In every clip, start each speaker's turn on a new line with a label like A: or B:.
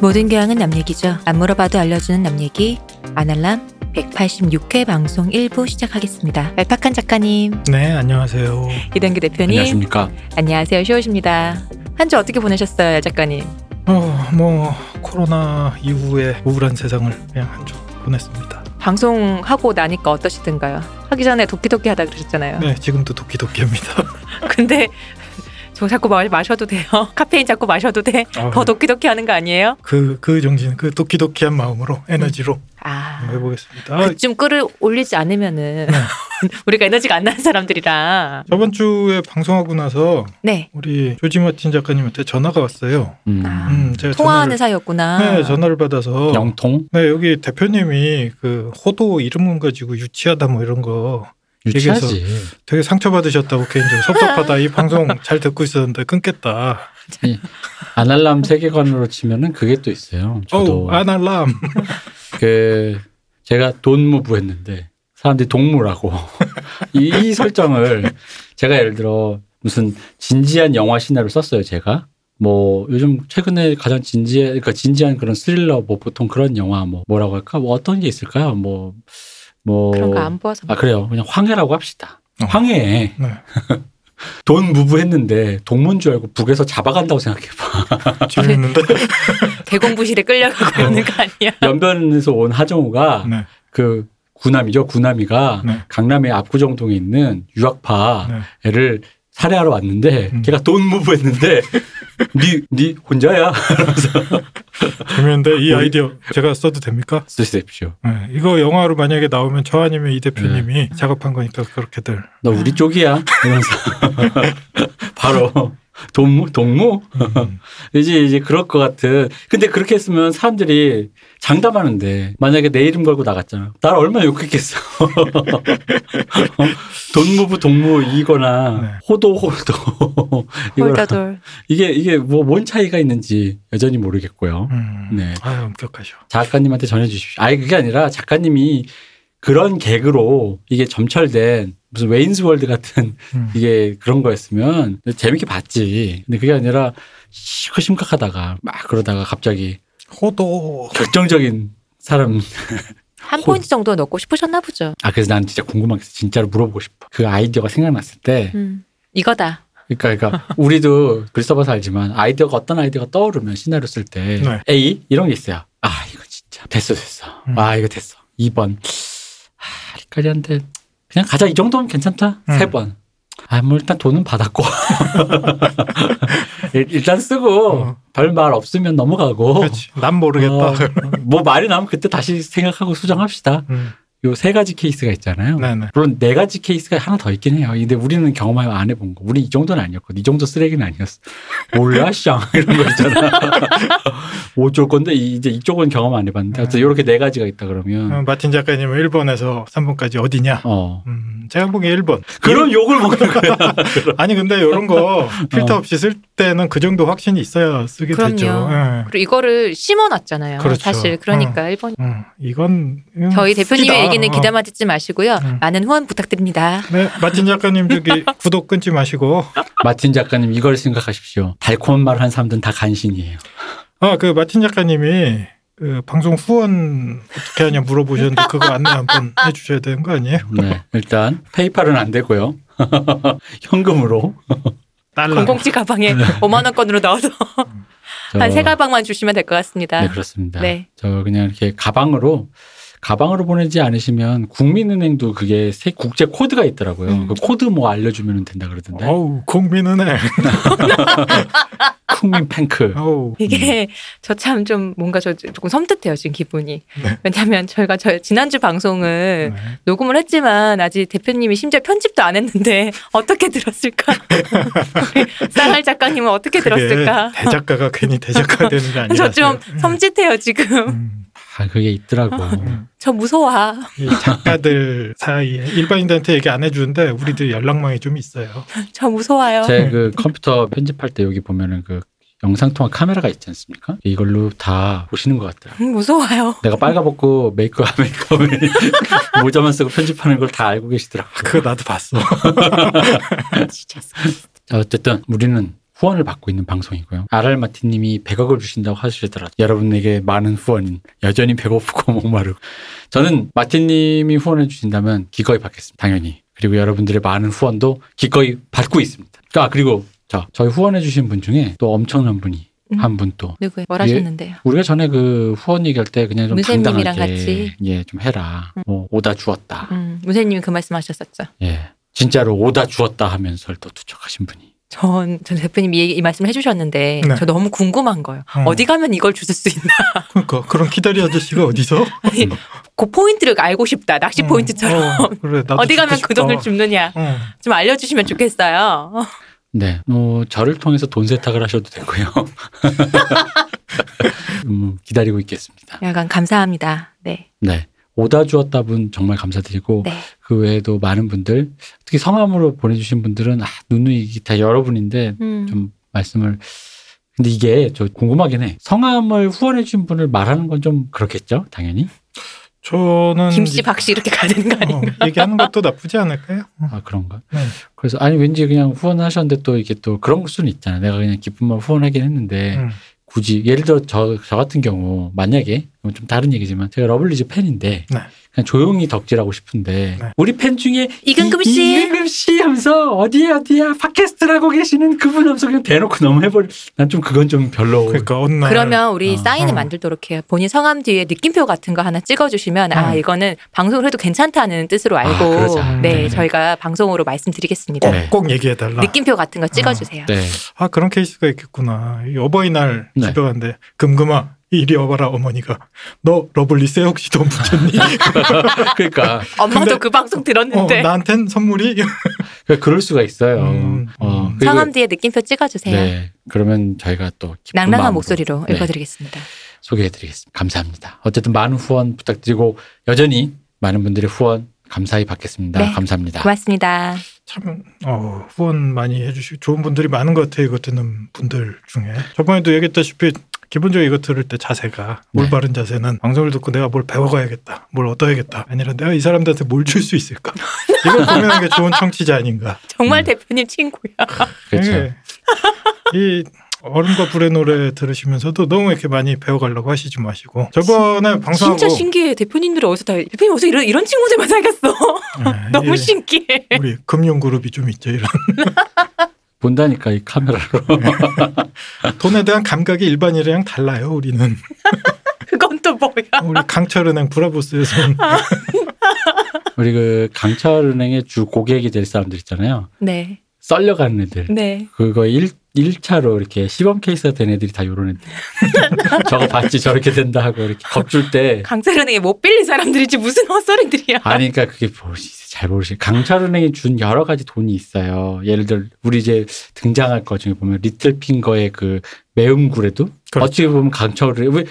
A: 모든 교양은 남 얘기죠. 안 물어봐도 알려주는 남 얘기 아날람 186회 방송 1부 시작하겠습니다. 알파칸 작가님,
B: 네, 안녕하세요.
A: 이동규 대표님,
C: 안녕하십니까?
A: 안녕하세요. 쇼우십니다. 한 주 어떻게 보내셨어요, 작가님?
B: 어, 뭐 코로나 이후에 우울한 세상을 그냥 한 주 보냈습니다.
A: 방송하고 나니까 어떠시던가요? 하기 전에 도끼도끼 하다 그러셨잖아요.
B: 네, 지금도 도끼도끼합니다.
A: 근데 저 자꾸 마, 마셔도 돼요. 카페인 자꾸 마셔도 돼. 아, 더 도끼도끼 하는 거 아니에요?
B: 그, 그그 정신, 그 도끼도끼한 마음으로 에너지로
A: 아.
B: 한번 해보겠습니다. 아,
A: 그쯤 끌어올리지 않으면은 우리가 에너지가 안 나는 사람들이라.
B: 저번 주에 방송하고 나서
A: 네.
B: 우리 조지 마틴 작가님한테 전화가 왔어요.
C: 음.
A: 아,
B: 음, 제가
A: 통화하는
B: 전화를,
A: 사이였구나.
B: 네, 전화를 받아서
C: 영통
B: 네, 여기 대표님이 그 호도 이름 가지고 유치하다 뭐 이런 거
C: 유치하지.
B: 되게 상처받으셨다고 개인적으로 섭섭하다. 이 방송 잘 듣고 있었는데 끊겠다.
C: 아니, 아날람 세계관으로 치면은 그게 또 있어요. 저도
B: 어우, 아날람.
C: 그 제가 돈무부 했는데 사람들이 동무라고 이, 이 설정을 제가 예를 들어 무슨 진지한 영화 시나리오 썼어요. 제가 뭐 요즘 최근에 가장 진지해 그러니까 진지한 그런 스릴러 뭐 보통 그런 영화 뭐 뭐라고 할까 뭐 어떤 게 있을까요? 뭐 뭐,
A: 그런 거 안 보아서.
C: 아 그래요. 그냥 황해라고 합시다.
B: 어.
C: 황해.
B: 네.
C: 돈 무부했는데 동문 줄 알고 북에서 잡아간다고 생각해봐.
B: 재밌는데.
A: 대공부실에 끌려가고
B: 어.
A: 있는 거 아니야?
C: 연변에서 온 하정우가
B: 네.
C: 그 구남이죠. 구남이가
B: 네.
C: 강남의 압구정동에 있는 유학파
B: 네.
C: 애를 살해하러 왔는데
B: 음.
C: 걔가 돈 무부했는데 니 니 혼자야
B: 재밌는데 뭐 이 아이디어 제가 써도 됩니까?
C: 쓰십시오.
B: 네. 이거 영화로 만약에 나오면 저 아니면 이 대표님이 작업한 거니까 그렇게들.
C: 너 우리 쪽이야. 이러면서 바로 동무 동무
B: 음.
C: 이제 이제 그럴 것 같은. 근데 그렇게 했으면 사람들이 장담하는데 만약에 내 이름 걸고 나갔잖아. 날 얼마나 욕했겠어. 돈무부 동무 이거나
B: 네.
C: 호도 호도 이거랑
A: 홀더돌.
C: 이게 이게 뭐 뭔 차이가 있는지 여전히 모르겠고요.
B: 음.
C: 네.
B: 아유, 엄격하셔.
C: 작가님한테 전해주십시오. 아니 그게 아니라 작가님이 그런 개그로 이게 점철된 무슨 웨인스 월드 같은
B: 음.
C: 이게 그런 거였으면 재밌게 봤지. 근데 그게 아니라 시크 심각하다가 막 그러다가 갑자기
B: 호도.
C: 결정적인 사람.
A: 한 포인트 정도 넣고 싶으셨나 보죠.
C: 아 그래서 난 진짜 궁금하겠어. 진짜로 물어보고 싶어. 그 아이디어가 생각났을 때,
A: 음. 이거다.
C: 그러니까 그러니까 우리도 글 써봐서 알지만 아이디어가 어떤 아이디어가 떠오르면 시나리오 쓸 때
B: 네.
C: A 이런 게 있어요. 아 이거 진짜 됐어 됐어.
B: 음.
C: 아 이거 됐어. 2번 아 리카리한테 그냥 가자 이 정도면 괜찮다.
B: 음.
C: 3번 아뭐 일단 돈은 받았고 일- 일단 쓰고
B: 어. 그렇죠.
C: 별 말 없으면 넘어가고
B: 그렇지. 난 모르겠다.
C: 어, 뭐 말이 나면 그때 다시 생각하고 수정합시다.
B: 음.
C: 요 세 가지 케이스가 있잖아요.
B: 네네.
C: 물론 네 가지 케이스가 하나 더 있긴 해요. 근데 우리는 경험하면 안 해본 거. 우리 이 정도는 아니었거든. 이 정도 쓰레기는 아니었어. 몰라, 샹 이런 거 있잖아. 어쩔 건데 이- 이제 이쪽은 경험 안 해봤는데. 하여튼 이렇게 네 가지가 있다 그러면
B: 어, 마틴 작가님은 1번에서 3번까지 어디냐?
C: 어.
B: 음, 제가 보기엔 1번.
C: 그럼 욕을 먹는 거야.
B: 아니, 근데 이런 거 필터 없이 쓸 때는 그 정도 확신이 있어야 쓰게
A: 그럼요.
B: 되죠. 예.
A: 그리고 이거를 심어놨잖아요.
B: 그렇죠.
A: 사실 그러니까 1번.
B: 음, 이건. 음,
A: 저희 대표님의
B: 쓰기다.
A: 얘기는
B: 어.
A: 귀담아 듣지 마시고요.
B: 음.
A: 많은 후원 부탁드립니다.
B: 네, 마틴 작가님 저기 구독 끊지 마시고
C: 마틴 작가님 이걸 생각하십시오. 달콤한 말 한 사람들은 다 간신이에요.
B: 아, 그 마틴 작가님이 그 방송 후원 어떻게 하냐 물어보셨는데 그거 안내 한번 해주셔야 되는 거 아니에요?
C: 네. 일단 페이팔은 안 되고요. 현금으로
B: 달러.
A: 공공지 가방에 5만 원권으로 넣어서
C: 저-
A: 한 세 가방만 주시면 될 것 같습니다.
C: 네, 그렇습니다.
A: 네.
C: 저 그냥 이렇게 가방으로 가방으로 보내지 않으시면 국민은행도 그게 세- 국제 코드가 있더라고요.
A: 음.
C: 그 코드 뭐 알려주면 된다 그러던데.
B: 네. 어우, 국민은행.
C: 국민 뱅크.
B: 어우,
A: 이게 저 참 좀 뭔가 저 조금 섬뜩해요 지금 기분이
B: 네.
A: 왜냐하면 저희가 저 지난주 방송을
B: 네.
A: 녹음을 했지만 아직 대표님이 심지어 편집도 안 했는데 어떻게 들었을까? 우리 쌍할 작가님은 어떻게
B: 그게
A: 들었을까?
B: 대작가가 괜히 대작가 되는 게 아니라. 네. 음.
A: 저 좀 섬찟해요 지금.
C: 아, 그게 있더라고.
A: 저 무서워.
B: 이 작가들 사이에 일반인들한테 얘기 안 해주는데 우리들 연락망이 좀 있어요.
A: 저 무서워요.
C: 제 그 컴퓨터 편집할 때 여기 보면은 그 영상통화 카메라가 있지 않습니까? 이걸로 다 보시는 것 같더라고요.
A: 음, 무서워요.
C: 내가 빨가벗고 메이크업, 메이크업 모자만 쓰고 편집하는 걸 다
B: 아,
C: 알고 계시더라고요.
B: 그거 나도 봤어.
A: 아, 진짜.
C: 자, 어쨌든 우리는 후원을 받고 있는 방송이고요. RR 마틴님이 100억을 주신다고 하시더라. 여러분에게 많은 후원인 여전히 배고프고 목마르고 저는 마틴님이 후원해 주신다면 기꺼이 받겠습니다. 당연히 그리고 여러분들의 많은 후원도 기꺼이 받고 있습니다. 아 그리고 자 저희 후원해 주신 분 중에 또 엄청난 분이
A: 음.
C: 한 분 또
A: 누구예요? 뭘
C: 예.
A: 하셨는데요?
C: 우리가 전에 그 후원 얘기할 때 그냥 좀
A: 문세님이랑
C: 당당하게
A: 같이.
C: 예 좀 해라 뭐 오다 주었다
A: 음, 문세님이 그 말씀하셨었죠.
C: 예 진짜로 오다 주었다 하면서 또 투척하신 분이
A: 전, 전 대표님이 얘기- 이 말씀을 해주셨는데
B: 네.
A: 저 너무 궁금한 거예요.
B: 음.
A: 어디 가면 이걸 주실 수 있나?
B: 그러니까 그런 기다리 아저씨가 어디서?
A: 아니, 그 포인트를 알고 싶다. 낚시
B: 음,
A: 포인트처럼
B: 어, 그래 나도
A: 어디 가면
B: 죽고
A: 그
B: 싶다.
A: 돈을 줍느냐
B: 응.
A: 좀 알려주시면 좋겠어요.
C: 네, 뭐 저를 통해서 돈 세탁을 하셔도 되고요. 음, 기다리고 있겠습니다.
A: 약간 감사합니다. 네.
C: 네, 오다 주었다 분 정말 감사드리고
A: 네.
C: 그 외에도 많은 분들 특히 성함으로 보내주신 분들은 아, 누누이 다 여러분인데
A: 음.
C: 좀 말씀을 근데 이게 저 궁금하긴 해. 성함을 후원해 주신 분을 말하는 건 좀 그렇겠죠, 당연히.
B: 저는
A: 김씨 박씨 이렇게 가야 되는 거 아니에요?
B: 어, 얘기하는 것도 나쁘지 않을까요?
C: 아 그런가?
B: 네.
C: 그래서 아니 왠지 그냥 후원하셨는데 또 이게 또 그런 수는 있잖아. 내가 그냥 기쁨만 후원하긴 했는데
B: 음.
C: 굳이 예를 들어 저, 저 같은 경우 만약에 이건 좀 다른 얘기지만 제가 러블리즈 팬인데
B: 네.
C: 그냥 조용히 덕질하고 싶은데
B: 네.
C: 우리 팬 중에
A: 이근금
C: 어, 이-
A: 씨.
C: 이근금 씨 하면서 어디에 어디야 팟캐스트를 하고 계시는 그분 하면서 그냥 대놓고 너무 해버려 난 좀 그건 좀 별로
B: 그러니까 어느 날
A: 그러면 우리
C: 어.
A: 사인을
B: 어.
A: 만들도록 해요. 본인 성함 뒤에 느낌표 같은 거 하나 찍어주시면 아
B: 음.
A: 이거는 방송을 해도 괜찮다는 뜻으로
C: 아,
A: 알고
C: 그러자.
A: 네
C: 네네.
A: 저희가 방송으로 말씀드리겠습니다.
B: 꼭,
C: 네.
B: 꼭 얘기해달라.
A: 느낌표 같은 거 찍어주세요.
C: 네.
B: 아 그런 케이스가 있겠구나. 이 어버이날
C: 네.
B: 집에 갔는데 금금아 이리 와봐라 어머니가 너 러블리세 혹시 돈 붙였니?
C: 그러니까
A: 엄마도
B: 근데-
A: 그 방송
B: 어,
A: 들었는데
B: 나한텐 선물이
C: 그러니까 그럴 수가 있어요
B: 음.
C: 어, 그리고-
A: 성함 뒤에 느낌표 찍어주세요.
C: 네 그러면 저희가 또 기쁜
A: 낭낭한
C: 마음으로
A: 목소리로
C: 네.
A: 읽어드리겠습니다.
C: 소개해드리겠습니다. 감사합니다. 어쨌든 많은 후원 부탁드리고 여전히 많은 분들의 후원 감사히 받겠습니다.
A: 네.
C: 감사합니다.
A: 고맙습니다.
B: 참 어, 후원 많이 해주시고 좋은 분들이 많은 것 같아요. 이거 듣는 분들 중에 저번에도 얘기했다시피 기본적으로 이거 들을 때 자세가
C: 네.
B: 올바른 자세는 방송을 듣고 내가 뭘 배워가야겠다, 뭘 얻어야겠다 아니라 내가 이 사람들한테 뭘 줄 수 있을까 이걸 고민하는 게 좋은 청취자 아닌가.
A: 정말
C: 음.
A: 대표님 친구야.
C: 그렇죠.
B: 예. 이 얼음과 불의 노래 들으시면서도 너무 이렇게 많이 배워가려고 하시지 마시고 저번에 방송하고
C: 뭐
A: 진짜 신기해. 대표님들이 어디서 다 대표님 어디서 이런 이런 친구들만 사귀었어.
B: 예,
A: 너무
B: 이
A: 신기해.
B: 우리 금융 그룹이 좀 있죠 이런
C: 본다니까 이 카메라로.
B: 돈에 대한 감각이 일반인이랑 달라요 우리는
A: 그건 또 뭐야?
B: 우리 강철은행 브라보스에서 온
A: 아.
C: 우리 그 강철은행의 주 고객이 될 사람들 있잖아요.
A: 네,
C: 썰려가는 애들.
A: 네.
C: 그거 일일차로 이렇게 시범 케이스가 된 애들이 다 요런 애들. 저거 봤지 저렇게 된다 하고 이렇게 겁줄 때.
A: 강철은행에 못 빌린 사람들이지 무슨 헛소리들이야.
C: 아니, 그러니까 그게 모르시, 잘 모르시. 강철은행이 준 여러 가지 돈이 있어요. 예를 들어, 우리 이제 등장할 거 중에 보면, 리틀핑거의 그 매운 구레도?
B: 그렇죠.
C: 어떻게 보면 강철은행, 왜,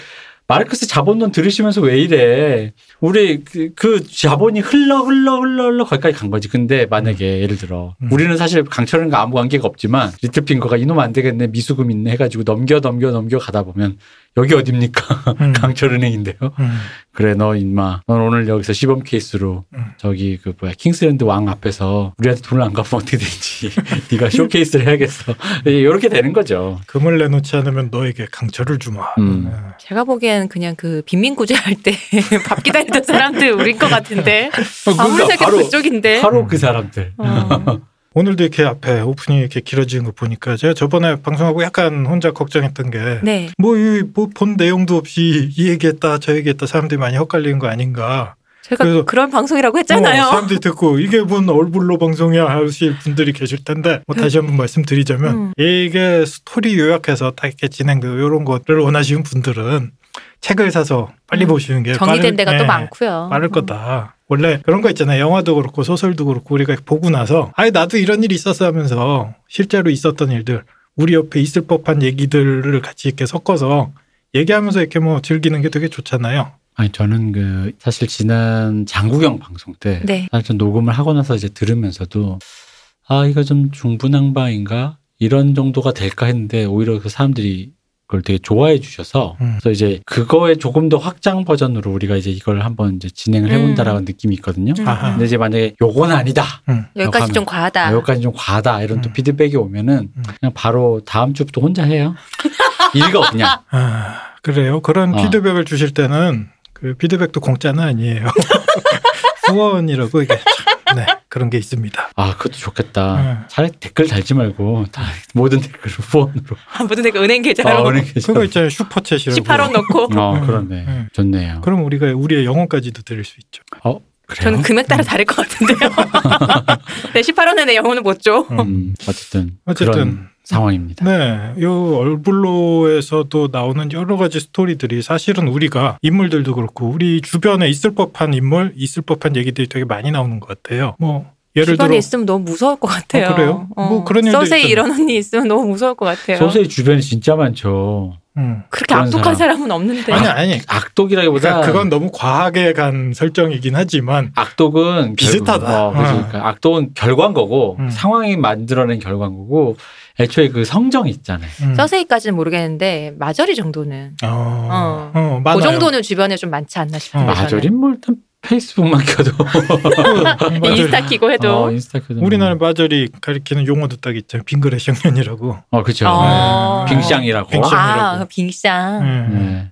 C: 마르크스 자본론 들으시면서 왜 이래? 우리 그, 그 자본이 흘러 흘러 흘러 흘러 거기까지 간 거지. 근데 만약에 예를 들어
B: 음.
C: 우리는 사실 강철은과 아무 관계가 없지만 리틀핑거가 이놈 안 되겠네 미수금 있네 해가지고 넘겨 넘겨 넘겨 가다 보면 여기 어딥니까?
B: 음.
C: 강철은행인데요.
B: 음.
C: 그래 너 인마 넌 오늘 여기서 시범 케이스로
B: 음.
C: 저기 그 뭐야 킹스랜드 왕 앞에서 우리한테 돈을 안 갚으면 어떻게 되는지 네가 쇼케이스를 해야겠어 이렇게 되는 거죠
B: 금을 내놓지 않으면 너에게 강철을 주마
C: 음.
B: 예.
A: 제가 보기엔 그냥 그 빈민구제 할 때 밥 기다리던 사람들 우린 것 같은데 아무리
C: 그러니까
A: 생각해도 그쪽인데.
C: 바로 그 사람들
A: 어.
B: 오늘도 이렇게 앞에 오프닝이 이렇게 길어지는 거 보니까 제가 저번에 방송하고 약간 혼자 걱정했던 게
A: 네.
B: 뭐이뭐본 내용도 없이 이 얘기했다 저 얘기했다 사람들이 많이 헷갈리는 거 아닌가
A: 제가
B: 그래서-
A: 그런 방송이라고 했잖아요.
B: 어, 사람들이 듣고 이게 뭔 얼굴로 방송이야 하실 분들이 계실 텐데 뭐 다시 한번 말씀드리자면
A: 네. 음.
B: 이게 스토리 요약해서 딱 이렇게 진행되고 이런 것들을 원하시는 분들은 책을 사서 빨리
A: 음.
B: 보시는 게
A: 정리된
B: 빠른-
A: 데가 또
B: 예,
A: 많고요. 음.
B: 빠를 거다. 원래 그런 거 있잖아요. 영화도 그렇고 소설도 그렇고 우리가 보고 나서 아예 나도 이런 일이 있었어 하면서 실제로 있었던 일들 우리 옆에 있을 법한 얘기들을 같이 이렇게 섞어서 얘기하면서 이렇게 뭐 즐기는 게 되게 좋잖아요.
C: 아니 저는 그 사실 지난 장국영 방송 때
A: 네.
C: 사실 전 아, 녹음을 하고 나서 이제 들으면서도 아 이거 좀 중분항방인가 이런 정도가 될까 했는데 오히려 그 사람들이 그걸 되게 좋아해 주셔서
B: 음.
C: 그래서 이제 그거에 조금 더 확장 버전으로 우리가 이제 이걸 한번 이제 진행을 해본다라는 느낌이 있거든요.
A: 음,
B: 아하.
C: 근데 이제 만약에 요건 아니다.
A: 여기까지 좀 과하다.
C: 아, 여기까지 좀 과하다 이런 또
B: 음.
C: 피드백이 오면은
B: 음.
C: 그냥 바로 다음 주부터 혼자 해요. 일가 없냐?
B: 아, 그래요. 그런
C: 어.
B: 피드백을 주실 때는 그 피드백도 공짜는 아니에요. 후원이라고 이게 참, 네 그런 게 있습니다.
C: 아 그것도 좋겠다.
B: 음.
C: 차라리 댓글 달지 말고 다 모든 댓글을 후원으로.
A: 모든 내 은행
C: 아,
A: 계좌로
C: 은행 계좌.
B: 네. 그거 있잖아요 슈퍼챗이라고.
A: 18원 넣고
C: 어
B: 음,
C: 그렇네.
B: 음.
C: 좋네요.
B: 그럼 우리가 우리의 영혼까지도 드릴 수 있죠.
C: 어 그래요?
A: 저는 금액 따라 다를 것 같은데요. 내 18원에 내 영혼을 못 줘.
C: 음, 어쨌든,
B: 어쨌든.
C: 그런 상황입니다.
B: 네, 요 얼블로에서도 나오는 여러 가지 스토리들이 사실은 우리가 인물들도 그렇고 우리 주변에 있을 법한 인물, 있을 법한 얘기들이 되게 많이 나오는 것 같아요. 뭐 예를
A: 주변에
B: 들어
A: 있으면 너무 무서울 것 같아요.
B: 어, 그래요? 뭐 그런 일도
A: 서세이
B: 있잖아요.
A: 이런 언니 있으면 너무 무서울 것
B: 네.
A: 같아요.
C: 소수의 주변에 진짜 많죠.
B: 음.
A: 그렇게
C: 그런
A: 악독한 사람. 은 없는데.
B: 아니 아니
C: 악독이라기보다
B: 그러니까 그건 너무 과하게 간 설정이긴 하지만
C: 악독은
B: 비슷하다.
C: 결국, 어, 그렇죠.
B: 어.
C: 그러니까 악독은 결과인 거고
B: 음.
C: 상황이 만들어낸 결과인 거고 애초에 그 성정이 있잖아요.
B: 음.
A: 서세이까지는 모르겠는데 마저리 정도는
B: 어,
A: 어.
B: 어, 많아요.
A: 그 정도는 주변에 좀 많지 않나 싶어요.
B: 어.
A: 저는.
C: 마저린 뭐 일단 페이스북만 켜도
B: 마저리.
A: 네, 인스타 키고 해도
C: 어, 인스타 켜도 뭐.
B: 우리나라 마저리 가리키는 용어도 딱 있죠. 빙그레션이라고.
C: 어 그렇죠.
A: 어.
C: 네. 빙샹이라고.
B: 빙샹.
A: 아,
B: 쌍이라고.
A: 그 빙쌍.
B: 예.
C: 네.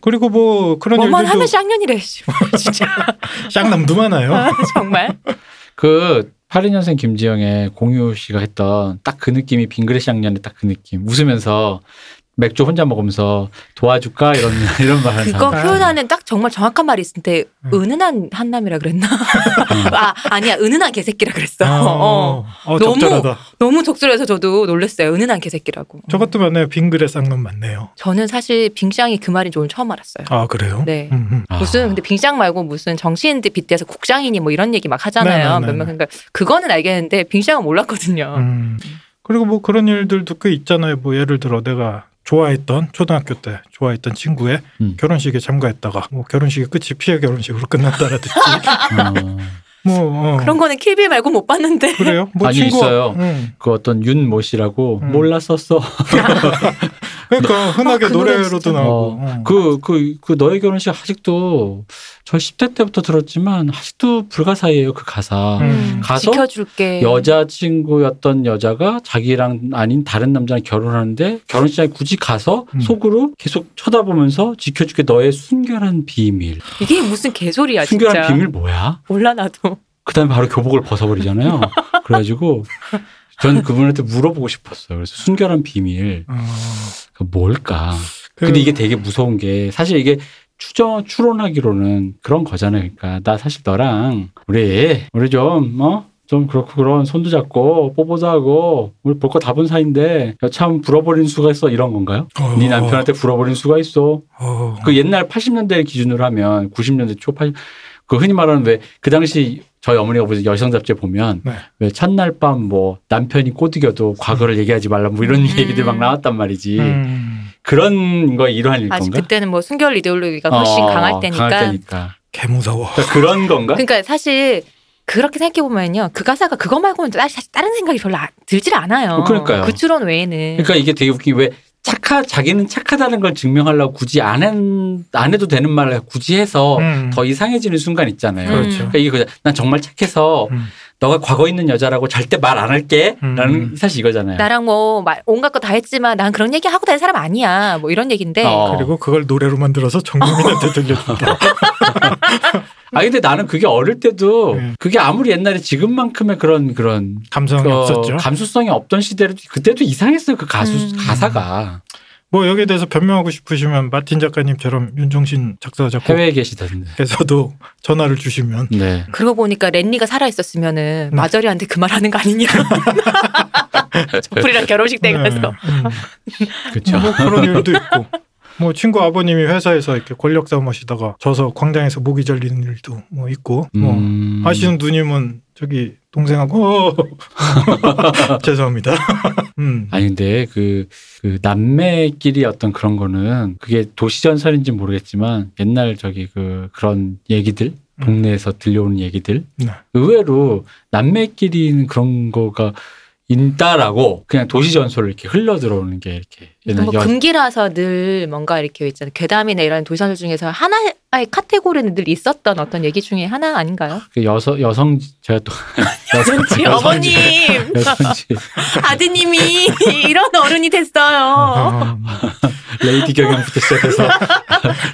B: 그리고 뭐 그런
A: 뭐만
B: 일들도
A: 하면 쌍년이래. 씨. 뭐 진짜
B: 쌍남도 많아요.
A: 아, 정말.
B: 음.
C: 그 82년생 김지영의 공유 씨가 했던 딱 그 느낌이 빙그레샹년의 딱 그 느낌. 웃으면서 맥주 혼자 먹으면서 도와줄까 이런 이런 말을
A: 그거
B: 아.
A: 표현하는 딱 정말 정확한 말이 있을 때
B: 음.
A: 은은한 한남이라 그랬나? 아 아니야 은은한 개새끼라 그랬어. 어.
B: 어, 어,
A: 너무-
B: 적절하다.
A: 너무 적절해서 저도 놀랐어요. 은은한 개새끼라고.
B: 저것도 맞네요. 빙그레 쌍놈 맞네요.
A: 저는 사실 빙샹이 그 말인 줄 오늘 처음 알았어요.
B: 아 그래요?
A: 네.
B: 음, 음.
C: 아.
A: 무슨 근데 빙샹 말고 무슨 정치인들 빗대서 국장이니 뭐 이런 얘기 막 하잖아요.
B: 네네네네.
A: 몇몇 그러니까 그거는 알겠는데 빙샹은 몰랐거든요.
B: 음. 그리고 뭐 그런 일들도 꽤 있잖아요. 뭐 예를 들어 내가 좋아했던 초등학교 때 좋아했던 친구의
C: 음.
B: 결혼식에 참가했다가 뭐 결혼식이 끝이 피해 결혼식으로 끝났다라든지
C: 어.
B: 뭐 어.
A: 그런 거는 킬빌 말고 못 봤는데.
B: 그래요? 뭐
C: 아니,
B: 친구
C: 있어요.
B: 음.
C: 그 어떤 윤 모씨라고
B: 음.
C: 몰랐었어.
B: 그러니까 흔하게
A: 아, 그 노래
B: 노래로도
A: 진짜.
B: 나오고. 어.
C: 그 그 그 너의 결혼식 아직도 저 10대 때부터 들었지만 아직도 불가사의예요 그 가사.
B: 음.
C: 가서
A: 지켜줄게.
C: 여자친구였던 여자가 자기랑 아닌 다른 남자랑 결혼하는데 결혼식장에 굳이 가서
B: 음.
C: 속으로 계속 쳐다보면서 지켜줄게 너의 순결한 비밀.
A: 이게 무슨 개소리야
C: 순결한
A: 진짜.
C: 비밀 뭐야?
A: 몰라 나도.
C: 그다음에 바로 교복을 벗어버리잖아요. 그래가지고 전 그분한테 물어보고 싶었어요. 그래서 순결한 비밀
B: 어.
C: 그 뭘까?
B: 그-
C: 근데 이게 되게 무서운 게 사실 이게 추정 추론하기로는 그런 거잖아요. 그러니까 나 사실 너랑 우리 우리 좀 어? 좀 그렇고 그런 손도 잡고 뽀뽀도 하고 우리 볼 거 다 본 사이인데 야, 참 불어버린 수가 있어 이런 건가요?
B: 어.
C: 네 남편한테 불어버린 수가 있어.
B: 어.
C: 그 옛날 80년대 기준으로 하면 90년대 초 80, 그 흔히 말하는 왜 그 당시 저희 어머니가 보는 여성 잡지에 보면
B: 네.
C: 왜 첫날 밤 뭐 남편이 꼬드겨도 과거를 얘기하지 말라 뭐 이런
A: 음.
C: 얘기들 막 나왔단 말이지.
B: 음.
C: 그런 거의 일환일
A: 아직
C: 건가?
A: 그때는 뭐 순결 이데올로기가 훨씬 강할 때니까.
C: 니까
B: 개 무서워.
C: 어, 그런 건가?
A: 그러니까 사실 그렇게 생각해 보면요, 그 가사가 그거 말고는 다- 사실 다른 생각이 별로 아- 들질 않아요.
C: 어, 그러니까요.
A: 그 추론 외에는.
C: 그러니까 이게 되게 웃긴 게 왜 착하 자기는 착하다는 걸 증명하려고 굳이 안, 한, 안 해도 되는 말을 굳이 해서
B: 음.
C: 더 이상해지는 순간 있잖아요.
A: 음.
B: 그렇죠.
C: 그러니까 이게 그냥 난 정말 착해서
B: 음.
C: 너가 과거 있는 여자라고 절대 말 안 할게라는
B: 음.
C: 사실 이거잖아요.
A: 나랑 뭐 말- 온갖 거 다 했지만 난 그런 얘기 하고 다니는 사람 아니야. 뭐 이런 얘기인데.
C: 어.
B: 그리고 그걸 노래로 만들어서 정국민한테 들려준다.
C: 아 근데 나는 그게 어릴 때도
B: 음.
C: 그게 아무리 옛날에 지금만큼의 그런 그런
B: 감성이
C: 어,
B: 없었죠.
C: 감수성이 없던 시대로 그때도 이상했어요 그 가수
A: 음.
C: 가사가
B: 뭐 여기에 대해서 변명하고 싶으시면 마틴 작가님처럼 윤종신 작사 작곡께서도
C: 해외에 계시던데.
B: 전화를 주시면
C: 네.
A: 그러고 보니까 랜니가 살아 있었으면은
B: 네.
A: 마저리한테 그 말하는 거 아니냐.
C: 네.
A: 저풀이랑 결혼식 때 가서.
B: 음,
C: 그렇죠.
B: 뭐 그런 일도 있고 뭐 친구 아버님이 회사에서 이렇게 권력 싸움하시다가 져서 광장에서 목이 잘리는 일도 뭐 있고 뭐
C: 음.
B: 아시는 누님은 저기 동생하고 어. 죄송합니다. 음.
C: 아니 근데 그, 그 남매끼리 어떤 그런 거는 그게 도시전설인지 모르겠지만 옛날 저기 그 그런 얘기들
B: 음.
C: 동네에서 들려오는 얘기들
B: 네.
C: 의외로 남매끼리는 그런 거가 인따라고 그냥 도시 전설을 이렇게 흘러 들어오는 게 이렇게
A: 그러니까 뭐
C: 연-
A: 금기라서 늘 뭔가 이렇게 있잖아요. 괴담이나 이런 도시설 중에서 하나의 카테고리는 늘 있었던 어떤 얘기 중에 하나 아닌가요?
C: 그 여성 여성 제가 또
A: 왠지
C: 여성-
A: 어머님,
C: 여성지
A: 아드님이 이런 어른이 됐어요.
C: 레이디 경향부터 시작해서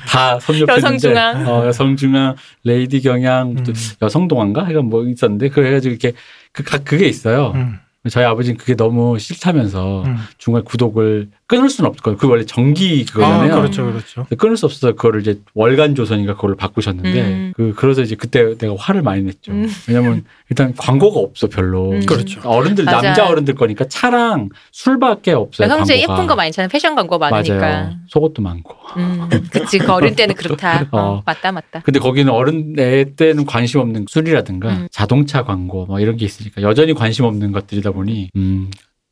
C: 다 섭렵했는데
A: 여성중앙.
C: 어, 여성중앙 레이디 경향
B: 음.
C: 여성동안가 이건 뭐 있었는데 그래가지고 이렇게 그각 그게 있어요. 어,
B: 음,
C: 저희 아버지는 그게 너무 싫다면서
B: 음.
C: 중간 구독을 끊을 수는 없을 거예요. 그 원래 정기
B: 아,
C: 그거잖아요.
B: 그렇죠, 그렇죠.
C: 근데 끊을 수 없어서 그거를 이제 월간 조선인가 그걸로 바꾸셨는데
A: 음.
C: 그 그래서 이제 그때 내가 화를 많이 냈죠.
A: 음.
C: 왜냐면 일단 광고가 없어 별로.
A: 음.
B: 그렇죠.
C: 어른들
A: 맞아요.
C: 남자 어른들 거니까 차랑 술밖에 없어요.
A: 여성주에
C: 광고가.
A: 예쁜 거 많잖아요. 패션 광고 많으니까.
C: 맞아요. 속옷도 많고.
A: 음, 그치. 그 어릴 때는 그렇다. 어,
C: 어.
A: 맞다, 맞다.
C: 근데 거기는 어른 애 때는 관심 없는 술이라든가
A: 음.
C: 자동차 광고 뭐 이런 게 있으니까 여전히 관심 없는 것들이다 보니 음,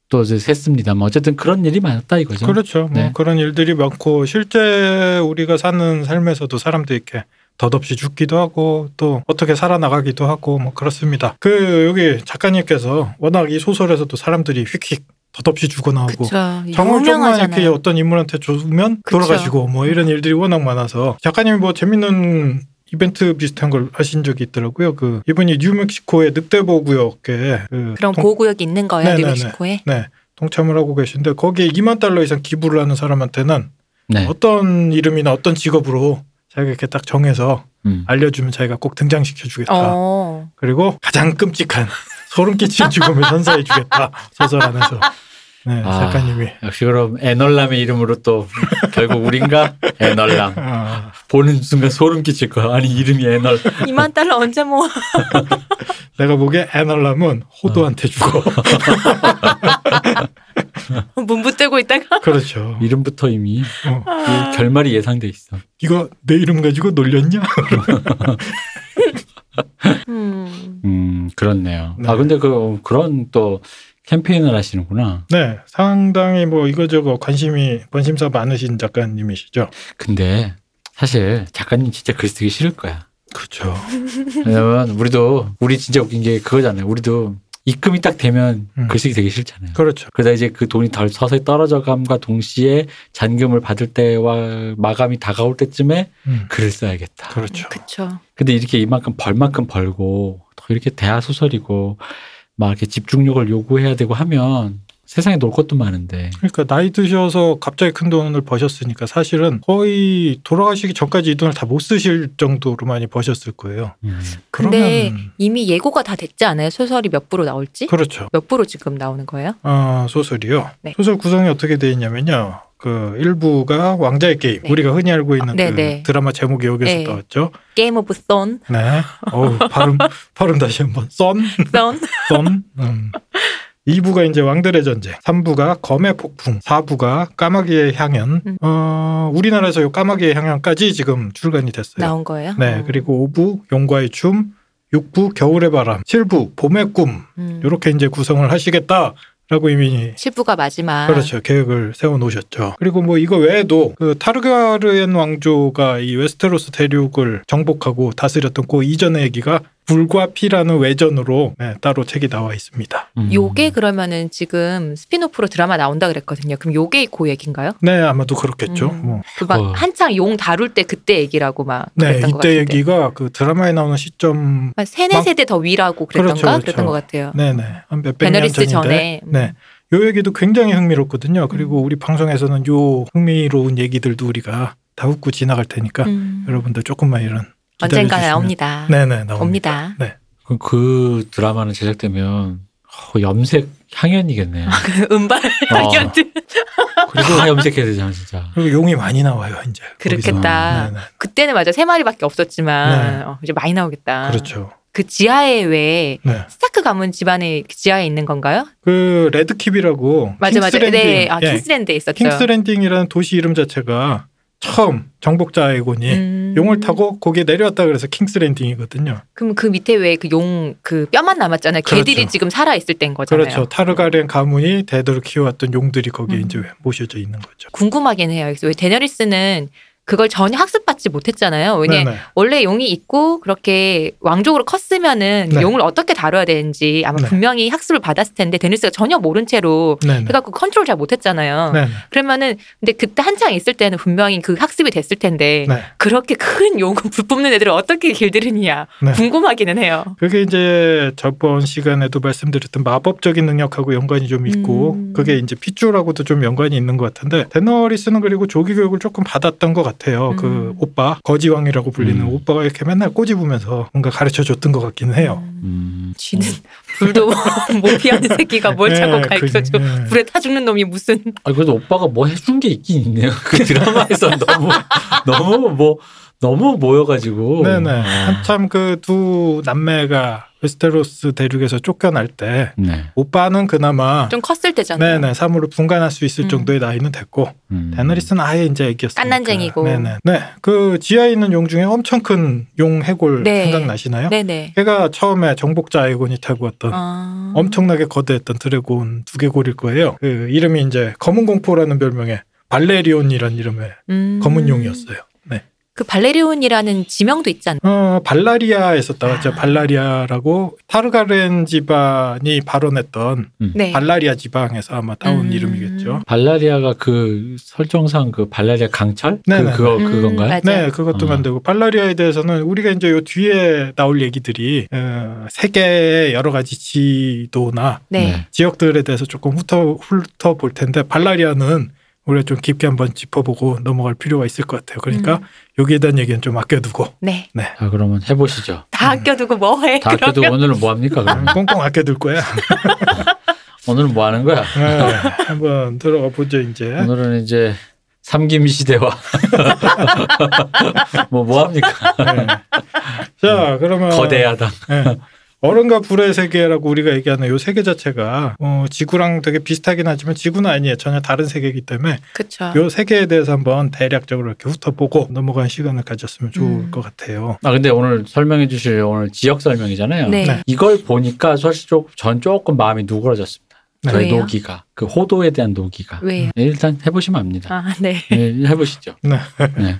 C: 또 이제 샜습니다. 뭐 어쨌든 그런 일이 많았다 이거죠.
B: 그렇죠. 뭐
C: 네.
B: 그런 일들이 많고 실제 우리가 사는 삶에서도 사람들이 이렇게 덧없이 죽기도 하고 또 어떻게 살아나가기도 하고 뭐 그렇습니다. 그 여기 작가님께서 워낙 이 소설에서도 사람들이 휙휙 덧없이 죽어나오고 그
D: 그렇죠.
B: 정을 조금만 이렇게 어떤 인물한테 주면
A: 그쵸.
B: 돌아가시고 뭐 이런 일들이 워낙 많아서 작가님이 뭐 재밌는 이벤트 비슷한 걸 하신 적이 있더라고요. 그 이분이 뉴멕시코의 늑대보 구역에 그
D: 그런
B: 동-
D: 보호구역이 있는 거예요,
B: 네네네.
D: 뉴멕시코에?
B: 네, 동참을 하고 계신데 거기에 2만 달러 이상 기부를 하는 사람한테는
C: 네.
B: 어떤 이름이나 어떤 직업으로 자기가 이렇게 딱 정해서
C: 음.
B: 알려주면 자기가 꼭 등장시켜 주겠다.
A: 어.
B: 그리고 가장 끔찍한 소름 끼친 죽음을 선사해 주겠다. 소설 안에서. 네,
C: 아.
B: 작가님이.
C: 역시 그럼 애널람의 이름으로 또 결국 우린가 애널람
B: 아,
C: 보는 순간 소름 끼칠 거야. 아니 이름이 애널.
A: 2만 달러 언제 뭐 모아?
B: 내가 보기에 애널람은 호도한테 죽어.
A: 문붙들고 있다가.
B: 그렇죠.
C: 이름부터 이미 이
B: 어.
C: 결말이 예상돼 있어.
B: 이거 내 이름 가지고 놀렸냐?
A: 음.
C: 음 그렇네요.
B: 네.
C: 아 근데 그 그런 또 캠페인을 하시는구나.
B: 네, 상당히 뭐 이거저거 관심이 관심사 많으신 작가님이시죠.
C: 근데 사실 작가님 진짜 글 쓰기 싫을 거야.
B: 그렇죠.
C: 왜냐면 우리도 우리 진짜 웃긴 게 그거잖아요. 우리도 입금이 딱 되면
B: 음.
C: 글쓰기 되게 싫잖아요.
B: 그렇죠.
C: 그러다 이제 그 돈이 덜 서서히 떨어져감과 동시에 잔금을 받을 때와 마감이 다가올 때쯤에
B: 음,
C: 글을 써야겠다.
B: 그렇죠.
A: 그쵸.
C: 근데 이렇게 이만큼 벌만큼 벌고 또 이렇게 대하 소설이고 막 이렇게 집중력을 요구해야 되고 하면 세상에 놀 것도 많은데
B: 그러니까 나이 드셔서 갑자기 큰 돈을 버셨으니까 사실은 거의 돌아가시기 전까지 이 돈을 다 못 쓰실 정도로 많이 버셨을 거예요.
C: 음.
A: 근데
B: 그러면
A: 이미 예고가 다 됐지 않아요? 소설이 몇 부로 나올지?
B: 그렇죠.
A: 몇 부로 지금 나오는 거예요?
B: 어, 소설이요.
A: 네.
B: 소설 구성이 어떻게 돼 있냐면요. 그 일부가 왕자의 게임.
A: 네.
B: 우리가 흔히 알고 있는
A: 아, 네,
B: 그
A: 네.
B: 드라마 제목이 여기서
A: 네.
B: 나왔죠.
A: 게임 오브 썬.
B: 네. 어우, 발음 발음 다시 한번. 썬.
A: 썬.
B: 썸. 음. 2부가 이제 왕들의 전쟁, 3부가 검의 폭풍, 4부가 까마귀의 향연.
A: 음.
B: 어, 우리나라에서 요 까마귀의 향연까지 지금 출간이 됐어요.
A: 나온 거예요?
B: 네,
A: 어.
B: 그리고 5부 용과의 춤, 6부 겨울의 바람, 7부 봄의 꿈.
A: 음.
B: 요렇게 이제 구성을 하시겠다라고 이미
A: 7부가 마지막.
B: 그렇죠. 계획을 세워 놓으셨죠. 그리고 뭐 이거 외에도 그 타르가르엔 왕조가 이 웨스테로스 대륙을 정복하고 다스렸던 그 이전의 얘기가 불과 피라는 외전으로 네, 따로 책이 나와 있습니다.
C: 음.
A: 요게 그러면은 지금 스피노프로 드라마 나온다 그랬거든요. 그럼 요게 그 얘기인가요?
B: 네, 아마도 그렇겠죠.
A: 음.
B: 뭐.
A: 그막
C: 어.
A: 한창 용 다룰 때 그때 얘기라고 막
B: 네,
A: 그랬던 것
B: 이때
A: 같은데.
B: 얘기가 그 드라마에 나오는 시점,
A: 막 세네
B: 막-
A: 세대 더 위라고
B: 그렇죠,
A: 그랬던가
B: 그렇죠.
A: 그랬던것 같아요.
B: 네네, 한 몇백 년
A: 베너리스
B: 전인데,
A: 전에 음.
B: 네, 요 얘기도 굉장히 흥미롭거든요. 그리고 우리 방송에서는 요 흥미로운 얘기들도 우리가 다 웃고 지나갈 테니까
A: 음.
B: 여러분들 조금만 이런
A: 언젠가
B: 기다려주시면-
A: 나옵니다.
B: 네네, 나옵니다.
A: 옵니다.
C: 그, 그 드라마는 제작되면 어, 염색 향연이겠네요.
A: 음발
B: 아,
A: 발견들
C: 그리고 다 염색해야 되잖아 진짜.
B: 그리고 용이 많이 나와요 이제.
A: 그렇겠다.
B: 거기서. 네네.
A: 그때는 맞아 세 마리밖에 없었지만
B: 네.
A: 어, 이제 많이 나오겠다.
B: 그렇죠.
A: 그 지하에 왜
B: 네,
A: 스타크 가문 집안의 그 지하에 있는 건가요?
B: 그 레드킵이라고
A: 맞아 맞아.
B: 킹스랜딩,
A: 네, 아
B: 예,
A: 킹스랜드에 있었죠.
B: 킹스랜딩이라는 도시 이름 자체가 처음 정복자 아이곤이
A: 음.
B: 용을 타고 거기에 내려왔다 그래서 킹스랜딩이거든요.
A: 그럼 그 밑에 왜 그 용 그 뼈만 남았잖아요.
B: 그렇죠.
A: 걔들이 지금 살아 있을 때인 거잖아요.
B: 그렇죠. 타르가렌 가문이 대대로 키워왔던 용들이 거기에
A: 음.
B: 이제 모셔져 있는 거죠.
A: 궁금하긴 해요. 그래서 왜 데너리스는 그걸 전혀 학습받지 못했잖아요. 왜냐
B: 네네.
A: 원래 용이 있고 그렇게 왕족으로 컸으면은
B: 네.
A: 용을 어떻게 다뤄야 되는지 아마
B: 네.
A: 분명히 학습을 받았을 텐데 데니스가 전혀 모른 채로
B: 네네.
A: 해갖고 컨트롤 잘 못했잖아요.
B: 네네.
A: 그러면은 근데 그때 한창 있을 때는 분명히 그 학습이 됐을 텐데
B: 네.
A: 그렇게 큰 용을 불 뽑는 애들을 어떻게 길들이느냐
B: 네.
A: 궁금하기는 해요.
B: 그게 이제 저번 시간에도 말씀드렸던 마법적인 능력하고 연관이 좀 있고
A: 음.
B: 그게 이제 핏줄하고도 좀 연관이 있는 것 같은데 데너리스는 그리고 조기 교육을 조금 받았던 것 같아요. 그
A: 음.
B: 오빠 거지왕이라고 불리는
C: 음.
B: 오빠가 이렇게 맨날 꼬집으면서 뭔가 가르쳐 줬던 것 같기는 해요.
C: 음.
A: 쥐는 불도 못 피하는 새끼가 아, 뭘 자꾸
B: 예,
A: 가르쳐줘.
B: 그, 예.
A: 불에 타 죽는 놈이 무슨
C: 아, 그래도 오빠가 뭐 해준 게 있긴 있네요. 그 드라마에서 너무, 너무 뭐, 너무 모여가지고.
B: 네네.
C: 아.
B: 한참 그 두 남매가 웨스테로스 대륙에서 쫓겨날 때
C: 네.
B: 오빠는 그나마
A: 좀 컸을 때잖아요.
B: 네네 사물을 분간할 수 있을
A: 음.
B: 정도의 나이는 됐고
C: 음.
B: 데너리스는 아예 이제 애기였어요.
A: 깐난쟁이고.
B: 네네. 네. 그 지하에 있는 용 중에 엄청 큰 용 해골
A: 네.
B: 생각나시나요?
A: 네네.
B: 걔가 처음에 정복자 아이곤이 타고 왔던
A: 아.
B: 엄청나게 거대했던 드래곤 두개골일 거예요. 그 이름이 이제 검은 공포라는 별명의 발레리온이란 이름의
A: 음.
B: 검은 용이었어요. 네.
A: 그 발레리온이라는 지명도 있잖아요.
B: 어, 발라리아에서 따왔죠.
A: 아.
B: 발라리아라고 타르가렌 지방이 발언했던
A: 네.
B: 발라리아 지방에서 아마 따온
A: 음.
B: 이름이겠죠.
C: 발라리아가 그 설정상 그 발라리아 강철?
B: 네네.
C: 그, 그거,
A: 음,
C: 그건가요?
A: 맞아요.
B: 네, 그것도
C: 아.
B: 만들고 발라리아에 대해서는 우리가 이제 요 뒤에 나올 얘기들이 어, 세계의 여러 가지 지도나
A: 네.
B: 지역들에 대해서 조금 훑어 훑어 볼 텐데 발라리아는 우리가 좀 깊게 한번 짚어보고 넘어갈 필요가 있을 것 같아요. 그러니까
A: 음.
B: 여기에 대한 얘기는 좀 아껴두고
A: 네.
C: 자, 그러면 해보시죠.
A: 다 아껴두고 뭐해?
C: 다 아껴도
A: 그러면
C: 오늘은 뭐 합니까,
A: 음.
C: 그러면?
B: 꽁꽁 아껴둘 거야.
C: 오늘은 뭐 하는 거야?
B: 네, 한번 들어가 보죠 이제.
C: 오늘은 이제 삼김 시대와 뭐, 뭐 합니까?
B: 네. 자, 그러면
C: 거대하다.
B: 예. 얼음과 불의 세계라고 우리가 얘기하는 요 세계 자체가 어, 지구랑 되게 비슷하긴 하지만 지구는 아니에요. 전혀 다른 세계이기 때문에
A: 그쵸.
B: 요 세계에 대해서 한번 대략적으로 이렇게 훑어보고 넘어간 시간을 가졌으면 좋을
A: 음.
B: 것 같아요.
C: 아, 근데 오늘 설명해 주실 오늘 지역 설명이잖아요.
A: 네.
B: 네.
C: 이걸 보니까 사실 좀- 전 조금 마음이 누그러졌습니다.
B: 네.
C: 저의
A: 왜요?
C: 노기가. 그 호도에 대한 노기가.
A: 왜요?
C: 네, 일단 해보시면 압니다.
A: 아, 네.
C: 네, 해보시죠.
B: 네.
C: 네.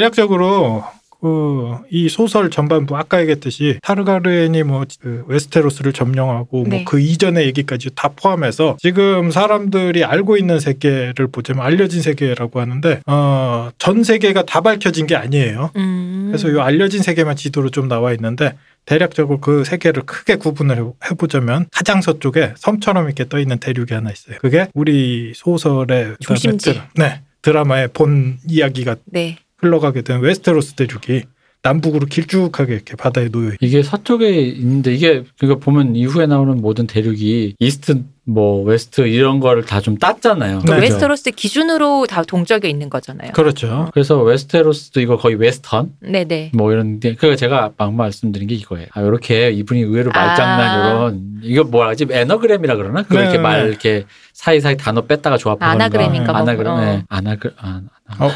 B: 대략적으로 그 이 소설 전반부 아까 얘기했듯이 타르가르엔이 뭐그 웨스테로스를 점령하고
A: 네.
B: 뭐 그 이전의 얘기까지 다 포함해서 지금 사람들이 알고 있는 세계를 보자면 알려진 세계라고 하는데 어, 전 세계가 다 밝혀진 게 아니에요.
A: 음.
B: 그래서 이 알려진 세계만 지도로 좀 나와 있는데 대략적으로 그 세계를 크게 구분을 해- 해보자면 가장 서쪽에 섬처럼 이렇게 떠 있는 대륙이 하나 있어요. 그게 우리 소설의 그다음에
A: 중심지.
B: 드라- 네 드라마의 본 이야기가
A: 네.
B: 흘러가게 된 웨스테로스 대륙이 남북으로 길쭉하게 이렇게 바다에 놓여 있.
C: 이게 서쪽에 있는데 이게 그러니까 보면 이후에 나오는 모든 대륙이 이스트 뭐 웨스트 이런 거를 다 좀 땄잖아요.
B: 네.
C: 그죠?
A: 웨스터로스 기준으로 다 동적에 있는 거잖아요.
B: 그렇죠.
C: 그래서 웨스테로스도 이거 거의 웨스턴
A: 네네.
C: 뭐 이런 데그 제가 방금 말씀드린 게 이거예요. 아 이렇게 이분이 의외로 말장난
A: 아.
C: 이런 이거 뭐라지 에너그램이라 그러나 그
B: 네,
C: 이렇게 말
B: 네.
C: 이렇게 사이사이 단어 뺐다가 조합하는
A: 아나그램인가
C: 거.
A: 봐.
C: 아나그램
A: 어.
C: 네. 아나그 아,
B: 어,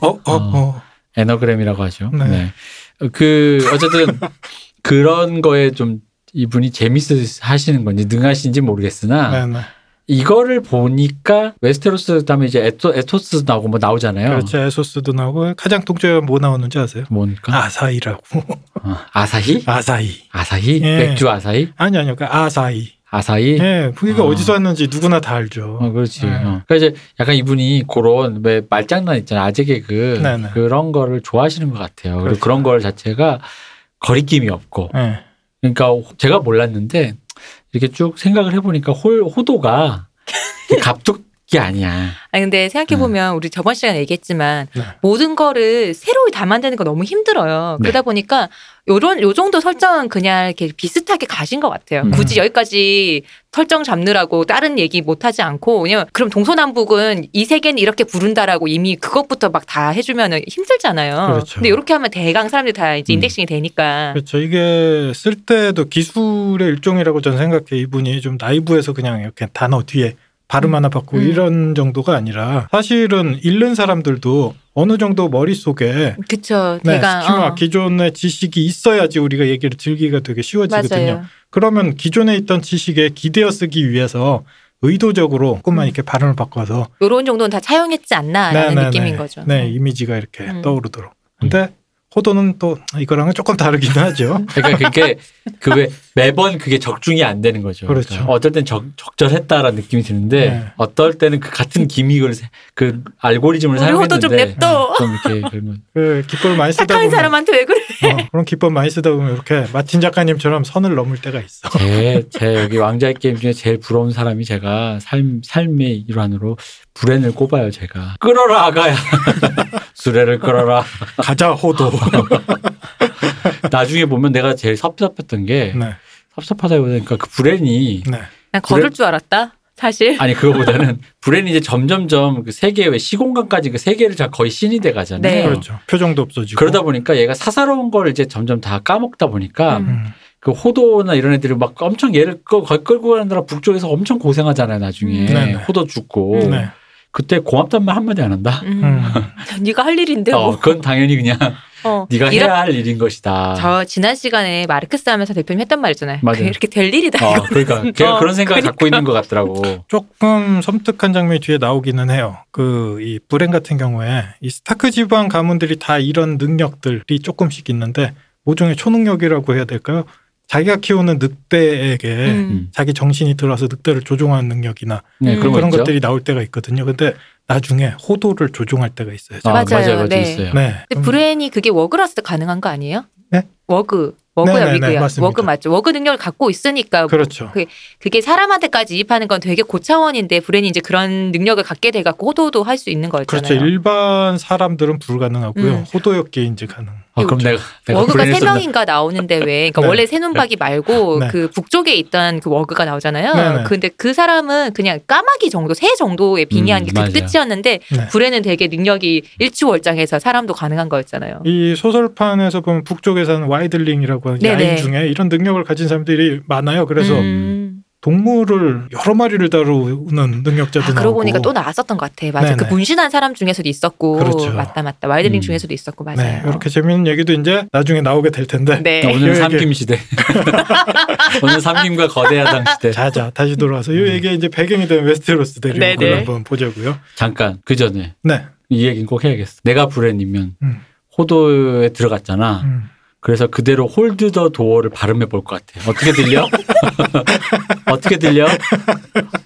B: 어, 어,
C: 음.
B: 어.
C: 에너그램이라고 하죠.
B: 네.
C: 네. 그 어쨌든 그런 거에 좀 이분이 재밌으시는 건지 능하신지 모르겠으나
B: 네, 네.
C: 이거를 보니까 웨스테로스 그다음에 이제 에토, 에토스 나오고 뭐 나오잖아요.
B: 그렇죠. 에소스도 나오고 가장 동쪽에 뭐 나오는지 아세요?
C: 뭔가
B: 아사히라고.
C: 아. 사히
B: 아사히.
C: 아사히
B: 예.
C: 맥주 아사히
B: 아니 아니요. 그 아사히.
C: 아사히
B: 예, 그게
C: 아.
B: 어디서 왔는지 누구나 다 알죠.
C: 어, 그렇지.
B: 네.
C: 어. 그러니까 이제 약간 이분이 그런 왜 말장난 있잖아요. 아재 개그
B: 네, 네.
C: 그런 거를 좋아하시는 것 같아요.
B: 그렇죠.
C: 그리고 그런 걸 자체가 거리낌이 없고.
B: 예.
C: 그러니까 제가 몰랐는데 이렇게 쭉 생각을 해보니까 홀 호도가 이렇게 갑툭이 아니야.
A: 아니 근데 생각해 보면 우리 저번 시간에 얘기했지만
B: 음. 네.
A: 모든 거를 새로이 다 만드는 거 너무 힘들어요.
C: 네.
A: 그러다 보니까 요런 요 정도 설정은 그냥 이렇게 비슷하게 가신 것 같아요.
C: 음.
A: 굳이 여기까지 설정 잡느라고 다른 얘기 못 하지 않고 왜냐면 그럼 동서남북은 이 세계는 이렇게 부른다라고 이미 그것부터 막 다 해주면은 힘들잖아요.
B: 그렇죠.
A: 근데 이렇게 하면 대강 사람들이 다 이제
C: 음.
A: 인덱싱이 되니까.
B: 그렇죠. 이게 쓸 때도 기술의 일종이라고 저는 생각해. 이분이 좀 나이브에서 그냥 이렇게 단어 뒤에 발음 하나 바꾸고
A: 음.
B: 이런 정도가 아니라 사실은 읽는 사람들도 어느 정도 머릿속에
A: 그쵸.
B: 네,
A: 대강.
B: 스키마
A: 어.
B: 기존의 지식이 있어야지 우리가 얘기를 즐기기가 되게 쉬워지거든요.
A: 맞아요.
B: 그러면 기존에 있던 지식에 기대어 쓰기 위해서 의도적으로 조금만
A: 음.
B: 이렇게 발음을 바꿔서
A: 요런 정도는 다 차용했지 않나라는
B: 네, 네,
A: 느낌인
B: 네.
A: 거죠.
B: 네, 이미지가 이렇게
A: 음.
B: 떠오르도록. 근데 호도는 또 이거랑은 조금 다르긴 하죠.
C: 그러니까 그게 그 왜 매번 그게 적중이 안 되는 거죠.
B: 그렇죠.
C: 그러니까 어떨 땐 적, 적절했다라는 느낌이 드는데
B: 네.
C: 어떨 때는 그 같은 기믹을 세- 그 알고리즘을
A: 어, 우리 호도
C: 사용했는데
A: 좀
B: 네.
A: 냅둬.
C: 좀 이렇게 그러면
B: 그 기법을 많이 쓰다
A: 착한
B: 보면
A: 사람한테 왜 그래?
B: 어, 그런 기법 많이 쓰다 보면 이렇게 마틴 작가님처럼 선을 넘을 때가 있어.
C: 제, 제 여기 왕자의 게임 중에 제일 부러운 사람이 제가 삶, 삶의 일환으로 불행을 꼽아요, 제가. 끌어라, 아가야. 수레를 끌어라.
B: 가자 호도.
C: 나중에 보면 내가 제일 섭섭했던 게
B: 네,
C: 섭섭하다기보다는 그러니까 그 불행이
B: 네,
A: 난 걸을 줄 알았다. 사실.
C: 아니 그거보다는 불행이 이제 점점점 그 세계 왜 시공간까지 그 세계를 다 거의 신이 돼
A: 네.
C: 가잖아요.
B: 그렇죠. 표정도 없어지고.
C: 그러다 보니까 얘가 사사로운 걸 이제 점점 다 까먹다 보니까
A: 음.
B: 음,
C: 그 호도나 이런 애들이 막 엄청 얘를 끌- 거의 끌고 가느라 북쪽에서 엄청 고생하잖아요 나중에
A: 음.
B: 네네.
C: 호도 죽고
A: 음.
B: 네,
C: 그때 고맙단 말 한마디 안 한다.
B: 음.
A: 음. 네가 할 일인데
C: 어,
A: 뭐.
C: 그건 당연히 그냥
A: 어.
C: 네가
A: 이런-
C: 해야 할 일인 것이다.
A: 저 지난 시간에 마르크스 하면서 대표님 했던 말 있잖아요.
C: 맞아요.
A: 이렇게 될 일이다.
C: 어,
A: 이거.
C: 그러니까 걔가
A: 어,
C: 그런 생각을 갖고
A: 그러니까.
C: 있는 것 같더라고.
B: 조금 섬뜩한 장면이 뒤에 나오기는 해요. 그 이 브랜 같은 경우에 이 스타크 집안 가문들이 다 이런 능력들이 조금씩 있는데 모종의 초능력이라고 해야 될까요? 자기가 키우는 늑대에게
A: 음.
B: 자기 정신이 들어서 늑대를 조종하는 능력이나
C: 네,
A: 음.
C: 그런,
B: 그런
C: 거 있죠.
B: 것들이 나올 때가 있거든요. 근데 나중에 호도를 조종할 때가 있어요.
C: 아,
A: 맞아요.
C: 맞아요, 맞아요,
A: 네.
C: 있어요.
B: 네.
A: 근데 브랜이 그게 워그라스 가능한 거 아니에요?
B: 네?
A: 워그. 워그야
B: 네네네,
A: 위그야.
B: 맞습니다.
A: 워그 맞죠. 워그 능력을 갖고 있으니까 뭐
B: 그렇죠.
A: 그게 사람한테까지 이입하는 건 되게 고차원인데 브랜이 이제 그런 능력을 갖게 돼 갖고 호도도 할 수 있는 거였잖아요.
B: 그렇죠. 일반 사람들은 불가능하고요.
A: 음. 어.
B: 호도였기에 이제 가능.
C: 아, 그럼 내가 내가
A: 워그가
C: 불행했었나?
A: 세 명인가 나오는데 왜? 그러니까
B: 네.
A: 원래 새눈박이 말고
B: 네.
A: 그 북쪽에 있던 그 워그가 나오잖아요.
B: 네, 네.
A: 근데 그 사람은 그냥 까마귀 정도, 새 정도에 빙의한
C: 음,
A: 게
C: 맞아요.
A: 그 끝이었는데
B: 네.
A: 불에는 되게 능력이 일취월장해서 사람도 가능한 거였잖아요.
B: 이 소설판에서 보면 북쪽에 사는 와이들링이라고 하는
A: 네네.
B: 야인 중에 이런 능력을 가진 사람들이 많아요. 그래서
A: 음.
B: 동물을 여러 마리를 다루는 능력자도
A: 아,
B: 나오고.
A: 그러고 보니까 또 나왔었던 것 같아. 맞아.
B: 네,
A: 그
B: 네.
A: 분신한 사람 중에서도 있었고
B: 그렇죠.
A: 맞다 맞다. 와이드링
C: 음.
A: 중에서도 있었고
B: 네,
A: 맞아요.
B: 이렇게 재밌는 얘기도 이제 나중에 나오게 될 텐데.
A: 네.
C: 야, 오늘은
B: 이게-
C: 삼김 시대. 오늘 삼김과 거대야당 시대.
B: 자자 다시 돌아와서 이
C: 음.
B: 얘기 이제 배경이 된 웨스테로스
A: 네네.
B: 대륙을 한번 보자고요.
C: 잠깐 그 전에
B: 네.
C: 이 얘기는 꼭 해야겠어. 내가 불행이면
B: 음.
C: 호도에 들어갔잖아.
B: 음.
C: 그래서 그대로 홀드 더 도어를 발음해 볼 것 같아. 어떻게 들려? 어떻게 들려?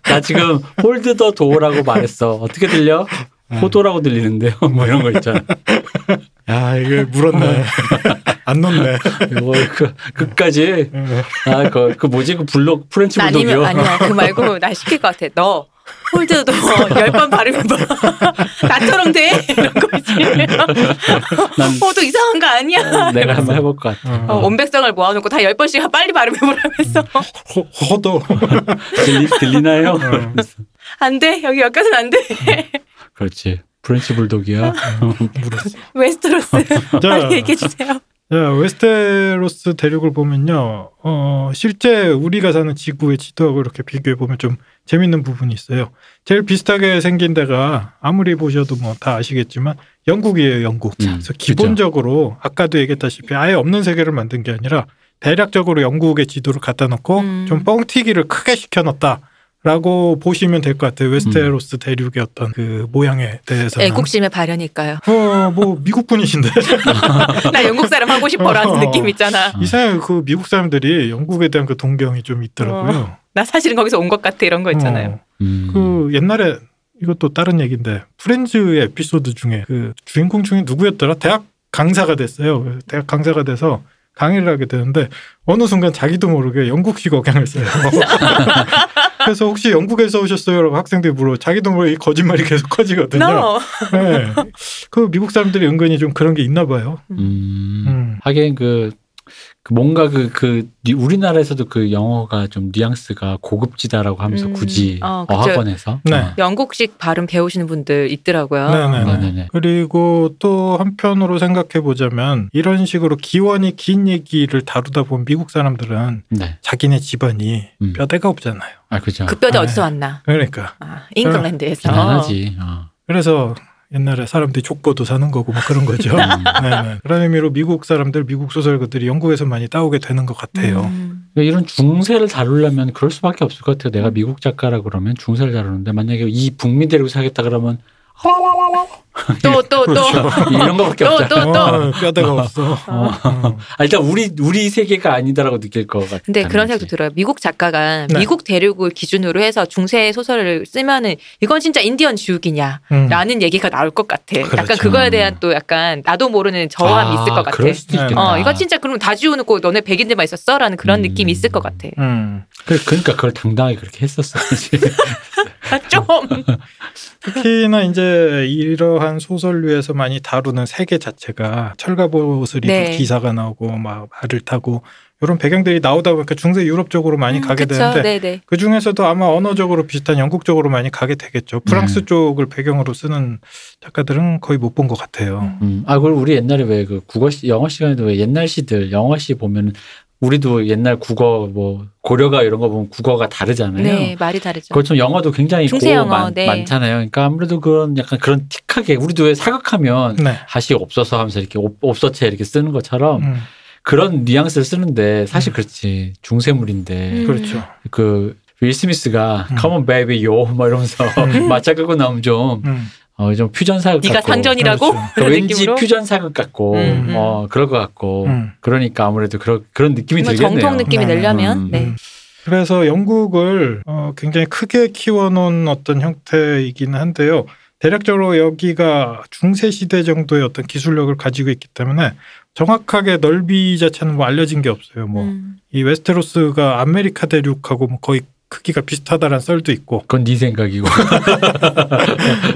C: 나 지금 홀드 더 도어라고 말했어. 어떻게 들려?
B: 네.
C: 호도라고 들리는데요. 뭐 이런 거 있잖아.
B: 아 이게
A: 어.
B: 물었네. 안 넣네.
C: 이거 그, 끝까지 아, 그, 그 뭐지? 그 블록 프렌치
A: 나 아니면
C: 불독이요.
A: 아니야 그 말고 나 시킬 것 같아. 너 홀드도 열 번 발음해봐. 나처럼 돼. 이런 거지.
C: 난-
A: 호도 이상한 거 아니야.
C: 내가 한번 해볼 것 같아.
A: 어, 온백성을 모아놓고 다 열 번씩 빨리 발음해보라면서
B: 호도. 어,
C: 들리, 들리나요?
B: 음.
A: 안 돼. 여기 여기서는 안 돼.
C: 그렇지. 프렌치 불독이야.
B: 물었어.
A: 웨스트로스
B: 자,
A: 빨리 얘기해 주세요.
B: 자, 웨스테로스 네, 대륙을 보면요. 어, 실제 우리가 사는 지구의 지도하고 이렇게 비교해 보면 좀 재밌는 부분이 있어요. 제일 비슷하게 생긴 데가 아무리 보셔도 뭐 다 아시겠지만 영국이에요, 영국.
C: 음,
B: 그래서 기본적으로 아까도 얘기했다시피 아예 없는 세계를 만든 게 아니라 대략적으로 영국의 지도를 갖다 놓고
A: 음.
B: 좀 뻥튀기를 크게 시켜 놨다라고 보시면 될 것 같아요. 웨스테로스 대륙의 어떤 그 모양에 대해서는.
A: 애국심의 발현일까요?
B: 어, 뭐 미국 분이신데.
A: 나 영국 사람 하고 싶어라는
B: 어.
A: 느낌 있잖아.
B: 이상해 그 미국 사람들이 영국에 대한 그 동경이 좀 있더라고요.
A: 나 사실은 거기서 온 것 같아 이런 거 어, 있잖아요.
B: 어,
C: 음.
B: 그 옛날에 이것도 다른 얘기인데 프렌즈의 에피소드 중에 그 주인공 중에 누구였더라? 대학 강사가 됐어요. 대학 강사가 돼서 강의를 하게 되는데 어느 순간 자기도 모르게 영국식 억양을 써요. 그래서 혹시 영국에서 오셨어요라고 학생들이 물어 자기도 모르게 이 거짓말이 계속 커지거든요.
A: No.
B: 네. 그 미국 사람들이 은근히 좀 그런 게 있나 봐요.
C: 음.
B: 음.
C: 하긴 그, 그 뭔가 그, 그 뉘- 우리나라에서도 그 영어가 좀 뉘앙스가 고급지다라고 하면서
A: 음.
C: 굳이
A: 어,
C: 어,
A: 그쵸.
C: 학원에서
B: 네.
A: 영국식 발음 배우시는 분들 있더라고요.
B: 네네네.
C: 네네네.
B: 그리고 또 한편으로 생각해 보자면 이런 식으로 기원이 긴 얘기를 다루다 보면 미국 사람들은
C: 네.
B: 자기네 집안이
C: 음.
B: 뼈대가 없잖아요.
C: 아 그죠.
A: 그 뼈대
B: 아,
A: 어디서 왔나?
B: 그러니까
A: 아, 잉글랜드에서.
C: 기난하지. 어.
B: 그래서 옛날에 사람들이 족보도 사는 거고 막 그런 거죠.
C: 음.
B: 네, 네. 그런 의미로 미국 사람들, 미국 소설가들이 영국에서 많이 따오게 되는 것 같아요.
A: 음.
C: 그 이런 중세를 다루려면 그럴 수밖에 없을 것 같아요. 내가 미국 작가라 그러면 중세를 다루는데 만약에 이 북미 대륙에서 하겠다 그러면
A: 또,
C: 그렇죠.
A: 또, 또.
C: 이런 거밖에
A: 또,
C: 없잖아.
A: 또, 또.
B: 어, 뼈대가 없어.
A: 어.
B: 음.
C: 아, 일단 우리 우리 세계가 아니다라고 느낄 것 같아.
A: 근데 그런 생각도 들어요. 미국 작가가
B: 네.
A: 미국 대륙을 기준으로 해서 중세 소설을 쓰면은 이건 진짜 인디언 주옥이냐.
B: 음.
A: 라는 얘기가 나올 것 같아. 약간
B: 그렇죠.
A: 그거에 대한 또 약간 나도 모르는 저함이 있을 것 같아.
C: 음. 그럴 수도
B: 네.
C: 있겠다.
A: 어, 이거 진짜 그럼 다 지워놓고 너네 백인들만 있었어? 라는 그런
C: 음.
A: 느낌이 있을 것 같아.
B: 음.
C: 그래, 그러니까 그걸 당당하게 그렇게 했었어야지.
A: 좀.
B: 특히나 이제 이러한 소설류에서 많이 다루는 세계 자체가 철갑 옷을 입은
A: 네.
B: 기사가 나오고 막 말을 타고 이런 배경들이 나오다 보니까 중세 유럽 쪽으로 많이 가게
A: 음, 그쵸?
B: 되는데
A: 네네.
B: 그 중에서도 아마 언어적으로 비슷한 영국 쪽으로 많이 가게 되겠죠. 프랑스
C: 음.
B: 쪽을 배경으로 쓰는 작가들은 거의 못 본 것 같아요.
C: 음, 아, 그리고 우리 옛날에 왜 그 국어 시, 영어 시간에도 왜 옛날 시들, 영어 시 보면은 우리도 옛날 국어 뭐 고려가 이런 거 보면 국어가 다르잖아요.
A: 네, 말이 다르죠.
C: 그것처럼 영어도 굉장히
A: 중세
C: 고
A: 영어,
C: 많,
A: 네.
C: 많잖아요. 그러니까 아무래도 그런 약간 그런 틱하게 우리도 왜 사극하면
B: 네.
C: 다시 없어서 하면서 이렇게 없- 없어체 이렇게 쓰는 것처럼
B: 음,
C: 그런 뉘앙스를 쓰는데 사실
B: 음.
C: 그렇지 중세물인데
A: 음.
B: 그렇죠.
C: 그 윌 스미스가
B: 음.
C: Come on baby yo 막 이러면서 맞자 끄고 나오면 좀좀 어,
B: 음,
C: 좀 퓨전 사극
A: 음. 네가
C: 같고
A: 상전이라고?
B: 그렇죠.
A: 그런
C: 왠지
A: 느낌으로.
C: 퓨전 사극 같고
A: 음, 음.
C: 어 그럴 것 같고
B: 음.
C: 그러니까 아무래도 그런 그런 느낌이
A: 정말
C: 들겠네요.
A: 정통 느낌이
B: 네, 네.
A: 내려면
C: 음,
A: 네.
B: 음. 그래서 영국을 어, 굉장히 크게 키워놓은 어떤 형태이기는 한데요. 대략적으로 여기가 중세 시대 정도의 어떤 기술력을 가지고 있기 때문에 정확하게 넓이 자체는 뭐 알려진 게 없어요. 뭐 이
A: 음.
B: 웨스테로스가 아메리카 대륙하고 뭐 거의 크기가 비슷하다라는 썰도 있고
C: 그건 네 생각이고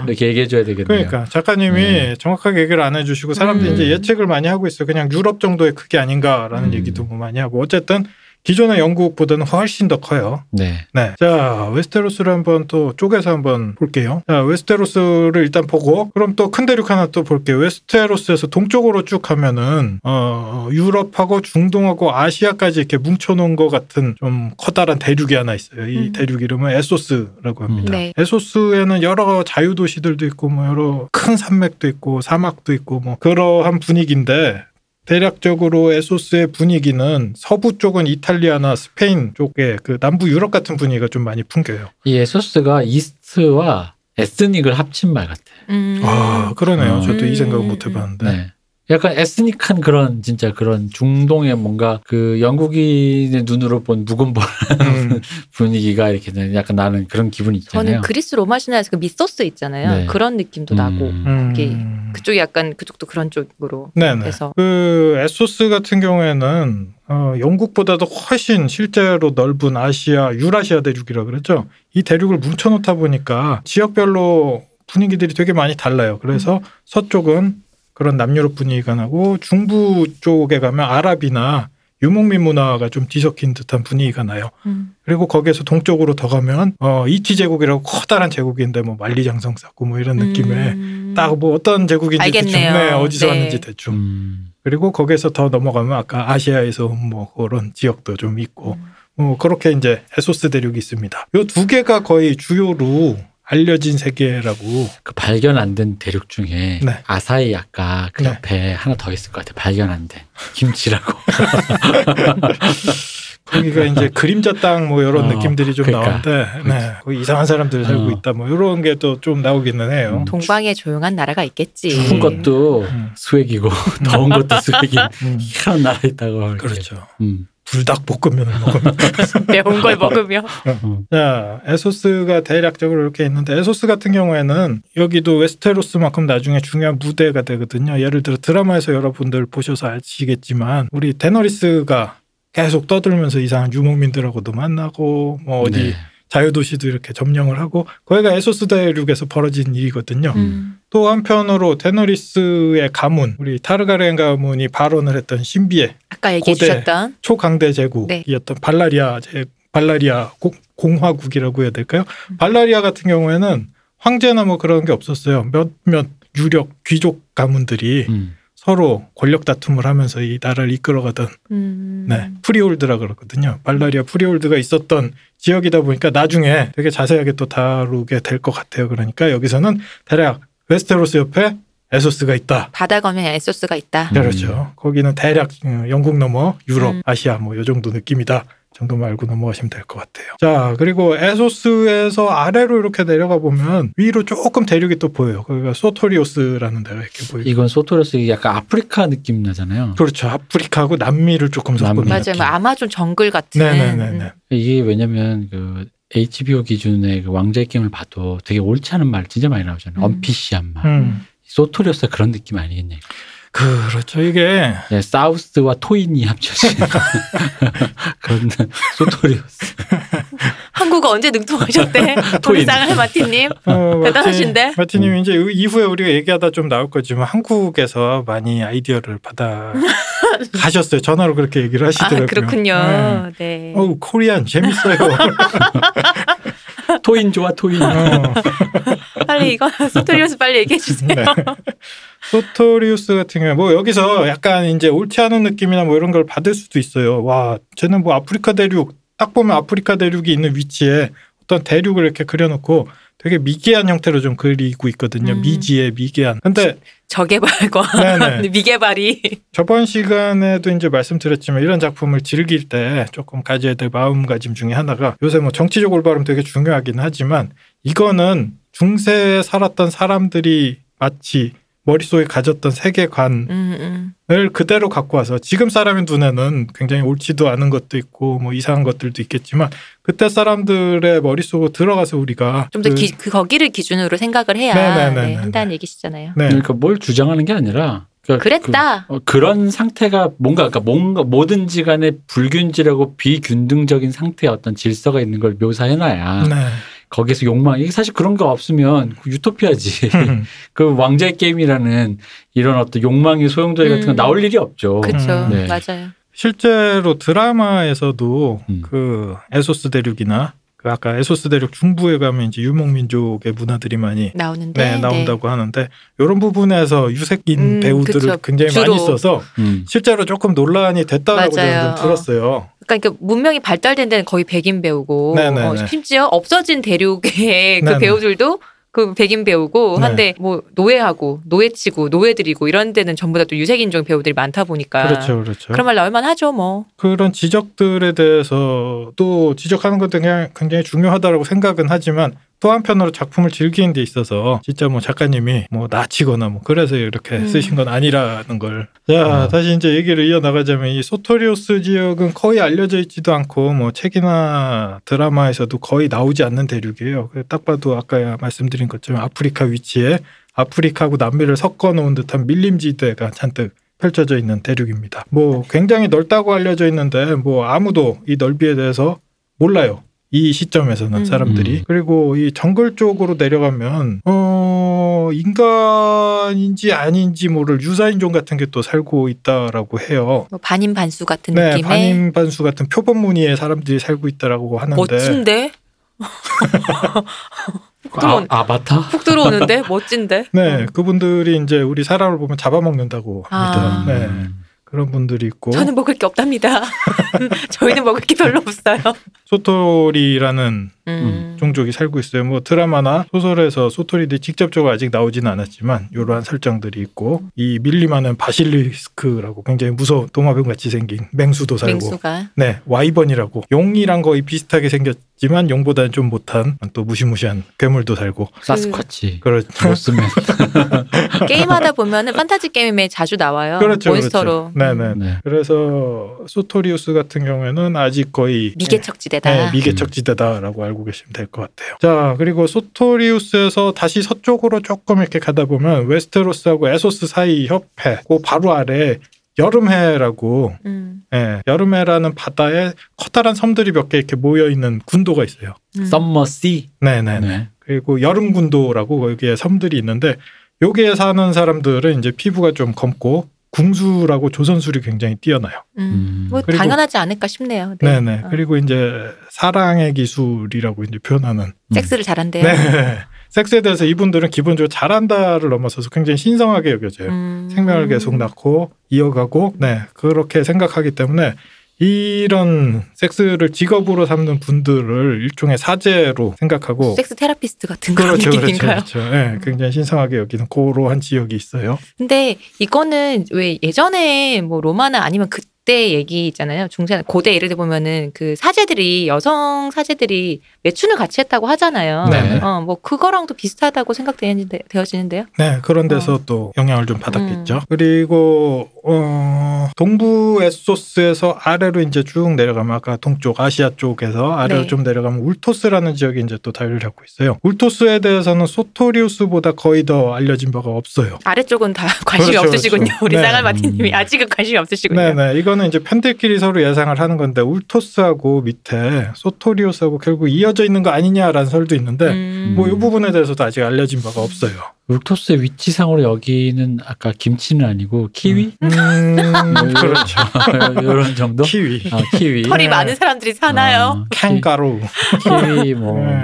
C: 이렇게 얘기해줘야 되겠네요.
B: 그러니까 작가님이
C: 네.
B: 정확하게 얘기를 안 해주시고 사람들이
A: 음.
B: 이제 예측을 많이 하고 있어요. 그냥 유럽 정도의 크기 아닌가라는
C: 음.
B: 얘기도 뭐 많이 하고 어쨌든 기존의 영국보다는 훨씬 더 커요.
C: 네.
B: 네. 자, 웨스테로스를 한번 또 쪼개서 한번 볼게요. 자, 웨스테로스를 일단 보고, 그럼 또 큰 대륙 하나 또 볼게요. 웨스테로스에서 동쪽으로 쭉 하면은, 어, 유럽하고 중동하고 아시아까지 이렇게 뭉쳐놓은 것 같은 좀 커다란 대륙이 하나 있어요. 이
A: 음.
B: 대륙 이름은 에소스라고 합니다.
A: 네.
B: 에소스에는 여러 자유도시들도 있고, 뭐, 여러 큰 산맥도 있고, 사막도 있고, 뭐, 그러한 분위기인데, 대략적으로 에소스의 분위기는 서부 쪽은 이탈리아나 스페인 쪽에 그 남부 유럽 같은 분위기가 좀 많이 풍겨요.
C: 이 에소스가 이스트와 에스닉을 합친 말 같아.
A: 음.
B: 아 그러네요.
C: 음.
B: 저도 이 생각은 못
C: 네.
B: 해봤는데.
C: 약간 에스닉한 그런 진짜 그런 중동의 뭔가 그 영국인의 눈으로 본 무근벌
B: 음,
C: 분위기가 이렇게 되는 약간 나는 그런 기분이 있잖아요.
A: 저는 그리스 로마 신화에서 그 미소스 있잖아요.
C: 네.
A: 그런 느낌도 나고
C: 음.
B: 음.
A: 이게 그쪽이 약간 그쪽도 그런 쪽으로
B: 네네.
A: 해서.
B: 그 에소스 같은 경우에는 어, 영국보다도 훨씬 실제로 넓은 아시아 유라시아 대륙이라 그랬죠. 이 대륙을 뭉쳐놓다 보니까 지역별로 분위기들이 되게 많이 달라요.
A: 음.
B: 그래서 서쪽은 그런 남유럽 분위기가 나고 중부 쪽에 가면 아랍이나 유목민 문화가 좀 뒤섞인 듯한 분위기가 나요.
A: 음.
B: 그리고 거기에서 동쪽으로 더 가면 어, 이티 제국이라고 커다란 제국인데 뭐 만리장성 쌓고 뭐 이런 느낌의
A: 음.
B: 딱 뭐 어떤 제국인지 대충
A: 알겠네요.
B: 네, 어디서
A: 네.
B: 왔는지 대충
C: 음.
B: 그리고 거기에서 더 넘어가면 아까 아시아에서 뭐 그런 지역도 좀 있고
A: 음.
B: 뭐 그렇게 이제 에소스 대륙이 있습니다. 요 두 개가 거의 주요로 알려진 세계라고
C: 그 발견 안 된 대륙 중에
B: 네.
C: 아사히 아까 그
B: 네.
C: 옆에 하나 더 있을 것 같아. 발견 안 된. 김치라고.
B: 거기가 이제 그림자 땅 뭐 이런
C: 어,
B: 느낌들이 좀
C: 그러니까.
B: 나오는데 네, 거기 이상한 사람들 살고
C: 어.
B: 있다 뭐 이런 게 또 좀 나오기는 해요.
C: 음.
A: 동방에 조용한 나라가 있겠지.
C: 추운 것도
B: 음.
C: 수액이고 더운 것도 수액인
B: 음,
C: 희한한 나라 있다고. 이렇게.
B: 그렇죠.
C: 음.
B: 불닭볶음면을 먹으면
A: 매운 걸 먹으며.
B: 어.
C: 음.
B: 자, 에소스가 대략적으로 이렇게 있는데 에소스 같은 경우에는 여기도 웨스테로스만큼 나중에 중요한 무대가 되거든요. 예를 들어 드라마에서 여러분들 보셔서 아시겠지만 우리 데너리스가 계속 떠들면서 이상한 유목민들하고도 만나고 뭐 어디
C: 네.
B: 자유도시도 이렇게 점령을 하고 거기가 에소스 대륙에서 벌어진 일이거든요.
A: 음.
B: 또 한편으로 데너리스의 가문 우리 타르가렌 가문이 발언을 했던 신비의
A: 아까 얘기해
B: 고대.
A: 주셨던
B: 초강대 제국이었던 발라리아 제 발라리아 고- 공화국이라고 해야 될까요? 발라리아 같은 경우에는 황제나 뭐 그런 게 없었어요. 몇몇 유력 귀족 가문들이
C: 음.
B: 서로 권력 다툼을 하면서 이 나라를 이끌어가던
A: 음.
B: 네, 프리홀드라 그러거든요. 발라리아 프리홀드가 있었던 지역이다 보니까 나중에 되게 자세하게 또 다루게 될 것 같아요. 그러니까 여기서는 대략 웨스테로스 옆에 에소스가 있다.
D: 바다 거면 에소스가 있다.
C: 음.
B: 그렇죠. 거기는 대략 음, 영국 넘어 유럽,
D: 음.
B: 아시아 뭐 요 정도 느낌이다. 정도만 알고 넘어가시면 될 것 같아요. 자, 그리고 에소스에서 아래로 이렇게 내려가 보면 위로 조금 대륙이 또 보여요. 거기가 소토리오스라는 데가 이렇게 보이고.
C: 이건 소토로스 약간 아프리카 느낌 나잖아요.
B: 그렇죠. 아프리카하고 남미를 조금
C: 남미.
B: 섞은
C: 맞아요.
D: 맞아요.
B: 느낌.
D: 뭐 아마존 정글 같은.
B: 음. 네.
A: 음.
B: 네네네네.
C: 이게 왜냐면 그 HBO 기준의 그 왕자의 게임을 봐도 되게 옳지 않은 말 진짜 많이 나오잖아요.
D: 음.
C: 언피시한 말.
B: 음.
C: 소토리오스 그런 느낌 아니겠냐.
B: 그렇죠. 이게
C: 네, 사우스와 토인이 합쳐진 그런 소토리오스.
D: 한국어 언제 능통하셨대? 우리
C: 토인.
D: 쌍알 마티님.
B: 어,
D: 대단하신데?
B: 마티, 마티님 이제 이- 이후에 우리가 얘기하다 좀 나올 거지만 한국에서 많이 아이디어를 받아 가셨어요. 전화로 그렇게 얘기를
D: 아
B: 하시더라고요.
D: 그렇군요. 네.
A: 예.
B: 네. 어우 코리안 재밌어요.
C: 토인 좋아 토인.
B: 어.
D: 빨리 이거 소토리오스 빨리 얘기해 주세요.
B: 네. 소토리우스 같은 경우 뭐 여기서 약간 이제 옳지 않은 느낌이나 뭐 이런 걸 받을 수도 있어요. 와, 쟤는 뭐 아프리카 대륙 딱 보면 아프리카 대륙이 있는 위치에 어떤 대륙을 이렇게 그려놓고 되게 미개한 형태로 좀 그리고 있거든요.
D: 음.
B: 미지의 미개한. 근데
D: 저개발과
B: 네네.
D: 미개발이
B: 저번 시간에도 이제 말씀드렸지만 이런 작품을 즐길 때 조금 가져야 될 마음가짐 중에 하나가 요새 뭐 정치적 올바름 되게 중요하긴 하지만 이거는 중세에 살았던 사람들이 마치 머릿속에 가졌던 세계관
D: 음, 음.
B: 을 그대로 갖고 와서 지금 사람의 눈에는 굉장히 옳지도 않은 것도 있고 뭐 이상한 것들도 있겠지만 그때 사람들의 머릿속으로 들어가서 우리가
D: 좀더
B: 그-
D: 그, 거기를 기준으로 생각을 해야
B: 네네네네네.
D: 네, 한다는 얘기시잖아요.
B: 네.
C: 그러니까 뭘 주장하는 게 아니라 그러니까
D: 그랬다.
C: 그, 어, 그런 상태가 뭔가 그러니까 뭔가 뭐든지 간에 불균질하고 비균등적인 상태의 어떤 질서가 있는 걸 묘사해놔야
B: 네.
C: 거기서 욕망 이게 사실 그런 거 없으면 그 유토피아지 그 왕자의 게임이라는 이런 어떤 욕망의 소용돌이 같은 거
D: 음.
C: 나올 일이 없죠.
D: 그렇죠.
B: 음,
C: 네.
D: 맞아요.
B: 실제로 드라마에서도
C: 음.
B: 그 에소스 대륙이나 그 아까 에소스 대륙 중부에 가면 이제 유목 민족의 문화들이 많이
D: 나오는데
B: 네, 나온다고 하는데 이런 부분에서 유색인
D: 음,
B: 배우들을
D: 그쵸.
B: 굉장히
D: 주로.
B: 많이 써서
C: 음.
B: 실제로 조금 논란이 됐다라고
D: 맞아요.
B: 저는 좀 들었어요.
D: 그러니까 이렇게 문명이 발달된 데는 거의 백인 배우고
B: 네네네.
D: 어, 심지어 없어진 대륙의 그
B: 네네.
D: 배우들도 그 백인 배우고
B: 네.
D: 한데 뭐 노예하고 노예치고 노예들이고 이런 데는 전부 다 또 유색인종 배우들이 많다 보니까
B: 그렇죠, 그렇죠.
D: 어. 그런 말 나올만 하죠 뭐.
B: 그런 지적들에 대해서 또 지적하는 것도 그냥 굉장히 중요하다라고 생각은 하지만 또 한편으로 작품을 즐기는 데 있어서 진짜 뭐 작가님이 뭐 낮추거나 뭐 그래서 이렇게
D: 음.
B: 쓰신 건 아니라는 걸. 자,
C: 음.
B: 다시 이제 얘기를 이어나가자면 이 소토리오스 지역은 거의 알려져 있지도 않고 뭐 책이나 드라마에서도 거의 나오지 않는 대륙이에요. 그딱 봐도 아까 말씀드린 것처럼 아프리카 위치에 아프리카하고 남미를 섞어 놓은 듯한 밀림지대가 잔뜩 펼쳐져 있는 대륙입니다. 뭐 굉장히 넓다고 알려져 있는데 뭐 아무도 이 넓이에 대해서 몰라요. 이 시점에서는
D: 음.
B: 사람들이
C: 음.
B: 그리고 이 정글 쪽으로 내려가면 어 인간인지 아닌지 모를 유사인종 같은 게 또 살고 있다라고 해요.
D: 뭐 반인 반수 같은
B: 네,
D: 느낌의
B: 반인반수 같은 표본 무늬의 사람들이 살고 있다라고 하는데
D: 멋진데
C: 아, 아바타?
D: 훅 들어오는데 멋진데.
B: 네, 그분들이 이제 우리 사람을 보면 잡아먹는다고 합니다.
D: 아.
C: 음.
B: 네, 그런 분들이 있고
D: 저는 먹을 게 없답니다. 저희는 먹을 게 별로 없어요.
B: 소토리라는
D: 음.
B: 종족이 살고 있어요. 뭐 드라마나 소설에서 소토리들이 직접적으로 아직 나오지는 않았지만 이러한 설정들이 있고 이 밀림하는 바실리스크라고 굉장히 무서운 도마뱀 같이 생긴 맹수도 살고
D: 맹수가
B: 네 와이번이라고 용이랑 거의 비슷하게 생겼지만 용보다는 좀 못한 또 무시무시한 괴물도 살고
D: 그
B: 그렇죠.
C: 사스쿼치.
B: 그렇
C: 로스맨.
D: 게임하다 보면은 판타지 게임에 자주 나와요.
B: 그렇죠
D: 몬스터로
B: 그렇죠.
A: 음.
B: 네네.
C: 네.
B: 그래서 소토리우스 같은 경우에는 아직 거의
D: 미개척지대다.
A: 아.
B: 네, 미개척지대다라고 알고 계시면 될 것 같아요. 자, 그리고 소토리우스에서 다시 서쪽으로 조금 이렇게 가다 보면 웨스테로스하고 에소스 사이 협회, 그 바로 아래 여름해라고,
D: 음.
B: 예, 여름해라는 바다에 커다란 섬들이 몇 개 이렇게 모여 있는 군도가 있어요.
D: 음.
C: 썸머시.
B: 네네. 네.
C: 네.
B: 그리고 여름 군도라고 거기에 섬들이 있는데 여기에 사는 사람들은 이제 피부가 좀 검고 궁수라고 조선술이 굉장히 뛰어나요.
D: 음. 뭐
B: 그리고-
D: 당연하지 않을까 싶네요. 네.
B: 네네.
D: 어.
B: 그리고 이제 사랑의 기술이라고 이제 표현하는
D: 섹스를 잘한대요.
B: 네. 섹스에 대해서 이분들은 기본적으로 잘한다를 넘어서서 굉장히 신성하게 여겨져요.
D: 음.
B: 생명을 계속 낳고 이어가고 네 그렇게 생각하기 때문에 이런 섹스를 직업으로 삼는 분들을 일종의 사제로 생각하고
A: 섹스 테라피스트 같은 그런
B: 그렇죠, 그렇죠,
A: 느낌인가요?
B: 그렇죠. 예, 굉장히 신성하게 여기는 고로한 지역이 있어요.
A: 근데 이거는 왜 예전에 뭐 로마나 아니면 그때 얘기 있잖아요. 중세 고대 예를 들어 보면은 그 사제들이 여성 사제들이 매춘을 같이 했다고 하잖아요.
C: 네.
A: 어 뭐 그거랑도 비슷하다고 생각되어지는데요.
B: 네, 그런 데서
A: 어.
B: 또 영향을 좀
A: 음.
B: 받았겠죠. 그리고 어, 동부 에소스에서 아래로 이제 쭉 내려가면 아까 동쪽 아시아 쪽에서 아래로
A: 네.
B: 좀 내려가면 울토스라는 지역이 이제 또 다리를 잡고 있어요. 울토스에 대해서는 소토리우스보다 거의 더 알려진 바가 없어요.
A: 아래쪽은 다 관심이
B: 그렇죠,
A: 없으시군요.
B: 그렇죠.
A: 우리
B: 네.
A: 쌍알마티님이
C: 음.
A: 아직은 관심이 없으시군요.
B: 네네 이거는 이제 팬들끼리 서로 예상을 하는 건데 울토스하고 밑에 소토리우스하고 결국 이어져 있는 거 아니냐라는 설도 있는데
A: 음.
B: 뭐 이 부분에 대해서도 아직 알려진 바가 없어요.
C: 울토스의 위치상으로 여기는 아까 김치는 아니고 키위? 뭐
B: 음, 그렇죠.
C: 이런 정도?
B: 키위,
C: 아, 키위.
A: 아,
B: 예.
A: 털이 많은 사람들이 사나요?
C: 아, 키-
B: 캥가루.
C: 키위 뭐
B: 네.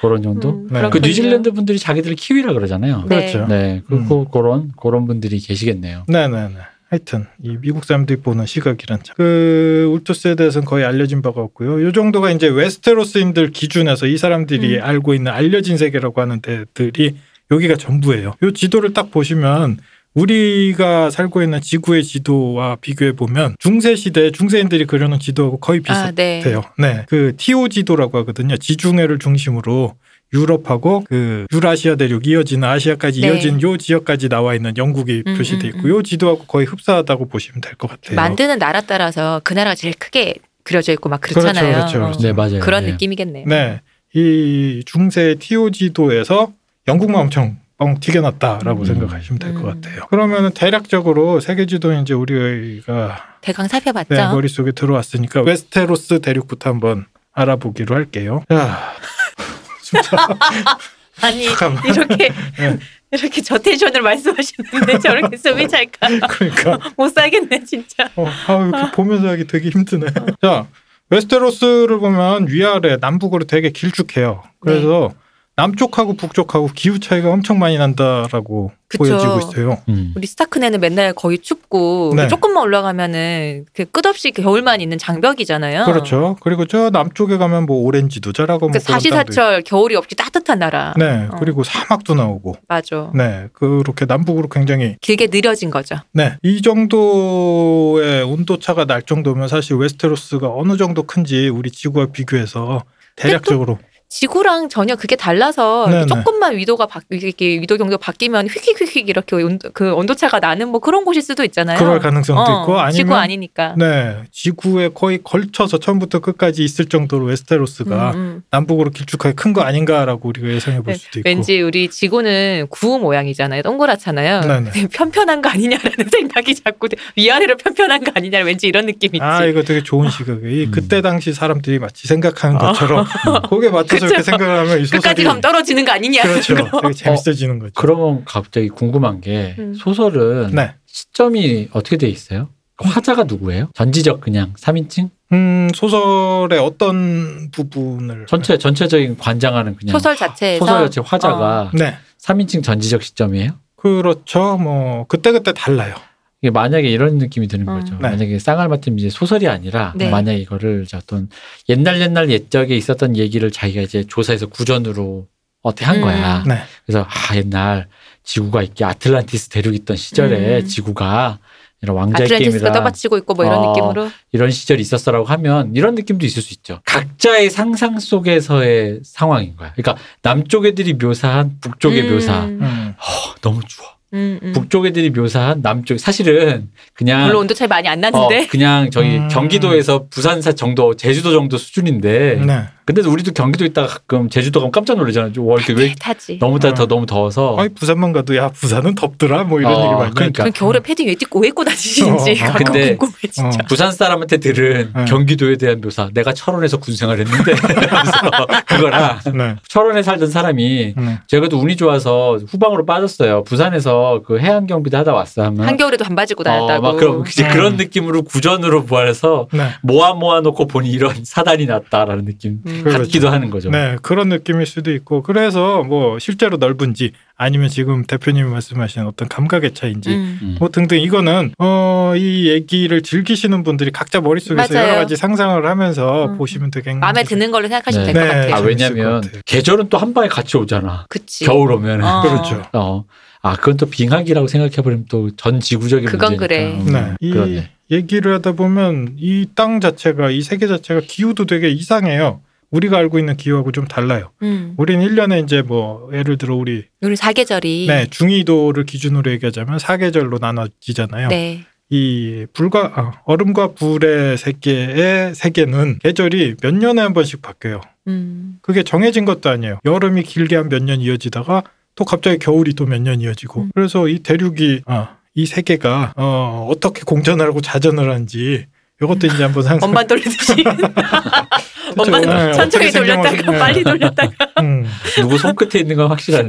C: 그런 정도?
A: 음,
B: 그
C: 그
A: 그렇군요.
C: 뉴질랜드 분들이 자기들 키위라 그러잖아요.
A: 네.
B: 그렇죠.
C: 네, 그리고 그런 그런 분들이 계시겠네요.
B: 네네네. 하여튼 이 미국 사람들이 보는 시각이란 참. 그 울토스에 대해서는 거의 알려진 바가 없고요. 요 정도가 이제 웨스테로스인들 기준에서 이 사람들이
A: 음.
B: 알고 있는 알려진 세계라고 하는 데들이 여기가 전부예요. 요 지도를 딱 보시면 우리가 살고 있는 지구의 지도와 비교해 보면 중세 시대 중세인들이 그려놓은 지도하고 거의
A: 아,
B: 비슷해요.
A: 네.
B: 네, 그 TO 지도라고 하거든요. 지중해를 중심으로 유럽하고 그 유라시아 대륙 이어지는 아시아까지
A: 네.
B: 이어진 요 지역까지 나와 있는 영국이
A: 음,
B: 표시돼
A: 음,
B: 있고 요 지도하고 거의 흡사하다고 보시면 될 것 같아요.
A: 만드는 나라 따라서 그 나라가 제일 크게 그려져 있고 막
B: 그렇죠,
A: 그렇잖아요. 어,
B: 그렇죠, 그렇죠.
C: 네, 맞아요.
A: 그런
C: 네.
A: 느낌이겠네요.
B: 네, 이 중세 TO 지도에서 영국만 엄청 뻥 튀겨놨다라고
C: 음.
B: 생각하시면 될 것
A: 음.
B: 같아요. 그러면은 대략적으로 세계 지도는 이제 우리가
A: 대강 살펴봤죠.
B: 네, 머릿속에 들어왔으니까 웨스테로스 대륙부터 한번 알아보기로 할게요. 자, 진짜
A: 아니
B: 잠깐만.
A: 이렇게
B: 네.
A: 이렇게 저텐션을 말씀하시는데 저렇게 숨이 찰까
B: 그러니까
A: 못 살겠네 진짜.
B: 어, 아, 이렇게 보면서 하기 되게 힘드네.
A: 어.
B: 자, 웨스테로스를 보면 위아래 남북으로 되게 길쭉해요.
A: 네.
B: 그래서 남쪽하고 북쪽하고 기후 차이가 엄청 많이 난다라고
A: 그쵸.
B: 보여지고 있어요.
C: 음.
A: 우리 스타크네는 맨날 거의 춥고
B: 네.
A: 조금만 올라가면은 그 끝없이 겨울만 있는 장벽이잖아요.
B: 그렇죠. 그리고 저 남쪽에 가면 뭐 오렌지도 자라고
A: 어. 그
B: 뭐 그런 땅도 있고.
A: 사시사철 겨울이 없이 따뜻한 나라.
B: 네,
A: 어.
B: 그리고 사막도 나오고.
A: 맞아.
B: 네, 그렇게 남북으로 굉장히
A: 길게 느려진 거죠.
B: 네, 이 정도의 온도 차가 날 정도면 사실 웨스테로스가 어느 정도 큰지 우리 지구와 비교해서 대략적으로
A: 지구랑 전혀 그게 달라서 이렇게
B: 네네.
A: 조금만 위도가 바, 이렇게 위도 경도가 바뀌면 휙휙휙휙 이렇게 온도, 그 온도차가 나는 뭐 그런 곳일 수도 있잖아요.
B: 그럴 가능성도
A: 어,
B: 있고 아니면
A: 지구 아니니까.
B: 네, 지구에 거의 걸쳐서 처음부터 끝까지 있을 정도로 웨스테로스가
A: 음, 음.
B: 남북으로 길쭉하게 큰 거 아닌가라고 우리가 예상해 볼 수도 있고.
A: 왠지 우리 지구는 구우 모양이잖아요. 동그랗잖아요.
B: 네네.
A: 근데 편편한 거 아니냐라는 생각이 자꾸 들- 위아래로 편편한 거 아니냐 왠지 이런 느낌 있지.
B: 아, 이거 되게 좋은 시각이
C: 음.
B: 그때 당시 사람들이 마치 생각하는 것처럼 거기에 맞춰서 이렇게
A: 음. 그쵸.
B: 생각을 하면 이
A: 끝까지
B: 소설이
A: 가면 떨어지는 거 아니냐.
B: 그렇죠.
A: 그거.
B: 되게 재밌어지는 거죠.
C: 그러면 갑자기 궁금한 게
A: 음.
C: 소설은
B: 네.
C: 시점이 어떻게 돼 있어요? 화자가 누구예요? 전지적 그냥 3인칭?
B: 음, 소설의 어떤 부분을
C: 전체 전체적인 관장하는 그냥
A: 소설 자체에서 어.
C: 소설 제 화자가
B: 네.
C: 3인칭 전지적 시점이에요?
B: 그렇죠. 뭐 그때그때 달라요.
C: 이게 만약에 이런 느낌이 드는
A: 음.
C: 거죠.
B: 네.
C: 만약에 쌍알마팀 이제 소설이 아니라
A: 네.
C: 만약에 이거를 이제 어떤 옛날 옛날 옛적에 있었던 얘기를 자기가 이제 조사해서 구전으로 어떻게 한
A: 음.
C: 거야.
B: 네.
C: 그래서 아 옛날 지구가 있게 아틀란티스 대륙 있던 시절에
A: 음.
C: 지구가 이런 왕자의
A: 아틀란티스가
C: 게임이라
A: 떠받치고 있고 뭐 이런
C: 어,
A: 느낌으로.
C: 이런 시절이 있었어라고 하면 이런 느낌도 있을 수 있죠. 각자의 상상 속에서의 상황인 거야. 그러니까 남쪽 애들이 묘사한 북쪽의
A: 음,
C: 묘사.
B: 음.
C: 허, 너무 추워.
A: 음, 음.
C: 북쪽 애들이 묘사한 남쪽 사실은 그냥
A: 별로 온도 차이 많이 안
C: 어,
A: 나는데.
C: 그냥 저기
B: 음.
C: 경기도에서 부산사 정도, 제주도 정도 수준인데.
B: 네.
C: 근데도 우리도 경기도 있다가 가끔 제주도 가면 깜짝 놀라잖아요. 월 이렇게 왜
A: 타지.
C: 너무 따뜻하
B: 어.
C: 너무 더워서.
B: 아니 부산만 가도 야 부산은 덥더라 뭐 이런
C: 어,
B: 얘기 많이
C: 그러니까.
A: 그럼 겨울에 패딩 왜 입고 왜 입고 다니시는지
B: 어, 어.
A: 가끔
C: 근데-
A: 궁금해 진짜.
C: 부산 사람한테 들은
B: 네.
C: 경기도에 대한 묘사. 내가 철원에서 군생활 했는데. 그래서 그거랑
B: 하죠. 네.
C: 철원에 살던 사람이
B: 네.
C: 제가 또 운이 좋아서 후방으로 빠졌어요. 부산에서 그 해안 경비대 하다 왔어 하면
A: 한겨울에도 반바지 입고
C: 어,
A: 다녔다고.
C: 막 그런 이제
B: 음.
C: 그런 느낌으로 구전으로 부활해서
B: 네.
C: 모아 모아 놓고 보니 이런 사단이 났다라는 느낌.
A: 음.
B: 그렇죠.
C: 같기도 하는 거죠.
B: 네, 그런 느낌일 수도 있고 그래서 뭐 실제로 넓은지 아니면 지금 대표님이 말씀하신 어떤 감각의 차이인지
A: 음.
C: 음.
B: 뭐 등등 이거는 어 이 얘기를 즐기시는 분들이 각자 머릿속에서
A: 맞아요.
B: 여러 가지 상상을 하면서
A: 음.
B: 보시면 되게
A: 마음에 드는 걸로 생각하시면
C: 네.
A: 될 것
B: 네.
A: 같아요.
C: 아,
B: 재밌을
C: 왜냐면
B: 것 같아요.
C: 계절은 또 한 방에 같이 오잖아.
A: 그치.
C: 겨울 오면은.
A: 어.
B: 그렇죠.
C: 어. 아, 그건 또 빙하기라고 생각해버리면 또 전 지구적인
A: 그건
C: 문제니까.
B: 네.
C: 음,
B: 이
C: 그러네.
B: 얘기를 하다 보면 이 땅 자체가 이 세계 자체가 기후도 되게 이상해요. 우리가 알고 있는 기후하고 좀 달라요.
A: 음.
B: 우리는 1년에 이제 뭐 예를 들어 우리
A: 우리 사계절이
B: 네, 중위도를 기준으로 얘기하자면 사계절로 나눠지잖아요.
A: 네.
B: 이 불과 아, 얼음과 불의 세계의 세계는 계절이 몇 년에 한 번씩 바뀌어요.
A: 음.
B: 그게 정해진 것도 아니에요. 여름이 길게 한 몇 년 이어지다가 또 갑자기 겨울이 또 몇 년 이어지고
A: 음.
B: 그래서 이 대륙이 아, 이 세계가 어, 어떻게 공전을 하고 자전을 하는지 이것도 이제 한번
A: 음.
B: 상상.
A: 엄만 돌리듯이 엄만
B: 네, 어떻게 네.
A: 천천히 돌렸다가
B: 생각하시나요?
A: 빨리 돌렸다가
B: 음.
C: 누구 손끝에 있는 건 확실하네.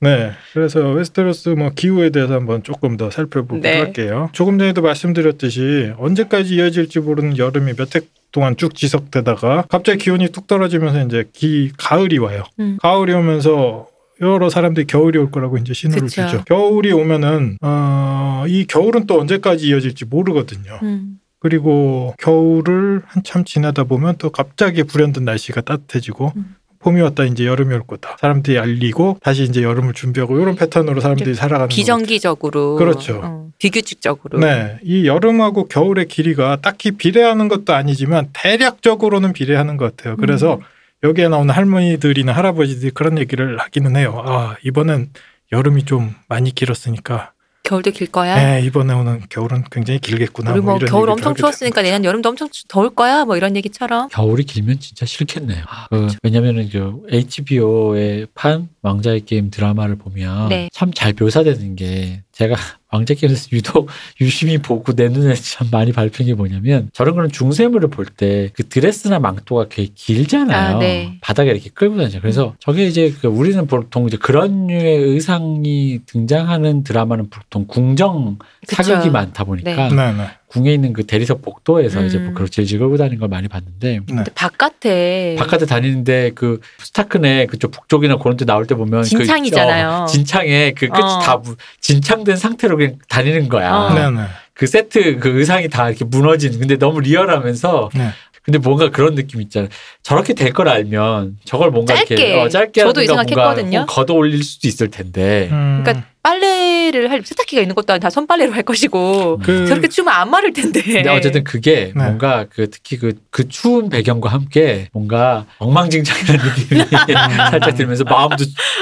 B: 네, 그래서 웨스테로스 뭐 기후에 대해서 한번 조금 더 살펴보도록
A: 네.
B: 할게요. 조금 전에도 말씀드렸듯이 언제까지 이어질지 모르는 여름이 몇 해 동안 쭉 지속되다가 갑자기 기온이 뚝 떨어지면서 이제 기 가을이 와요.
A: 음.
B: 가을이 오면서 여러 사람들이 겨울이 올 거라고 이제 신호를
A: 그쵸.
B: 주죠. 겨울이 오면은 어, 이 겨울은 또 언제까지 이어질지 모르거든요.
A: 음.
B: 그리고 겨울을 한참 지나다 보면 또 갑자기 불현듯 날씨가 따뜻해지고
A: 음.
B: 봄이 왔다 이제 여름이 올 거다. 사람들이 알리고 다시 이제 여름을 준비하고
A: 네.
B: 이런 패턴으로 사람들이 살아가는 거거든요.
A: 비정기적으로
B: 그렇죠.
A: 어, 비규칙적으로
B: 네, 이 여름하고 겨울의 길이가 딱히 비례하는 것도 아니지만 대략적으로는 비례하는 것
A: 음.
B: 같아요. 그래서 여기에 나오는 할머니들이나 할아버지들이 그런 얘기를 하기는 해요. 아 이번엔 여름이 좀 많이 길었으니까
A: 겨울도 길 거야.
B: 네, 이번에 오는 겨울은 굉장히 길겠구나.
A: 우리 뭐
B: 이런
A: 겨울
B: 얘기를
A: 엄청
B: 하게 돼요.
A: 추웠으니까 내년 여름도 엄청 추- 더울 거야 뭐 이런 얘기처럼
C: 겨울이 길면 진짜 싫겠네요.
A: 아,
C: 그, 왜냐면은 그 HBO의 판 왕자의 게임 드라마를 보면
A: 네.
C: 참 잘 묘사되는 게 제가 왕자 게임에서 유독 유심히 보고 내 눈에 참 많이 밟힌 게 뭐냐면 저런 거는 중세물을 볼 때 그 드레스나 망토가 되게 길잖아요.
A: 아, 네. 음.
C: 바닥에 이렇게 끌고 다니죠. 그래서 저게 이제 그 우리는 보통 이제 그런 류의 의상이 등장하는 드라마는 보통 궁정 사극이
A: 그쵸.
C: 많다 보니까
B: 네, 네.
C: 궁에 있는 그 대리석 복도에서 이제
A: 음.
C: 뭐 그렇게 즐거고 다니는 걸 많이 봤는데
A: 근데 바깥에
C: 바깥에 다니는데 그 스타크네 그쪽 북쪽이나 그런 데 나올 때 보면 그-
A: 진창이잖아요.
C: 어, 진창에 그 끝이
A: 어.
C: 다 무- 진창된 상태로 그냥 다니는 거야.
A: 어.
B: 네, 네.
C: 그 세트 그 의상이 다 이렇게 무너진. 근데 너무 리얼하면서
B: 네.
C: 근데 뭔가 그런 느낌 있잖아. 저렇게 될 걸 알면 저걸 뭔가
A: 짧게.
C: 이렇게 어, 짧게
A: 저도 이
C: 하든가 뭔가
A: 생각했거든요.
C: 걷어 올릴 수도 있을 텐데.
B: 음,
A: 그러니까 빨래를 할 세탁기가 있는 것도 아니고 다 손빨래로 할 것이고
B: 그
A: 저렇게 추면 안 마를 텐데.
C: 근데 어쨌든 그게
B: 네.
C: 뭔가 그 특히 그, 그 추운 배경과 함께 뭔가 엉망진창이라는 느낌이 살짝 들면서 마음도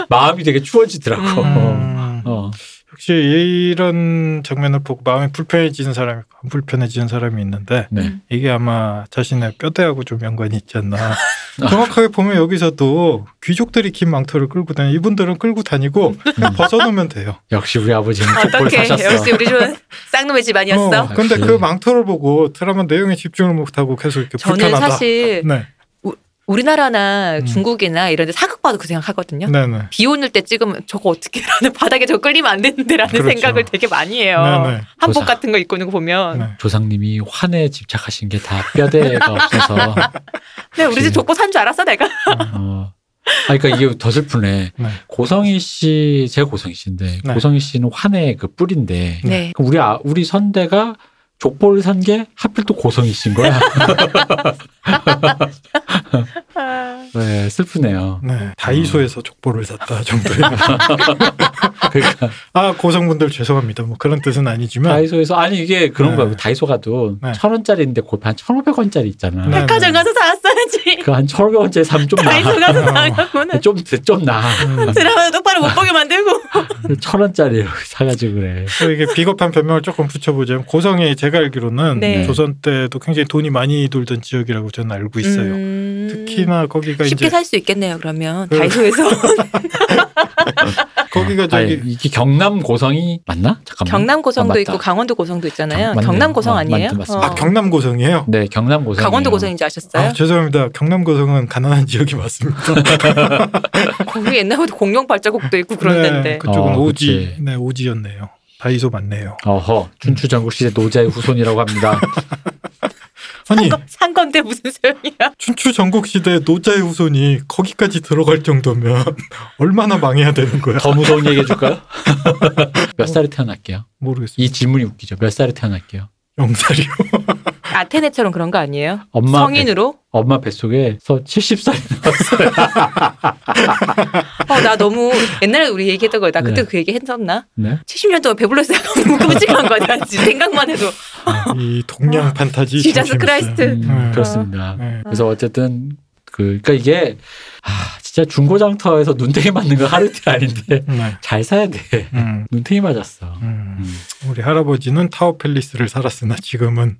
C: 마음이 되게 추워지더라고.
B: 음,
C: 어.
B: 혹시 이런 장면을 보고 마음이 불편해지는 사람이 있고 안 불편해지는 사람이 있는데
C: 네.
A: 음.
B: 이게 아마 자신의 뼈대하고 좀 연관이 있지 않나. 정확하게 보면 여기서도 귀족들이 긴 망토를 끌고 다니 이분들은 끌고 다니고
A: 음.
C: 네.
B: 벗어놓으면 돼요.
C: 역시 우리 아버지는 족보를
A: 어떻게
C: 사셨어.
A: 역시 우리 집은 쌍놈의 집 아니었어?
B: 어, 근데 그 망토를 보고 드라마 내용에 집중을 못하고 계속 이렇게
A: 저는
B: 불편하다.
A: 사실
B: 네,
A: 우리나라나
B: 음.
A: 중국이나 이런 데 사극 봐도 그 생각하거든요.
B: 네, 네.
A: 비 오는 때 찍으면 저거 어떻게 라는 바닥에 저거 끌리면 안 되는데라는
B: 그렇죠.
A: 생각을 되게 많이 해요.
B: 네네.
A: 한복
C: 보자.
A: 같은 거 입고 있는 거 보면.
B: 네.
C: 조상님이 환에 집착하신 게 다 뼈대가 없어서.
A: 네, 우리 집
C: 혹시-
A: 족보 산 줄 알았어 내가.
C: 어. 아, 그러니까 이게 더 슬프네.
B: 네.
C: 고성희 씨, 제 고성희 씨인데
B: 네.
C: 고성희 씨는 환의 그 뿔인데
A: 네.
C: 그럼 우리 아, 우리 선대가 족보를 산 게 하필 또 고성희 씨인 거야.
A: 아,
C: 네, 슬프네요.
B: 네.
C: 음.
B: 다이소에서 족보를 샀다 정도예요.
C: 그러니까
B: 아 고성분들 죄송합니다. 뭐 그런 뜻은 아니지만
C: 다이소에서 아니 이게 그런
B: 네.
C: 거야. 다이소 가도
B: 네.
C: 천 원짜리인데 곧한 천오백 원짜리 있잖아.
B: 네.
A: 백화점 가서 사왔어야지.
C: 그 한 천오백 원짜리 사면 좀 나.
A: 다이소 가서
B: 어.
A: 사면은
C: 좀, 좀 나.
B: 음,
A: 드라마 똑바로 못 보게 만들고.
C: 천 원짜리로 사가지고 그래.
B: 또 이게 비겁한 변명을 조금 붙여보자면 고성이 제가 알기로는
A: 네.
B: 조선 때도 굉장히 돈이 많이 돌던 지역이라고 저는 알고 있어요.
A: 음.
B: 특히나 거기가
A: 쉽게
B: 이제
A: 살 수 있겠네요. 그러면
B: 그-
A: 다이소에서
B: 거기가
C: 아니,
B: 저기
C: 이게 경남 고성이 맞나? 잠깐만.
A: 경남
C: 아,
A: 고성도
C: 맞다.
A: 있고 강원도 고성도 있잖아요.
C: 경- 맞네요.
A: 경남 고성
C: 어,
A: 아니에요?
C: 맞- 맞습니다.
B: 아 경남 고성이에요.
C: 네, 경남 고성.
A: 강원도 고성인지 아셨어요? 아,
B: 아, 죄송합니다. 경남 고성은 가난한 지역이 맞습니다.
A: 거기 옛날부터 공룡 발자국도 있고 그런
B: 네,
A: 데인데.
B: 그쪽은
C: 어,
B: 오지,
C: 그치.
B: 네 오지였네요. 다이소 맞네요.
C: 어허, 춘추 전국시대 노자의 후손이라고 합니다.
B: 아니
A: 거- 산 건데 무슨 소용이야?
B: 춘추 전국 시대 노자의 후손이 거기까지 들어갈 정도면 얼마나 망해야 되는 거야?
C: 더 무서운 얘기 해줄까요? 몇 살에 태어날게요?
B: 모르겠어요.
C: 이 질문이 웃기죠. 몇 살에 태어날게요?
B: 영살이요.
A: 아테네처럼 그런 거 아니에요?
C: 엄마
A: 성인으로?
C: 뱃- 엄마 뱃속에서 70살이 나왔어요.
A: 어, 나 너무 옛날에 우리 얘기했던 거야. 나 그때
C: 네.
A: 그 얘기 했었나?
C: 네.
A: 70년 동안 배불러서 너무 끔찍한 거야. 지금 생각만 해도.
B: 이
A: 아,
B: 동양 판타지.
A: 지저스
B: 참 재밌어요.
A: 크라이스트.
C: 아. 음,
B: 네.
C: 그렇습니다.
B: 네.
C: 그래서 어쨌든 그 그러니까 이게 아, 진짜 중고장터에서 눈탱이 맞는 거 하루 티 아닌데
B: 네.
C: 잘 사야 돼.
B: 음,
C: 눈탱이 맞았어.
B: 음.
C: 음.
B: 우리 할아버지는 타워 팰리스를 살았으나 지금은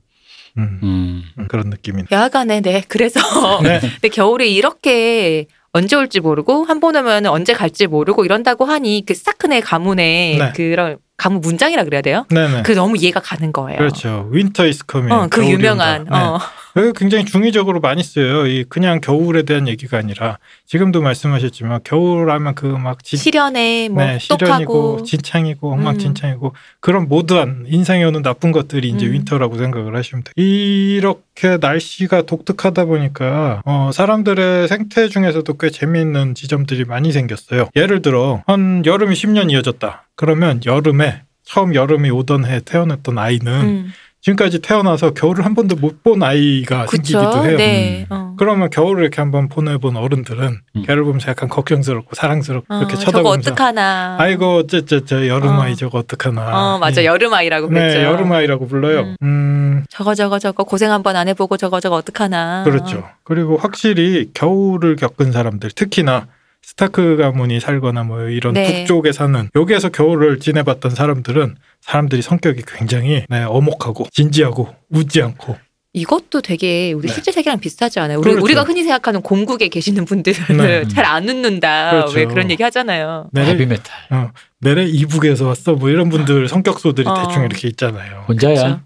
B: 음,
C: 음.
B: 음, 그런 느낌이네.
A: 여하간에 네. 그래서
B: 네.
A: 근데 겨울에 이렇게 언제 올지 모르고 한 번 오면 언제 갈지 모르고 이런다고 하니 그 사크네 가문의
B: 네.
A: 그런 가문 문장이라 그래야 돼요?
B: 네네.
A: 그 너무 이해가 가는 거예요.
B: 그렇죠. 윈터 이스 네. 커밍.
A: 어, 그 유명한 어.
B: 여기 굉장히 중의적으로 많이 쓰여요. 이 그냥 겨울에 대한 얘기가 아니라 지금도 말씀하셨지만 겨울하면 그 막
A: 시련에 뭐
B: 네,
A: 똑하고
B: 시련이고 진창이고 엉망진창이고 그런 모드한 인생에 오는 나쁜 것들이 이제
A: 음.
B: 윈터라고 생각을 하시면 돼요. 이렇게 날씨가 독특하다 보니까 어, 사람들의 생태 중에서도 꽤 재미있는 지점들이 많이 생겼어요. 예를 들어 한 여름이 10년 이어졌다. 그러면 여름에 처음 여름이 오던 해에 태어났던 아이는
A: 음.
B: 지금까지 태어나서 겨울을 한 번도 못 본 아이가
A: 그쵸?
B: 생기기도 해요.
A: 네.
C: 음.
A: 어.
B: 그러면 겨울을 이렇게 한번 보내본 어른들은
C: 음.
B: 걔를 보면서 약간 걱정스럽고 사랑스럽고
A: 어,
B: 이렇게
A: 저거
B: 쳐다보면서
A: 어떡하나.
B: 아이고 쟤쟤쟤 여름아이
A: 어.
B: 저거 어떡하나
A: 어, 맞아.
B: 예.
A: 여름아이라고 그랬죠.
B: 네 여름아이라고 불러요
A: 음.
B: 음.
A: 저거 저거 저거 고생 한 번 안 해보고 저거 저거 어떡하나.
B: 그렇죠 그리고 확실히 겨울을 겪은 사람들 특히나 스타크 가문이 살거나 뭐 이런
A: 네.
B: 북쪽에 사는 여기에서 겨울을 지내봤던 사람들은 사람들이 성격이 굉장히 네, 어목하고 진지하고 웃지 않고
A: 이것도 되게 우리
B: 네.
A: 실제 세계랑 비슷하지 않아요? 우리,
B: 그렇죠.
A: 우리가 흔히 생각하는 공국에 계시는 분들은
B: 네.
A: 잘 안 웃는다.
B: 그렇죠.
A: 왜 그런 얘기 하잖아요.
B: 내래,
C: 헤비메탈.
B: 내래 이북에서 왔어 뭐 이런 분들 성격소들이
A: 어.
B: 대충 이렇게 있잖아요
C: 혼자야.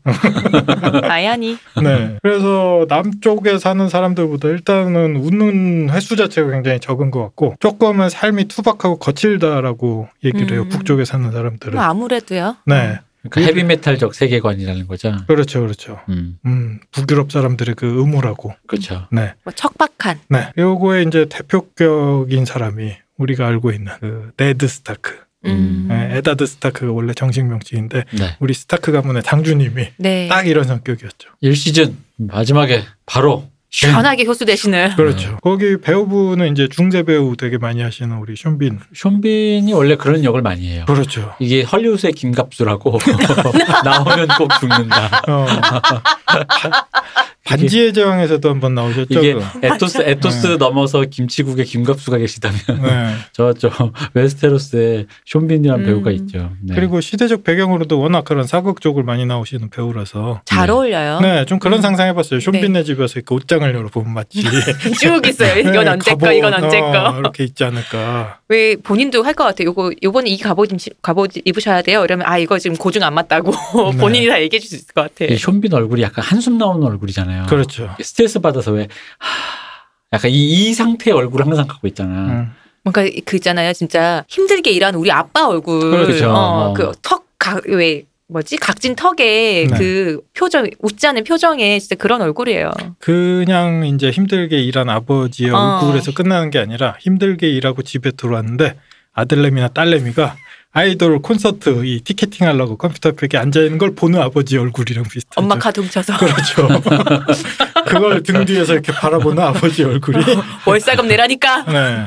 A: 아야니. 뭐
B: 네. 그래서 남쪽에 사는 사람들보다 일단은 웃는 횟수 자체가 굉장히 적은 것 같고 조금은 삶이 투박하고 거칠다라고 얘기를 해요.
A: 음.
B: 북쪽에 사는 사람들은.
A: 아무래도요.
B: 그렇죠.
A: 음,
B: 네.
C: 그러니까 헤비메탈적 세계관이라는 거죠.
B: 그렇죠. 그렇죠.
C: 음.
B: 음, 북유럽 사람들의 그 음오라고.
C: 그렇죠.
B: 네.
A: 뭐 척박한.
B: 네. 요거에 이제 대표격인 사람이 우리가 알고 있는 그 네드 스타크.
A: 음.
B: 네, 에다드 스타크가 원래 정식 명칭인데
C: 네.
B: 우리 스타크 가문의 장주님이
A: 네.
B: 딱 이런 성격이었죠.
C: 1시즌 마지막에 바로
A: 편하게 효수 대신을.
B: 그렇죠. 거기 배우분은 이제 중세 배우 되게 많이 하시는 우리 숀빈.
C: 쇼빈이 원래 그런 역을 많이 해요.
B: 그렇죠.
C: 이게 헐리우드의 김갑수라고 나오면 꼭 죽는다.
B: 어. 바- 반지의 제왕에서도 한번 나오셨죠?
C: 이게
B: 그?
C: 에토스 에토스
B: 네.
C: 넘어서 김치국의 김갑수가 계시다면
B: 네.
C: 저저 웨스테로스의 쇼빈이라는
A: 음.
C: 배우가 있죠. 네.
B: 그리고 시대적 배경으로도 워낙 그런 사극 쪽을 많이 나오시는 배우라서
A: 잘
C: 네.
A: 어울려요.
B: 네, 좀 그런
A: 음.
B: 상상해봤어요. 쇼빈네 집에서 이렇게 옷장을 열어보면 마치
A: 쭉 있어요. 이건
B: 네,
A: 언제
B: 갑옷,
A: 거, 이건 언제
B: 어,
A: 거.
B: 이렇게 있지 않을까.
A: 왜 본인도 할 것 같아요. 요거 요번에 이 갑옷 좀 시- 갑옷 입으셔야 돼요. 이러면 아 이거 지금 고중 안 맞다고
B: 네.
A: 본인이 다 얘기해 줄 수 있을 것 같아.
C: 이 쇼빈 얼굴이 약간 한숨 나오는 얼굴이잖아요.
B: 예. 그렇죠.
C: 스트레스 받아서 왜 하- 약간 이, 이 상태의 얼굴을 항상 갖고 있잖아.
B: 음.
A: 뭔가 그 있잖아요. 진짜 힘들게 일한 우리 아빠 얼굴.
C: 그렇죠.
A: 어,
C: 어.
A: 그턱왜 뭐지 각진 턱에
B: 네.
A: 그 표정 웃지 않은 표정에 진짜 그런 얼굴이에요.
B: 그냥 이제 힘들게 일한 아버지의
A: 어.
B: 얼굴에서 끝나는 게 아니라 힘들게 일하고 집에 들어왔는데 아들내미나 딸내미가 아이돌 콘서트 이 티켓팅 하려고 컴퓨터 앞에 앉아 있는 걸 보는 아버지 얼굴이랑 비슷하죠.
A: 엄마 카드 훔쳐서
B: 그렇죠. 그걸 등 뒤에서 이렇게 바라보는 아버지 얼굴이.
A: 월세금 내라니까.
B: 네.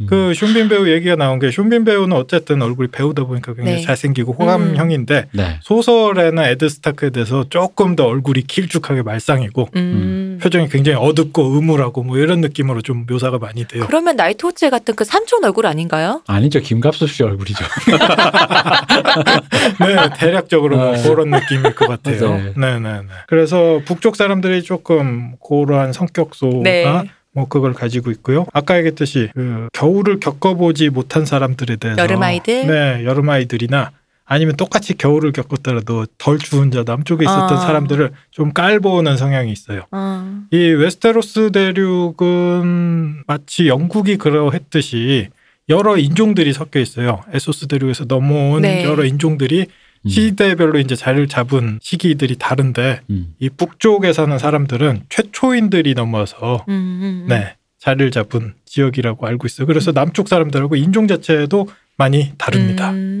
C: 음.
B: 그 쇼빈 배우 얘기가 나온 게 쇼빈 배우는 어쨌든 얼굴이 배우다 보니까 굉장히
A: 네.
B: 잘생기고 호감형인데
C: 네.
B: 소설에나 에드 스타크에 대해서 조금 더 얼굴이 길쭉하게 말상이고
A: 음.
B: 표정이 굉장히 어둡고 음울하고 뭐 이런 느낌으로 좀 묘사가 많이 돼요.
A: 그러면 나이트 호체 같은 그 삼촌 얼굴 아닌가요?
C: 아니죠 김갑수 씨 얼굴이죠.
B: 네, 대략적으로 뭐
C: 네.
B: 그런 느낌일 것 같아요.
C: 네.
B: 네, 네, 네. 그래서 북쪽 사람들이 조금 고러한 성격소가
A: 네.
B: 뭐 그걸 가지고 있고요. 아까 얘기했듯이 그 겨울을 겪어보지 못한 사람들에 대해서
A: 여름 아이들?
B: 네 여름 아이들이나 아니면 똑같이 겨울을 겪었더라도 덜 추운 저 남쪽에 있었던
A: 아.
B: 사람들을 좀 깔보는 성향이 있어요.
A: 어.
B: 이 웨스테로스 대륙은 마치 영국이 그러했듯이 여러 인종들이 섞여 있어요. 에소스 대륙에서 넘어온
A: 네.
B: 여러 인종들이
C: 음.
B: 시대별로 이제 자리를 잡은 시기들이 다른데
C: 음.
B: 이 북쪽에 사는 사람들은 최초인들이 넘어서
A: 음, 음, 음.
B: 네 자리를 잡은 지역이라고 알고 있어요. 그래서 남쪽 사람들하고 인종 자체도 많이 다릅니다.
A: 음.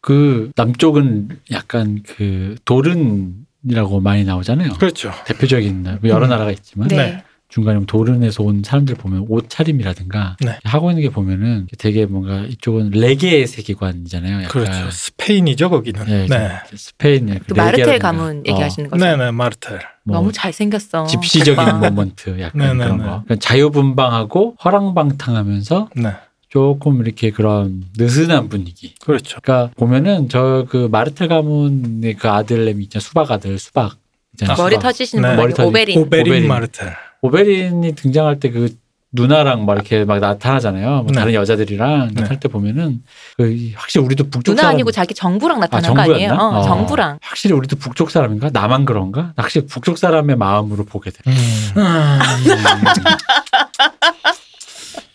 C: 그 남쪽은 약간 그 도른이라고 많이 나오잖아요.
B: 그렇죠.
C: 대표적인 나- 여러
B: 음.
C: 나라가 있지만
A: 네.
B: 네.
C: 중간에 도른에서 온 사람들 보면 옷차림이라든가
B: 네.
C: 하고 있는 게 보면은 되게 뭔가 이쪽은 레게의 세계관이잖아요. 약간
B: 그렇죠. 스페인이죠 거기는. 네.
C: 네,
B: 네.
C: 스페인
A: 그
C: 약간
A: 마르텔
C: 레게라든가.
A: 가문
C: 어,
A: 얘기하시는 거죠.
B: 네네 마르텔.
C: 뭐
A: 너무 잘생겼어.
C: 집시적인 뭐.
A: 대박.
C: 모먼트 약간
B: 네네네.
C: 그런 거. 그러니까 자유분방하고 허랑방탕하면서
B: 네.
C: 조금 이렇게 그런 느슨한 분위기.
B: 그렇죠.
C: 그러니까 보면은 저 그 마르텔 가문의 그 아들내미 있잖아 수박 아들 수박 있잖아
B: 아,
A: 머리
C: 수박.
A: 터지시는
B: 네.
A: 분
C: 머리 터지-
A: 오베린.
B: 오베린,
C: 오베린.
B: 마르텔.
C: 오베린이 등장할 때 그 누나랑 막 이렇게 막 나타나잖아요. 뭐
B: 네.
C: 다른 여자들이랑
B: 네.
C: 할 때 보면은 그 이- 확실히 우리도 북쪽
A: 누나
C: 사람
A: 아니고 자기 정부랑
C: 아,
A: 나타난 거 아니에요?
C: 정부였나?
A: 어,
C: 어.
A: 정부랑.
C: 확실히 우리도 북쪽 사람인가? 나만 그런가? 확실히 북쪽 사람의 마음으로 보게 돼.
B: 음.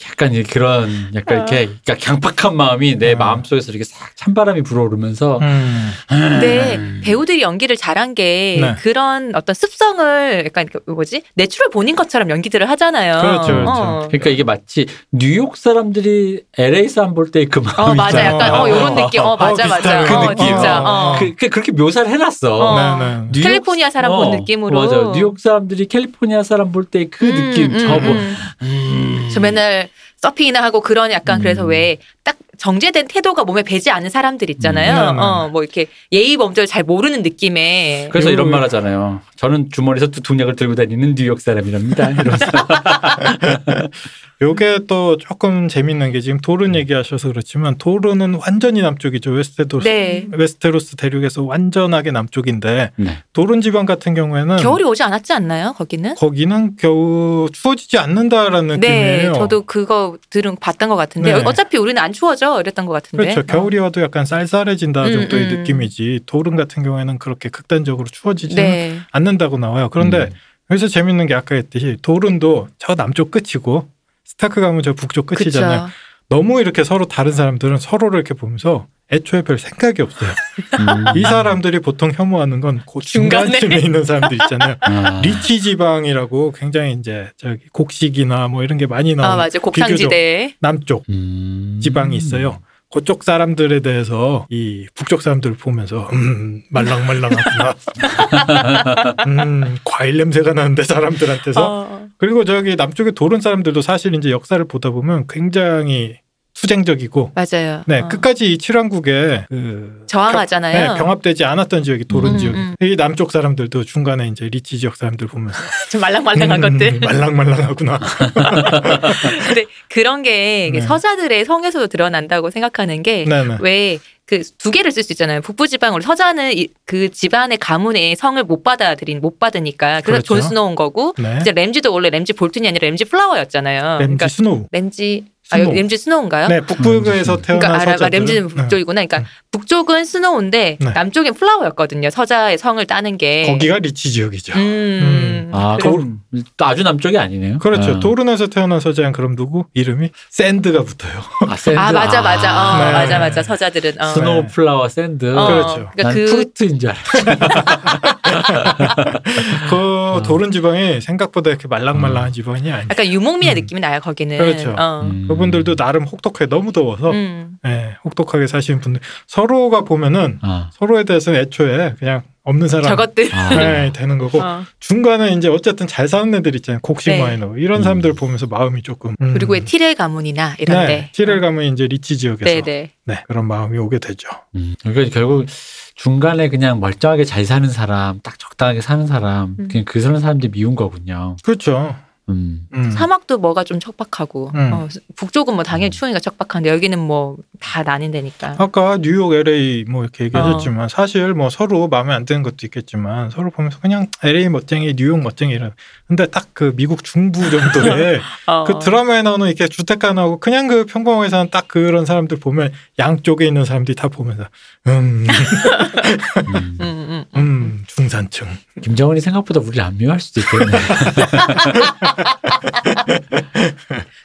C: 약간 이- 그런 약간 이렇게
A: 아.
C: 그러니까 강팍한 마음이 내
B: 음.
C: 마음 속에서 이렇게 싹 찬바람이 불어오르면서
B: 음.
A: 근데
C: 음.
A: 네. 배우들이 연기를 잘한 게
B: 네.
A: 그런 어떤 습성을 약간 그 뭐지 내추럴 본인 것처럼 연기들을 하잖아요.
B: 그렇죠, 그렇죠.
A: 어.
C: 그러니까 이게 마치 뉴욕 사람들이 LA 사람 볼 때 그 마음이
A: 어, 맞아.
C: 있잖아.
A: 약간, 어, 요런 느낌. 어, 맞아, 맞아.
B: 비슷한 그
A: 어,
B: 느낌.
A: 진짜. 어.
C: 그, 그 그렇게 묘사를 해놨어.
A: 어.
B: 네네.
C: 뉴욕- 어.
A: 캘리포니아 사람 본 느낌으로.
C: 맞아. 뉴욕 사람들이 캘리포니아 사람 볼 때 그
A: 음,
C: 느낌.
A: 음,
C: 저거.
A: 음. 저 맨날 서핑이나 하고 그런 약간
C: 음.
A: 그래서 왜 딱 정제된 태도가 몸에 배지 않은 사람들
B: 음,
A: 있잖아요.
B: 네, 네.
A: 어, 뭐 이렇게 예의 범절 잘 모르는 느낌의
C: 그래서
B: 요-
C: 이런 말 하잖아요. 저는 주머니에서 두통약을 들고 다니는 뉴욕 사람이랍니다. 이러면서.
B: 요게 또 조금 재밌는 게 지금 도른 얘기하셔서 그렇지만 도른은 완전히 남쪽이죠. 웨스테도스.
A: 네.
B: 웨스테로스 대륙에서 완전하게 남쪽인데
C: 네.
B: 도른 지방 같은 경우에는
A: 겨울이 오지 않았지 않나요? 거기는?
B: 거기는 겨우 추워지지 않는다라는
A: 네,
B: 느낌이에요.
A: 저도 그거 들은 봤던 것 같은데
B: 네.
A: 어차피 우리는 안 추워져 이랬던 것 같은데.
B: 그렇죠. 겨울이
A: 어.
B: 와도 약간 쌀쌀해진다
A: 음,
B: 정도의
A: 음.
B: 느낌이지 도른 같은 경우에는 그렇게 극단적으로 추워지지 는
A: 네.
B: 않는다고 나와요. 그런데
C: 음.
B: 여기서 재밌는 게 아까 했듯이 도른도 저 남쪽 끝이고 스타크 가면 저 북쪽 끝이잖아요.
A: 그쵸.
B: 너무 이렇게 서로 다른 사람들은 서로를 이렇게 보면서 애초에 별 생각이 없어요.
C: 음.
B: 이 사람들이 보통 혐오하는 건그
A: 중간에.
B: 중간쯤에 있는 사람들 있잖아요.
C: 아.
B: 리치 지방이라고 굉장히 이제 저기 곡식이나 뭐 이런 게 많이
A: 아
B: 나오는
A: 맞아 곡상지대.
B: 남쪽
C: 음.
B: 지방이 있어요. 그쪽 사람들에 대해서 이 북쪽 사람들을 보면서 음 말랑말랑하구나. 음 과일 냄새가 나는데 사람들한테서
A: 어.
B: 그리고 저기 남쪽의 도른 사람들도 사실 이제 역사를 보다 보면 굉장히 투쟁적이고
A: 맞아요.
B: 네
A: 어.
B: 끝까지 이 칠왕국에 그
A: 저항하잖아요.
B: 네, 병합되지 않았던 지역이 도른
A: 음,
B: 지역.
A: 음.
B: 이 남쪽 사람들도 중간에 이제 리치 지역 사람들 보면서
A: 좀 말랑말랑한
B: 음,
A: 것들.
B: 말랑말랑하구나.
A: 근데 그런 게 이게
B: 네.
A: 서자들의 성에서도 드러난다고 생각하는 게
B: 네네.
A: 왜 그 두 개를 쓸 수 있잖아요. 북부 지방으로 서자는 이- 그 집안의 가문의 성을 못 받아들인 못 받으니까 그래서
B: 그렇죠.
A: 존 스노우인 거고
B: 네.
A: 이제 램지도 원래 램지 볼튼이 아니라 램지 플라워였잖아요.
B: 램지
A: 그러니까
B: 스노우.
A: 램지 아
B: 스노우.
A: 여기 램지 스노우인가요?
B: 네, 북부에서 태어난
A: 그러니까 아,
B: 서자들.
A: 램지는 북쪽이구나. 그러니까
B: 음.
A: 북쪽은 스노우인데
B: 네.
A: 남쪽엔 플라워였거든요. 서자의 성을 따는 게
B: 거기가 리치 지역이죠.
A: 예. 음.
C: 아,
A: 그래서
C: 그럼 또 아주 남쪽이 아니네요.
B: 그렇죠.
C: 아.
B: 도른에서 태어난 서자는 그럼 누구? 이름이 샌드가 붙어요.
C: 아, 샌드.
A: 아 맞아 맞아 어,
B: 네.
A: 맞아 맞아 서자들은 어.
B: 스노우
C: 스노우 플라워 샌드.
A: 어,
B: 그렇죠.
A: 그러니까
C: 난
A: 그
C: 프루트인 줄 알았어.
B: 그
C: 아.
B: 도른 지방이 생각보다 이렇게 말랑말랑한
C: 음.
B: 지방이 아니에요.
A: 약간 유목민의
B: 음.
A: 느낌이 나요 거기는.
B: 그렇죠.
A: 어.
B: 그분들도 나름 혹독해 너무 더워서
A: 음.
B: 예, 혹독하게 사시는 분들 서로가 보면은
C: 아.
B: 서로에 대해서는 애초에 그냥 없는 사람
A: 저것들.
C: 네.
B: 예, 되는 거고
A: 어.
B: 중간에 이제 어쨌든 잘 사는 애들 있잖아요 곡식
A: 네.
B: 마이너 이런
C: 음.
B: 사람들 보면서 마음이 조금 음.
A: 그리고 왜 티렐 가문이나
B: 네,
A: 이런데. 어.
B: 티를 가면 이제 리치 지역에서 네,
A: 네네.
B: 그런 마음이 오게 되죠.
C: 음. 그러니까 결국 중간에 그냥 멀쩡하게 잘 사는 사람, 딱 적당하게 사는 사람,
A: 음.
C: 그냥 그 사람 사람들이 미운 거군요.
B: 그렇죠.
C: 음.
B: 음.
A: 사막도 뭐가 좀 척박하고
B: 음.
A: 어, 북쪽은 뭐 당연히 추우니까 척박한데 여기는 뭐 다 나뉜다니까.
B: 아까 뉴욕, LA 뭐 이렇게 얘기하셨지만 사실 뭐 서로 마음에 안 드는 것도 있겠지만 서로 보면서 그냥 LA 멋쟁이, 뉴욕 멋쟁이 이런. 근데 딱 그 미국 중부 정도에
A: 어.
B: 그 드라마에 나오는 이렇게 주택가 나오고 그냥 그 평범하게 사는 딱 그런 사람들 보면 양쪽에 있는 사람들이 다 보면서 음
C: 음.
A: 음, 음, 음, 음.
B: 음, 중산층.
C: 김정은이 생각보다 우리를 안 미워할 수도 있겠네.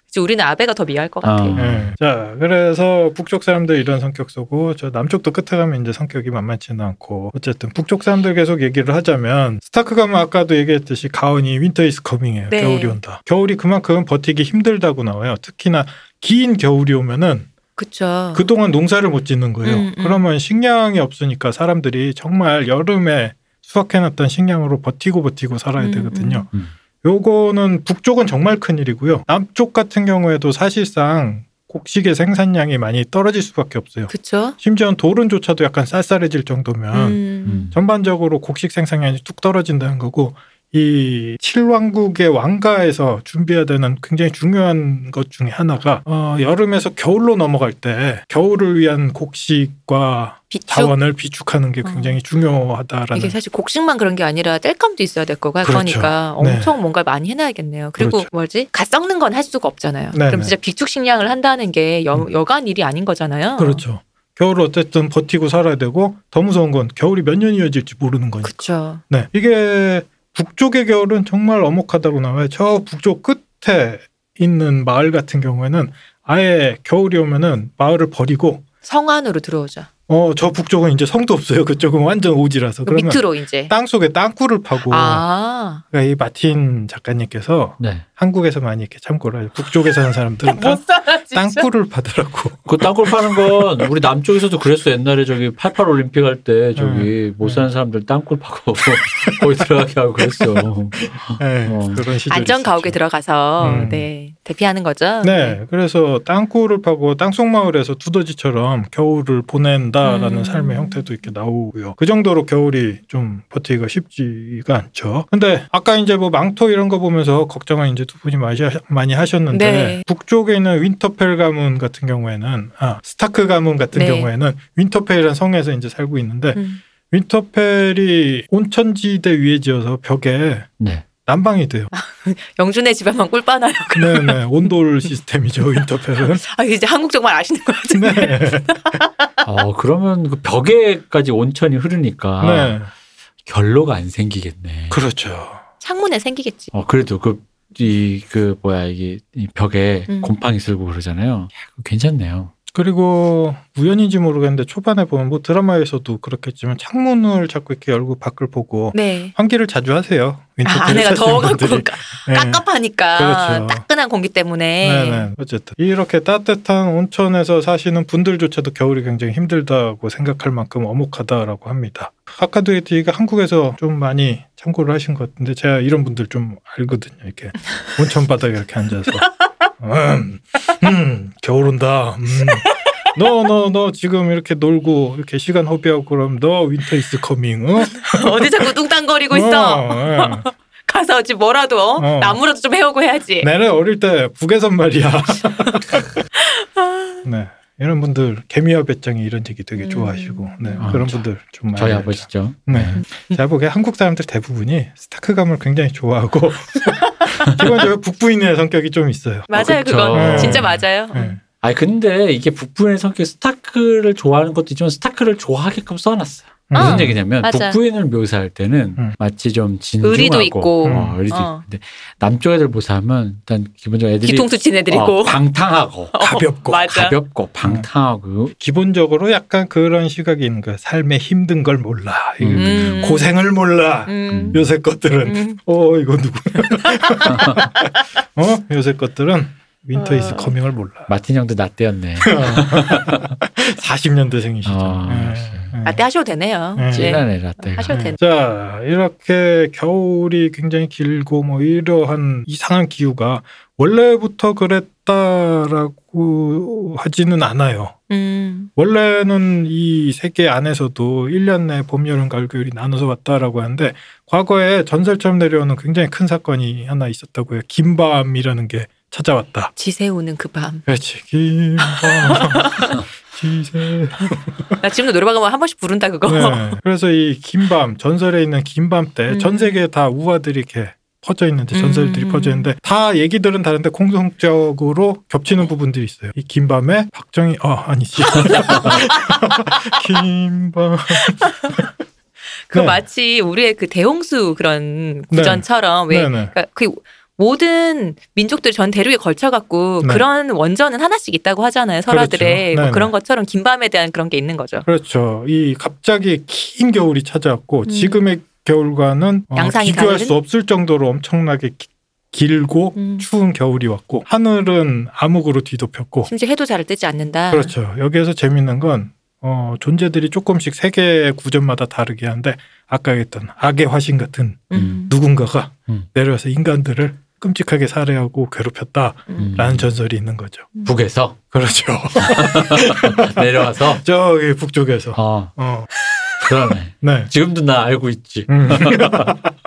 A: 그치, 우리는 아베가 더 미할 것
C: 아.
A: 같아.
C: 음.
B: 예. 자, 그래서 북쪽 사람들 이런 성격 쏘고 저 남쪽도 끝에 가면 이제 성격이 만만치는 않고 어쨌든 북쪽 사람들 계속 얘기를 하자면 스타크 가면 아까도 얘기했듯이 가온이 윈터 이스 커밍이에요.
A: 네.
B: 겨울이 온다. 겨울이 그만큼 버티기 힘들다고 나와요. 특히나 긴 겨울이 오면은
A: 그쵸.
B: 그동안 농사를 못 짓는 거예요.
A: 어. 음, 음.
B: 그러면 식량이 없으니까 사람들이 정말 여름에 수확해놨던 식량으로 버티고 버티고 살아야
A: 음,
B: 되거든요.
C: 음. 음.
B: 요거는 북쪽은 정말 큰일이고요. 남쪽 같은 경우에도 사실상 곡식의 생산량이 많이 떨어질 수밖에 없어요.
A: 그쵸.
B: 심지어 돌은조차도 약간 쌀쌀해질 정도면
A: 음.
C: 음.
B: 전반적으로 곡식 생산량이 뚝 떨어진다는 거고 이 칠왕국의 왕가에서 준비해야 되는 굉장히 중요한 것 중에 하나가 어, 여름에서 겨울로 넘어갈 때 겨울을 위한 곡식과
A: 비축.
B: 자원을 비축하는 게
A: 어.
B: 굉장히 중요하다라는
A: 이게 사실 곡식만 그런 게 아니라 땔감도 있어야 될 거고 할
B: 그렇죠.
A: 거니까
B: 네.
A: 엄청 뭔가 많이 해놔야겠네요. 그리고
B: 그렇죠.
A: 뭐지? 갓 썩는 건 할 수가 없잖아요.
B: 네,
A: 그럼
B: 네.
A: 진짜 비축식량을 한다는 게 여,
B: 음.
A: 여간 일이 아닌 거잖아요.
B: 그렇죠. 겨울 어쨌든 버티고 살아야 되고 더 무서운 건 겨울이 몇 년 이어질지 모르는 거니까.
A: 그쵸.
B: 네. 이게 북쪽의 겨울은 정말 어목하다고 나와요. 저 북쪽 끝에 있는 마을 같은 경우에는 아예 겨울이 오면은 마을을 버리고
A: 성 안으로 들어오자.
B: 어, 저 북쪽은 이제 성도 없어요. 그쪽은 완전 오지라서.
A: 그
B: 그러면
A: 밑으로 이제.
B: 땅 속에 땅굴을 파고
A: 아,
B: 그러니까 이 마틴 작가님께서
C: 네.
B: 한국에서 많이 이렇게 참고를 하죠. 북쪽에 사는 사람들은
A: 못
B: 땅,
A: 살아 뭐, 진짜.
B: 땅굴을 파더라고.
C: 그 땅굴 파는 건 우리 남쪽에서도 그랬어. 옛날에 저기 88 올림픽 할 때
B: 네.
C: 저기 못 사는 사람들 땅굴 파고 거기 들어가게 하고 그랬어.
B: 네,
C: 어.
B: 그런 시절.
A: 안전 가옥에 들어가서
B: 음.
A: 네 대피하는 거죠.
B: 네, 그래서 땅굴을 파고 땅속 마을에서 두더지처럼 겨울을 보낸다라는
A: 음.
B: 삶의 형태도 이렇게 나오고요. 그 정도로 겨울이 좀 버티기가 쉽지가 않죠. 근데 아까 이제 뭐 망토 이런 거 보면서 걱정을 이제 두 분이 많이, 하셨- 많이 하셨는데
A: 네.
B: 북쪽에 있는 윈터펠 가문 같은 경우에는 아 스타크 가문 같은
A: 네.
B: 경우에는 윈터펠이라는 성에서 이제 살고 있는데
A: 음.
B: 윈터펠이 온천지대 위에 지어서 벽에
C: 네.
B: 난방이 돼요.
A: 아, 영준의 집에만 꿀 빠나요.
B: 네네 온돌 시스템이죠 윈터펠은.
A: 아 이제 한국 정말 아시는 것 같은데.
B: 네.
C: 어, 그러면 그 벽에까지 온천이
A: 아.
C: 흐르니까
B: 네.
C: 결로가 안 생기겠네.
B: 그렇죠.
A: 창문에 생기겠지.
C: 어, 그래도 그, 이, 그, 뭐야, 이게, 이 벽에
A: 음.
C: 곰팡이 쓸고 그러잖아요. 야, 그거 괜찮네요.
B: 그리고 우연인지 모르겠는데 초반에 보면 뭐 드라마에서도 그렇겠지만 창문을 자꾸 이렇게 열고 밖을 보고
A: 네.
B: 환기를 자주 하세요. 윈터
A: 아, 아내가
B: 테라스
A: 더워갖고
B: 분들이.
A: 까-
B: 네.
A: 깝깝하니까
B: 그렇죠.
A: 따끈한 공기 때문에
B: 네네. 어쨌든 이렇게 따뜻한 온천에서 사시는 분들조차도 겨울이 굉장히 힘들다고 생각할 만큼 어목하다라고 합니다. 아까도 얘기가 한국에서 좀 많이 참고를 하신 것 같은데 제가 이런 분들 좀 알거든요. 이렇게 온천 바닥에 이렇게 앉아서 음, 음, 겨울 온다. 음. 너, 너, 너 지금 이렇게 놀고 이렇게 시간 허비하고 그럼 너 윈터 이스 커밍. 어?
A: 어디 자꾸 뚱땅거리고 있어.
B: 어, 예.
A: 가서 어찌 뭐라도 어?
B: 어. 네.
A: 나무라도 좀 해오고 해야지.
B: 나는 어릴 때 북에선 말이야. 네. 이런 분들 개미와 배짱이 이런 얘기 되게
A: 음.
B: 좋아하시고 네,
C: 아,
B: 그런
C: 저-
B: 분들 좀 많이
C: 저희
B: 알죠.
C: 아버지죠.
B: 네. 제가 보기에 한국 사람들 대부분이 스타크 감을 굉장히 좋아하고 기본적으로 북부인의 성격이 좀 있어요.
A: 맞아요
C: 어, 그쵸.
A: 그건
B: 네.
A: 진짜 맞아요. 음.
B: 네.
C: 아 근데 이게 북부인의 성격 스타크를 좋아하는 것도 있지만 스타크를 좋아하게끔 써놨어요.
A: 아,
C: 무슨 얘기냐면
A: 맞아.
C: 북부인을 묘사할 때는
B: 음.
C: 마치 좀 진중하고
A: 의리도 있고.
C: 어, 의리도
A: 어.
C: 있는데 남쪽 애들 보사하면 일단 기본적으로 애들이
A: 뒤통수
C: 어,
A: 치내드리고 어,
C: 방탕하고
B: 가볍고
A: 맞아.
C: 가볍고 방탕하고
B: 기본적으로 약간 그런 시각이 있는 거예요. 삶에 힘든 걸 몰라. 이거
C: 음.
B: 고생을 몰라.
A: 음.
B: 요새 것들은
A: 음.
B: 어 이거 누구야? 어 요새 것들은 윈터 이스
A: 어.
B: 커밍을 몰라.
C: 마틴 형도 나때였네.
B: 40년대생이시죠.
C: 어,
A: 아, 라떼 하셔도 되네요.
B: 네.
A: 네.
C: 찐하네 라떼가.
A: 하셔도 되네.
B: 자, 이렇게 겨울이 굉장히 길고 뭐 이러한 이상한 기후가 원래부터 그랬다라고 하지는 않아요.
A: 음.
B: 원래는 이 세계 안에서도 1년 내 봄, 여름, 가을, 겨울이 나눠서 왔다라고 하는데 과거에 전설처럼 내려오는 굉장히 큰 사건이 하나 있었다고 해요. 긴밤이라는 게 찾아왔다.
A: 지새우는 그 밤.
B: 그렇지. 긴밤. 지새
A: 나 지금도 노래방 가면 한 번씩 부른다 그거.
B: 네. 그래서 이 긴밤 전설에 있는 긴밤 때
A: 음.
B: 전 세계에 다 우화들이 이렇게 퍼져 있는데 전설들이
A: 음.
B: 퍼져 있는데 다 얘기들은 다른데 공통적으로 겹치는 부분들이 있어요. 이 긴밤에 박정희 어 아니지 긴밤
A: 그
B: 네.
A: 마치 우리의 그 대홍수 그런
B: 네.
A: 구전처럼 왜
B: 네네.
A: 그러니까 그 모든 민족들이 전 대륙에 걸쳐 갖고
B: 네.
A: 그런 원전은 하나씩 있다고 하잖아요. 설화들에
B: 그렇죠.
A: 뭐
B: 네네.
A: 그런 것처럼 긴밤에 대한 그런 게 있는 거죠.
B: 그렇죠. 이 갑자기 긴 겨울이 찾아왔고
A: 음.
B: 지금의 겨울과는 어,
A: 양상이
B: 비교할
A: 다른?
B: 수 없을 정도로 엄청나게 기- 길고
A: 음.
B: 추운 겨울이 왔고 하늘은 암흑으로 뒤덮였고
A: 심지어 해도 잘 뜨지
C: 아.
A: 않는다.
B: 그렇죠. 여기에서 재밌는 건 어, 존재들이 조금씩 세계 구조마다 다르게 한데 아까 얘기했던 악의 화신 같은
A: 음.
B: 누군가가
C: 음.
B: 내려와서 인간들을 끔찍하게 살해하고 괴롭혔다라는
A: 음.
B: 전설이 있는 거죠.
C: 북에서
B: 그렇죠.
C: 내려와서
B: 저기 북쪽에서.
C: 어
B: 어,
C: 그러네.
B: 네.
C: 지금도 나 알고 있지.
B: 음.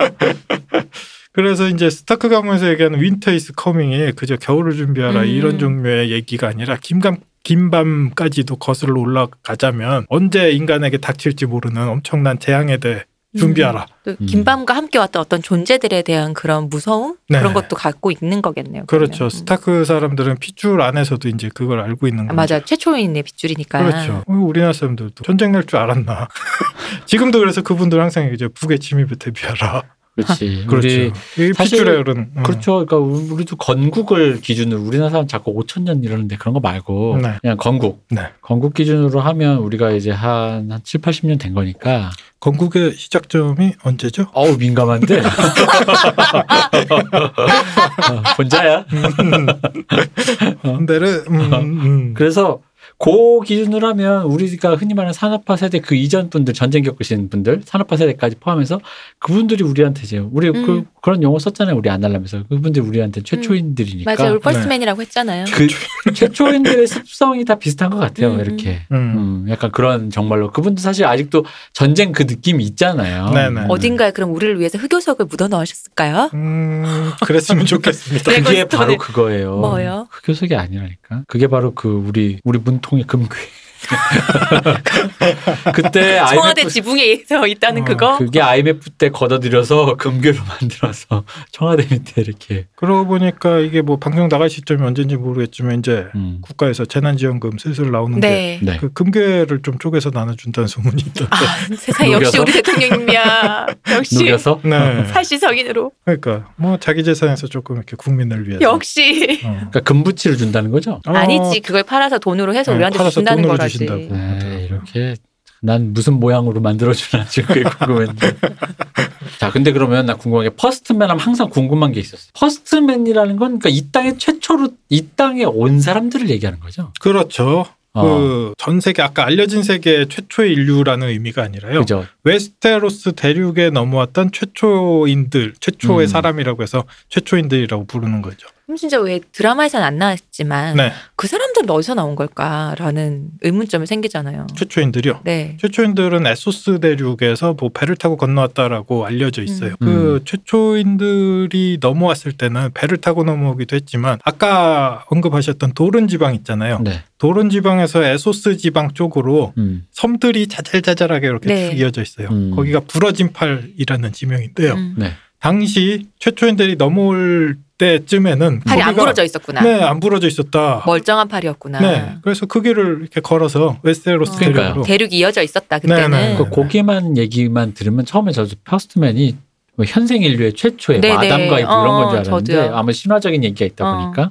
B: 그래서 이제 스타크 가문에서 얘기하는 윈터 이스 커밍이 그저 겨울을 준비하라
A: 음.
B: 이런 종류의 얘기가 아니라 김감 긴밤까지도 거슬러 올라가자면 언제 인간에게 닥칠지 모르는 엄청난 재앙에 대해
A: 음.
B: 준비하라.
A: 또
C: 음.
A: 긴밤과 함께 왔던 어떤 존재들에 대한 그런 무서움
B: 네.
A: 그런 것도 갖고 있는 거겠네요.
B: 그렇죠.
A: 그러면. 음.
B: 스타크 사람들은 핏줄 안에서도 이제 그걸 알고
A: 아,
B: 있는 거죠.
A: 맞아 최초인의 빗줄이니까.
B: 그렇죠. 어, 우리나라 사람들도 전쟁 날 줄 알았나. 지금도 그래서 그분들 항상 이제 북의 침입에 대비하라.
C: 그렇지.
B: 그렇죠.
C: 우리
B: 이
C: 사실-
B: 핏줄에 흐른. 음.
C: 그렇죠. 그러니까 우리도 건국을 기준으로 우리나라 사람 자꾸 5천 년 이러는데 그런 거 말고
B: 네.
C: 그냥 건국.
B: 네.
C: 건국 기준으로 하면 우리가 이제 한, 한 7, 80년 된 거니까
B: 건국의 시작점이 언제죠?
C: 어우 민감한데. 어, 혼자야.
B: 근데를 음, 음.
C: 그래서 그 기준으로 하면 우리가 흔히 말하는 산업화 세대 그 이전 분들 전쟁 겪으신 분들 산업화 세대까지 포함해서 그분들이 우리한테 이제 우리
A: 음.
C: 그, 런 용어 썼잖아요 우리 안날라면서 그분들이 우리한테 최초인들이니까
A: 맞아요.
B: 네.
A: 울퍼스맨이라고 했잖아요.
C: 그 최초인들의 습성이 다 비슷한 것 같아요
A: 음,
C: 이렇게
B: 음.
C: 음, 약간 그런 정말로 그분도 사실 아직도 전쟁 그 느낌이 있잖아요.
B: 네네.
C: 음.
A: 어딘가에 그럼 우리를 위해서 흑요석을 묻어 넣으셨을까요?
B: 음, 그랬으면 좋겠습니다.
C: 그게
A: 드래곤스톤을-
C: 바로
B: 어.
C: 그거예요.
A: 뭐요?
C: 흑요석이 아니라니까. 그게 바로 그 우리 우리 문통의 금괴. 그때
A: 청와대
C: IMF
A: 지붕에서 있다는
B: 어,
A: 그거?
C: 그게 IMF 때 걷어들여서 금괴로 만들어서 청와대 밑에 이렇게.
B: 그러고 보니까 이게 뭐 방송 나갈 시점이 언제인지 모르겠지만 이제
C: 음.
B: 국가에서 재난지원금 슬슬 나오는
A: 네.
C: 네.
B: 게 그 금괴를 좀 쪼개서 나눠준다는 소문이 있다.
A: 아, 세상에 역시
C: 녹여서?
A: 우리 대통령님이야. 역시
C: 녹여서
B: 네.
A: 살시 성인으로.
B: 그러니까 뭐 자기 재산에서 조금 이렇게 국민을 위해서.
A: 역시.
B: 어.
C: 그러니까 금부치를 준다는 거죠.
B: 어,
A: 아니지. 그걸 팔아서 돈으로 해서
B: 네,
A: 우리한테
B: 팔아서
A: 준다는
B: 돈으로
A: 거라지.
B: 주신다고.
C: 네, 이렇게 난 무슨 모양으로 만들어주나 지금 그게 궁금했는데. 자, 근데 그러면 나 궁금한 게 퍼스트맨 하면 항상 궁금한 게 있었어. 퍼스트맨이라는 건 그러니까 이 땅에 최초로 이 땅에 온 사람들을 얘기하는 거죠.
B: 그렇죠.
C: 어,
B: 그 전 세계 아까 알려진 세계 최초의 인류라는 의미가 아니라요.
C: 그죠.
B: 웨스테로스 대륙에 넘어왔던 최초인들, 최초의
C: 음.
B: 사람이라고 해서 최초인들이라고 부르는 거죠.
A: 그럼 진짜 왜 드라마에선 안
C: 음.
A: 나왔지만
B: 네,
A: 그 사람들은 어디서 나온 걸까라는 의문점이 생기잖아요.
B: 최초인들이요.
A: 네.
B: 최초인들은 에소스 대륙에서 뭐 배를 타고 건너왔다라고 알려져 있어요.
C: 음.
B: 그
C: 음.
B: 최초인들이 넘어왔을 때는 배를 타고 넘어오기도 했지만 아까 언급하셨던 도른 지방 있잖아요.
C: 네.
B: 도른 지방에서 에소스 지방 쪽으로
C: 음.
B: 섬들이 자잘자잘하게 이렇게
A: 네.
B: 쭉 이어져 있어요.
C: 음.
B: 거기가 부러진 팔이라는 지명인데요.
A: 음.
C: 네.
B: 당시 최초인들이 넘어올 때쯤에는
A: 팔이 안
B: 거기가-
A: 부러져 있었구나.
B: 네, 안 부러져 있었다.
A: 멀쩡한 팔이었구나.
B: 네, 그래서 그 길을 이렇게 걸어서 웨스테로스
A: 어.
B: 대륙으로.
A: 대륙이 이어져 있었다
B: 네,
A: 그때는.
B: 네.
C: 그 고기만 얘기만 들으면 처음에 저도 퍼스트맨이 뭐 현생 인류의 최초의
A: 네네.
C: 마담가이 뭐 이런 건 줄
A: 어,
C: 알았는데
A: 저도요.
C: 아마 신화적인 얘기가 있다
A: 어.
C: 보니까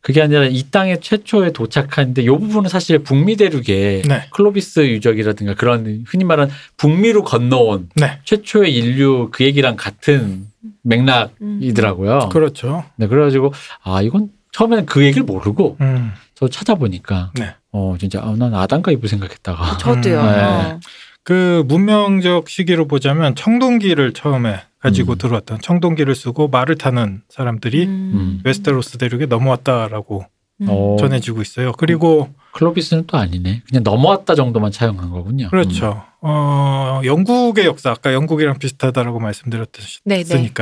C: 그게 아니라 이 땅에 최초에 도착하는데 요 부분은 사실 북미 대륙에
B: 네.
C: 클로비스 유적이라든가 그런 흔히 말하는 북미로 건너온
B: 네.
C: 최초의 인류 그 얘기랑 같은
A: 음.
C: 맥락이더라고요.
B: 그렇죠.
C: 네, 그래가지고 아 이건 처음에는 그 얘기를 모르고
B: 음.
C: 저 찾아보니까
B: 네.
C: 어 진짜 아, 난 아담과 이브 생각했다가
A: 저도요.
B: 음,
C: 네.
A: 어.
B: 그 문명적 시기로 보자면 청동기를 처음에 가지고
C: 음.
B: 들어왔던 청동기를 쓰고 말을 타는 사람들이
A: 음.
B: 웨스테로스 대륙에 넘어왔다라고
A: 음.
C: 어, 음.
B: 전해지고 있어요. 그리고
C: 클로비스는 또 아니네. 그냥 넘어왔다 정도만 차용한 거군요. 음,
B: 그렇죠. 어, 영국의 역사 아까 영국이랑 비슷하다라고 말씀드렸으니까
A: 네, 네.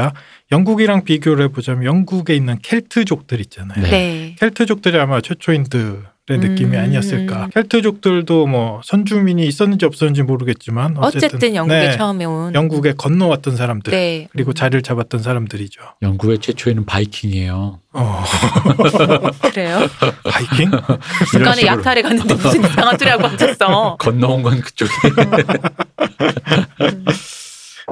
B: 영국이랑 비교를 해보자면 영국에 있는 켈트족들 있잖아요.
C: 네.
A: 네.
B: 켈트족들이 아마 최초인들의 느낌이
A: 음.
B: 아니었을까. 켈트족들도 뭐 선주민이 있었는지 없었는지 모르겠지만 어쨌든,
A: 어쨌든 영국에
B: 네,
A: 처음에 온
B: 영국에 건너왔던 사람들
A: 네.
B: 그리고 자리를 잡았던 사람들이죠.
C: 영국의 최초에는 바이킹이에요.
B: 어,
A: 그래요.
B: 바이킹?
C: 이런
A: 북한에
C: 식으로
A: 약탈에 갔는데 무슨 이상한 소리 하고 앉았어.
C: 건너온 건 그쪽에.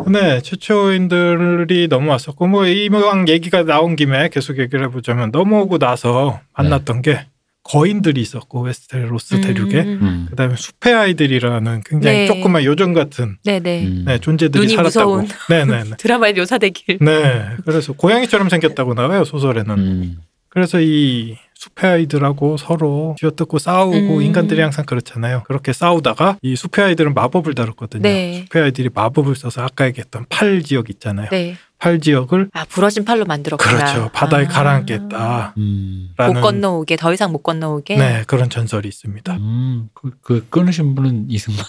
B: 네, 최초인들이 넘어왔었고 뭐 이왕 얘기가 나온 김에 계속 얘기를 해보자면 넘어오고 나서 만났던 게 거인들이 있었고 웨스테로스 대륙에
C: 음.
B: 그다음에 숲의 아이들이라는 굉장히
A: 네.
B: 조그만 요정 같은
A: 네네.
C: 음.
B: 네, 존재들이
A: 눈이
B: 살았다고.
A: 무서운.
B: 네, 네, 네.
A: 드라마에 묘사되길.
B: 네, 그래서 고양이처럼 생겼다고 나와요 소설에는.
C: 음.
B: 그래서 이 숲의 아이들하고 서로 쥐어뜯고 싸우고
A: 음.
B: 인간들이 항상 그렇잖아요. 그렇게 싸우다가 이 숲의 아이들은 마법을 다뤘거든요.
A: 네.
B: 숲의 아이들이 마법을 써서 아까 얘기했던 팔 지역 있잖아요.
A: 네.
B: 팔 지역을
A: 아 부러진 팔로 만들었구나.
B: 그렇죠 바다에
A: 아.
B: 가라앉겠다라는
C: 음.
A: 못 건너오게 더 이상 못 건너오게.
B: 네 그런 전설이 있습니다.
C: 음. 그, 그 끊으신 분은 이승만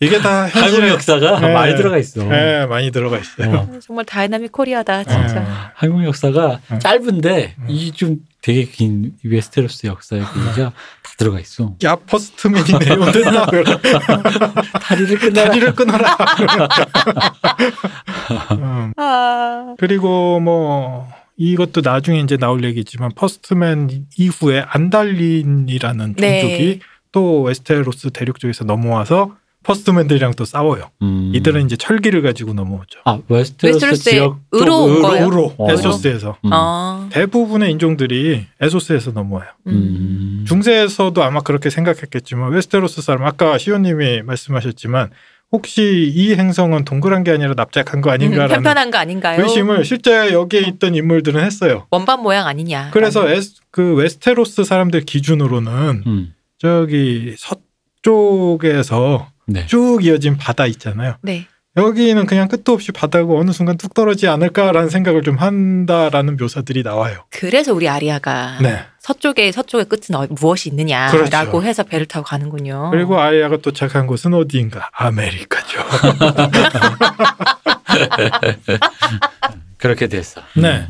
B: 이게 다
C: 한국
B: 현실에
C: 역사가
B: 네.
C: 많이 들어가 있어.
B: 네, 많이 들어가 있어요.
C: 어.
A: 음, 정말 다이나믹 코리아다
B: 네.
A: 진짜.
C: 한국 역사가
B: 네.
C: 짧은데
B: 네.
C: 이 좀 되게 긴 웨스테로스 역사의
B: 아.
C: 얘기가 다 들어가 있어.
B: 야 퍼스트맨이 내려온다.
A: 네.
C: 다리를 끝내라.
B: 다리를 끊어라. 음.
A: 아.
B: 그리고 뭐 이것도 나중에 이제 나올 얘기지만 퍼스트맨 이후에 안달린이라는
A: 네.
B: 종족이 또 웨스테로스 대륙 쪽에서 넘어와서 퍼스트맨들이랑 또 싸워요.
C: 음.
B: 이들은 이제 철기를 가지고 넘어오죠.
C: 아 웨스테로스,
A: 웨스테로스의
C: 지역 쪽
A: 의로 온 거예요?
B: 우로
C: 어.
B: 에소스에서
C: 음.
A: 어.
B: 대부분의 인종들이 에소스에서 넘어와요.
A: 음.
C: 음.
B: 중세에서도 아마 그렇게 생각했겠지만 웨스테로스 사람 아까 시호님이 말씀하셨지만 혹시 이 행성은 동그란 게 아니라 납작한 거
A: 음,
B: 아닌가라는
A: 편편한 거 아닌가요?
B: 의심을 실제 여기에 있던 인물들은 했어요.
A: 원반 모양 아니냐. 네.
B: 그래서 에스- 그 웨스테로스 사람들 기준으로는
C: 음.
B: 저기 서쪽에서
C: 네.
B: 쭉 이어진 바다 있잖아요.
A: 네.
B: 여기는 그냥 끝도 없이 바다고 어느 순간 뚝 떨어지지 않을까라는 생각을 좀 한다라는 묘사들이 나와요.
A: 그래서 우리 아리아가
B: 네.
A: 서쪽에 서쪽의 끝은 어- 무엇이 있느냐라고
B: 그렇죠.
A: 해서 배를 타고 가는군요.
B: 그리고 아리아가 도착한 곳은 어디인가? 아메리카죠.
C: 그렇게 됐어.
B: 네.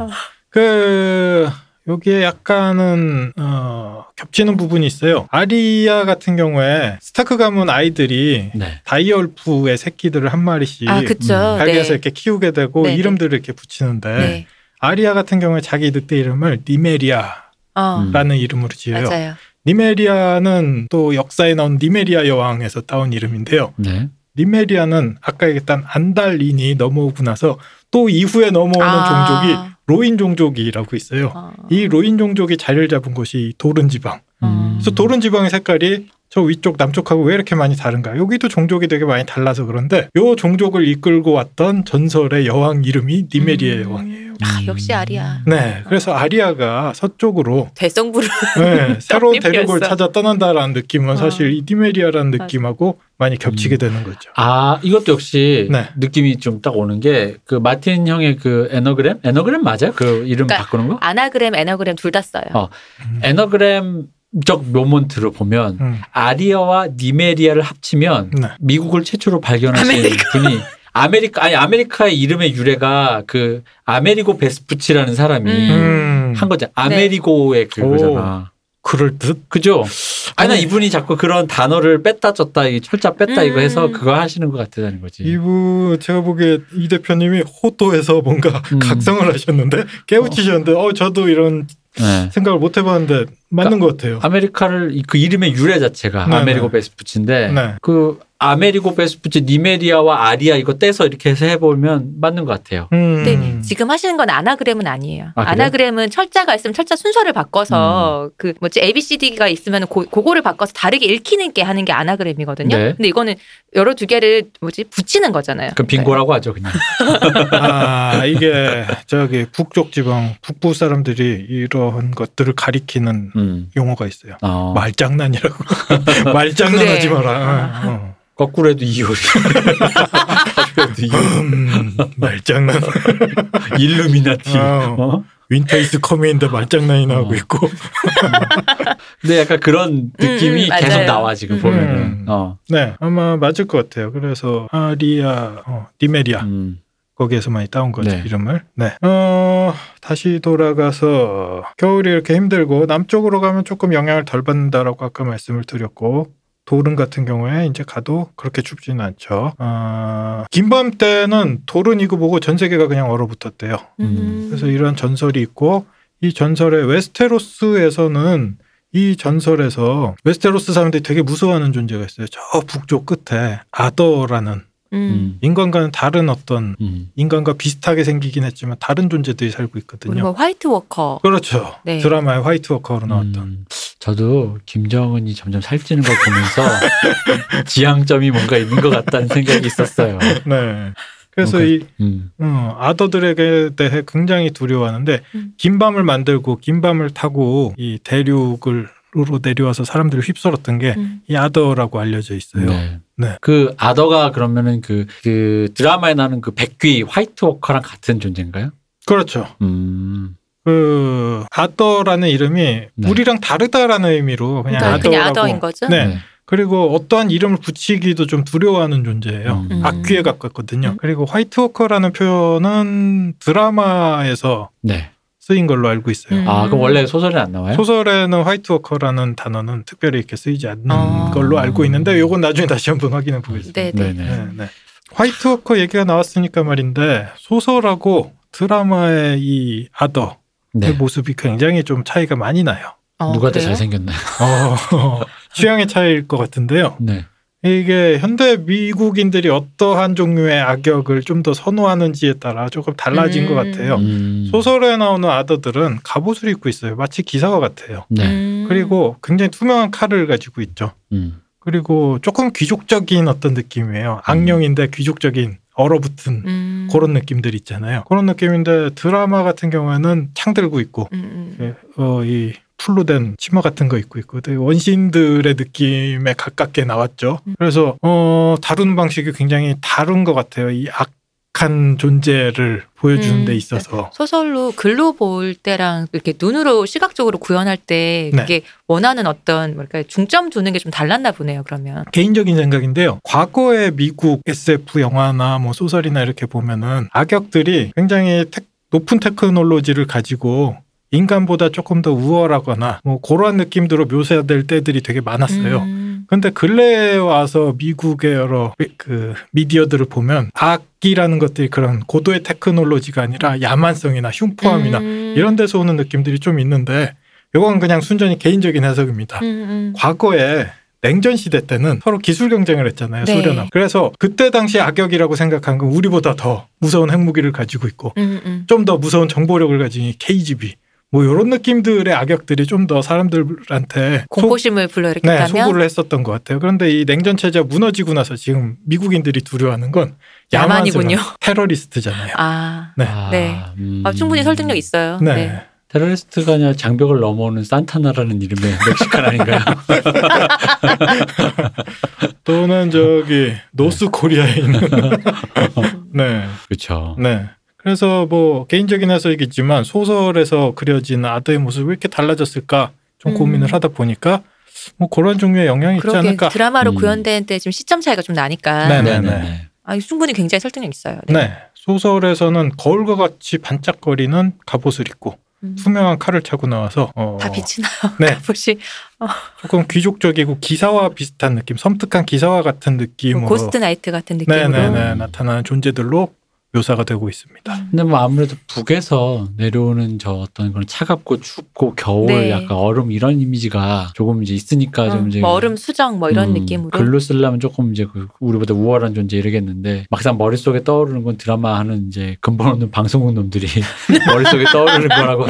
B: 그 여기에 약간은 어, 겹치는 부분이 있어요. 아리아 같은 경우에 스타크 가문 아이들이
C: 네.
B: 다이얼프의 새끼들을 한 마리씩
A: 아, 그쵸.
C: 음,
B: 발리에서
A: 네.
B: 이렇게 키우게 되고
A: 네,
B: 이름들을 이렇게 붙이는데
A: 네.
B: 아리아 같은 경우에 자기 늑대 이름을 니메리아라는
A: 어,
C: 음.
B: 이름으로 지어요.
A: 맞아요.
B: 니메리아는 또 역사에 나온 니메리아 여왕에서 따온 이름인데요.
C: 네.
B: 니메리아는 아까 얘기했던 안달린이 넘어오고 나서 또 이후에 넘어오는
A: 아.
B: 종족이 로인 종족이라고 있어요. 이 로인 종족이 자리를 잡은 곳이 도른 지방.
C: 음.
B: 그래서 도른 지방의 색깔이 저 위쪽 남쪽하고 왜 이렇게 많이 다른가? 여기도 종족이 되게 많이 달라서 그런데 요 종족을 이끌고 왔던 전설의 여왕 이름이 니메리아
A: 음.
B: 여왕이에요.
A: 아, 역시 아리아.
B: 네, 그래서 아리아가 서쪽으로
A: 대성부를
B: 네, 새로운
A: 깜짝
B: 대륙을
A: 놀랐어.
B: 찾아 떠난다라는 느낌은
A: 어.
B: 사실 이 니메리아라는 느낌하고 많이 겹치게
C: 음.
B: 되는 거죠.
C: 아 이것도 역시
B: 네.
C: 느낌이 좀 딱 오는 게 그 마틴 형의 그 에너그램 에너그램 맞아요? 그 이름
A: 그러니까
C: 바꾸는 거?
A: 아나그램, 에너그램 둘 다 써요.
C: 어. 에너그램적 모먼트로 보면
B: 음,
C: 아리아와 니메리아를 합치면
B: 네.
C: 미국을 최초로 발견하신 분이 아메리카 아니 아메리카의 이름의 유래가 그 아메리고 베스푸치라는 사람이
A: 음.
C: 한 거죠. 아메리고의 그거잖아.
B: 그럴 듯.
C: 그죠? 아니 나
B: 아니.
C: 이분이 자꾸 그런 단어를 뺐다 쪘다 이 철자 뺐다 이거 해서
A: 음.
C: 그거 하시는 것 같다는 거지.
B: 이분 제가 보기에 이 대표님이 호도에서 뭔가
C: 음.
B: 각성을 하셨는데 깨우치셨는데 어 저도 이런
C: 네.
B: 생각을 못 해봤는데 맞는 것 같아요.
C: 아메리카를 이- 그 이름의 유래 자체가
B: 네,
C: 아메리고
B: 네.
C: 베스푸치인데
B: 네.
C: 그 아메리고 베스푸치 니메리아와 아리아 이거 떼서 이렇게 해서 해보면 맞는 것 같아요.
B: 음.
A: 근데 지금 하시는 건 아나그램은 아니에요.
C: 아, 그래요?
A: 아, 나그램은 철자가 있으면 철자 순서를
B: 음.
A: 바꿔서 그 뭐지 ABCD가 있으면 고, 그거를 바꿔서 다르게 읽히는 게 하는 게 아나그램이거든요.
C: 네.
A: 근데 이거는 여러 두 개를 뭐지 붙이는 거잖아요.
C: 그 빙고라고 하죠 그냥.
B: 아 이게 저기 북쪽 지방 북부 사람들이 이런 것들을 가리키는
C: 음.
B: 용어가 있어요.
C: 어.
B: 말장난이라고 말장난하지
A: 그래.
B: 마라. 어.
C: 거꾸로 해도 이웃. 거꾸로 해도 이웃.
B: 음, 말장난.
C: 일루미나티.
B: 어.
C: 어?
B: 윈터이스 커밍인데 말장난이나 하고
C: 어.
B: 있고.
C: 근데 약간 그런 느낌이
A: 음,
C: 계속
A: 맞아요.
C: 나와 지금
A: 음.
C: 보면은.
B: 음.
C: 어.
B: 네 아마 맞을 것 같아요. 그래서 아리아 어, 디메리아
C: 음.
B: 거기에서 많이 따온 거죠
C: 네.
B: 이름을. 네. 어 다시 돌아가서 겨울이 이렇게 힘들고 남쪽으로 가면 조금 영향을 덜 받는다라고 아까 말씀을 드렸고 도른 같은 경우에 이제 가도 그렇게 춥지는 않죠. 어, 긴밤 때는 도른이고 뭐고 전 세계가 그냥 얼어붙었대요.
A: 네.
C: 음.
B: 그래서 이러한 전설이 있고 이 전설의 웨스테로스에서는 이 전설에서 웨스테로스 사람들이 되게 무서워하는 존재가 있어요. 저 북쪽 끝에 아더라는
A: 음.
C: 음.
B: 인간과는 다른 어떤
C: 음.
B: 인간과 비슷하게 생기긴 했지만 다른 존재들이 살고 있거든요.
A: 우리가 뭐 화이트 워커.
B: 그렇죠.
A: 네.
B: 드라마의 화이트 워커로 나왔던.
C: 음, 저도 김정은이 점점 살찌는 걸 보면서 지향점이 뭔가 있는 것 같다는 생각이 있었어요.
B: 네. 그래서
C: 오케이.
B: 이
C: 음.
B: 어, 아더들에게 대해 굉장히 두려워하는데
A: 음.
B: 긴 밤을 만들고 긴 밤을 타고 이 대륙을 으로 내려와서 사람들을 휩쓸었던 게 이
A: 음.
B: 아더라고 알려져 있어요.
C: 네.
B: 네.
C: 그 아더가 그러면은 그, 그 드라마에 나오는 그 백귀 화이트 워커랑 같은 존재인가요?
B: 그렇죠.
C: 음.
B: 그 아더라는 이름이
C: 네.
B: 우리랑 다르다라는 의미로 그냥
A: 그러니까
B: 아더라고.
A: 그냥 아더인 거죠.
B: 네. 그리고 어떠한 이름을 붙이기도 좀 두려워하는 존재예요.
C: 음.
B: 악귀에 가깝거든요.
A: 음.
B: 그리고 화이트워커라는 표현은 드라마에서
C: 네.
B: 쓰인 걸로 알고 있어요.
A: 음.
C: 아, 네? 그럼 원래 소설에 안 나와요?
B: 소설에는 화이트워커라는 단어는 특별히 이렇게 쓰이지 않는
A: 아.
B: 걸로 알고 있는데 요건 나중에 다시 한번 확인해 보겠습니다.
A: 네, 네.
C: 네네.
B: 네, 네. 화이트워커 얘기가 나왔으니까 말인데 소설하고 드라마의 이 아더의
C: 네.
B: 모습이 굉장히 좀 차이가 많이 나요.
A: 어,
C: 누가 더
A: 그래요?
C: 잘생겼나요?
B: 어, 취향의 차이일 것 같은데요.
C: 네.
B: 이게 현대 미국인들이 어떠한 종류의 악역을 좀 더 선호하는지에 따라 조금 달라진
A: 음.
B: 것 같아요.
C: 음.
B: 소설에 나오는 아더들은 갑옷을 입고 있어요. 마치 기사와 같아요.
C: 네.
A: 음.
B: 그리고 굉장히 투명한 칼을 가지고 있죠.
C: 음.
B: 그리고 조금 귀족적인 어떤 느낌이에요. 악령인데 귀족적인 얼어붙은
A: 음.
B: 그런 느낌들 있잖아요. 그런 느낌인데 드라마 같은 경우에는 창 들고 있고
A: 음, 음.
B: 예, 어, 이 풀로 된 치마 같은 거 입고 있고 되게 원시인들의 느낌에 가깝게 나왔죠.
A: 음.
B: 그래서 어, 다루는 방식이 굉장히 다른 것 같아요. 이 악한 존재를 보여주는
A: 음,
B: 데 있어서
A: 소설로 글로 볼 때랑 이렇게 눈으로 시각적으로 구현할 때
B: 네.
A: 그게 원하는 어떤 뭐랄까 중점 두는 게 좀 달랐나 보네요. 그러면
B: 개인적인 생각인데요. 과거의 미국 SF 영화나 뭐 소설이나 이렇게 보면은 악역들이 굉장히 테- 높은 테크놀로지를 가지고 인간보다 조금 더 우월하거나 뭐 그러한 느낌으로 묘사될 때들이 되게 많았어요.
A: 음.
B: 근데 근래에 와서 미국의 여러 미- 그 미디어들을 보면 악기라는 것들이 그런 고도의 테크놀로지가 아니라 야만성이나 흉포함이나
A: 음.
B: 이런 데서 오는 느낌들이 좀 있는데 이건 그냥 순전히 개인적인 해석입니다.
A: 음, 음.
B: 과거에 냉전 시대 때는 서로 기술 경쟁을 했잖아요.
A: 네.
B: 소련하고. 그래서 그때 당시 악역이라고 생각한 건 우리보다 더 무서운 핵무기를 가지고 있고
A: 음, 음.
B: 좀 더 무서운 정보력을 가진 KGB 뭐 이런 느낌들의 악역들이 좀 더 사람들한테 속-
A: 공포심을
B: 네,
A: 불러일으켰다면
B: 소구를 했었던 것 같아요. 그런데 이 냉전 체제가 무너지고 나서 지금 미국인들이 두려워하는 건
A: 야만이군요.
B: 야만스러운 테러리스트잖아요.
A: 아,
B: 네.
C: 아,
A: 네.
C: 음.
A: 아, 충분히 설득력 있어요.
B: 네.
A: 네.
C: 테러리스트가 아니라 장벽을 넘어오는 산타나라는 이름의 멕시칸 아닌가요?
B: 또는 저기 노스 코리아에 있는 네.
C: 그렇죠.
B: 네. 그래서 뭐 개인적인 해석이겠지만 소설에서 그려진 아더의 모습이 왜 이렇게 달라졌을까 좀
A: 음.
B: 고민을 하다 보니까 뭐 그런 종류의 영향이 있지
A: 그렇게
B: 않을까.
A: 드라마로
C: 음.
A: 구현된 때 지금 시점 차이가 좀 나니까
B: 네네.
A: 아, 이거 충분히 굉장히 설득력 있어요. 네.
B: 네. 소설에서는 거울과 같이 반짝거리는 갑옷을 입고
A: 음.
B: 투명한 칼을 차고 나와서 어,
A: 다 빛이 나요.
B: 네.
A: 보시
B: 조금 귀족적이고 기사와 비슷한 느낌, 섬뜩한 기사와 같은 느낌으로
A: 뭐 고스트 나이트 같은 느낌으로 음.
C: 음.
B: 네네네 나타나는 존재들로 묘사가 되고 있습니다.
C: 근데 뭐 아무래도 북에서 내려오는 저 어떤 그런 차갑고 춥고 겨울
A: 네.
C: 약간 얼음 이런 이미지가 조금 이제 있으니까
A: 어,
C: 좀 이제
A: 뭐 얼음 수정 뭐 이런
C: 음,
A: 느낌으로
C: 글로 쓰려면 조금 이제 그 우리보다 우월한 존재 이러겠는데 막상 머릿속에 떠오르는 건 드라마 하는 이제 근본 없는 방송국 놈들이 머릿속에 떠오르는 거라고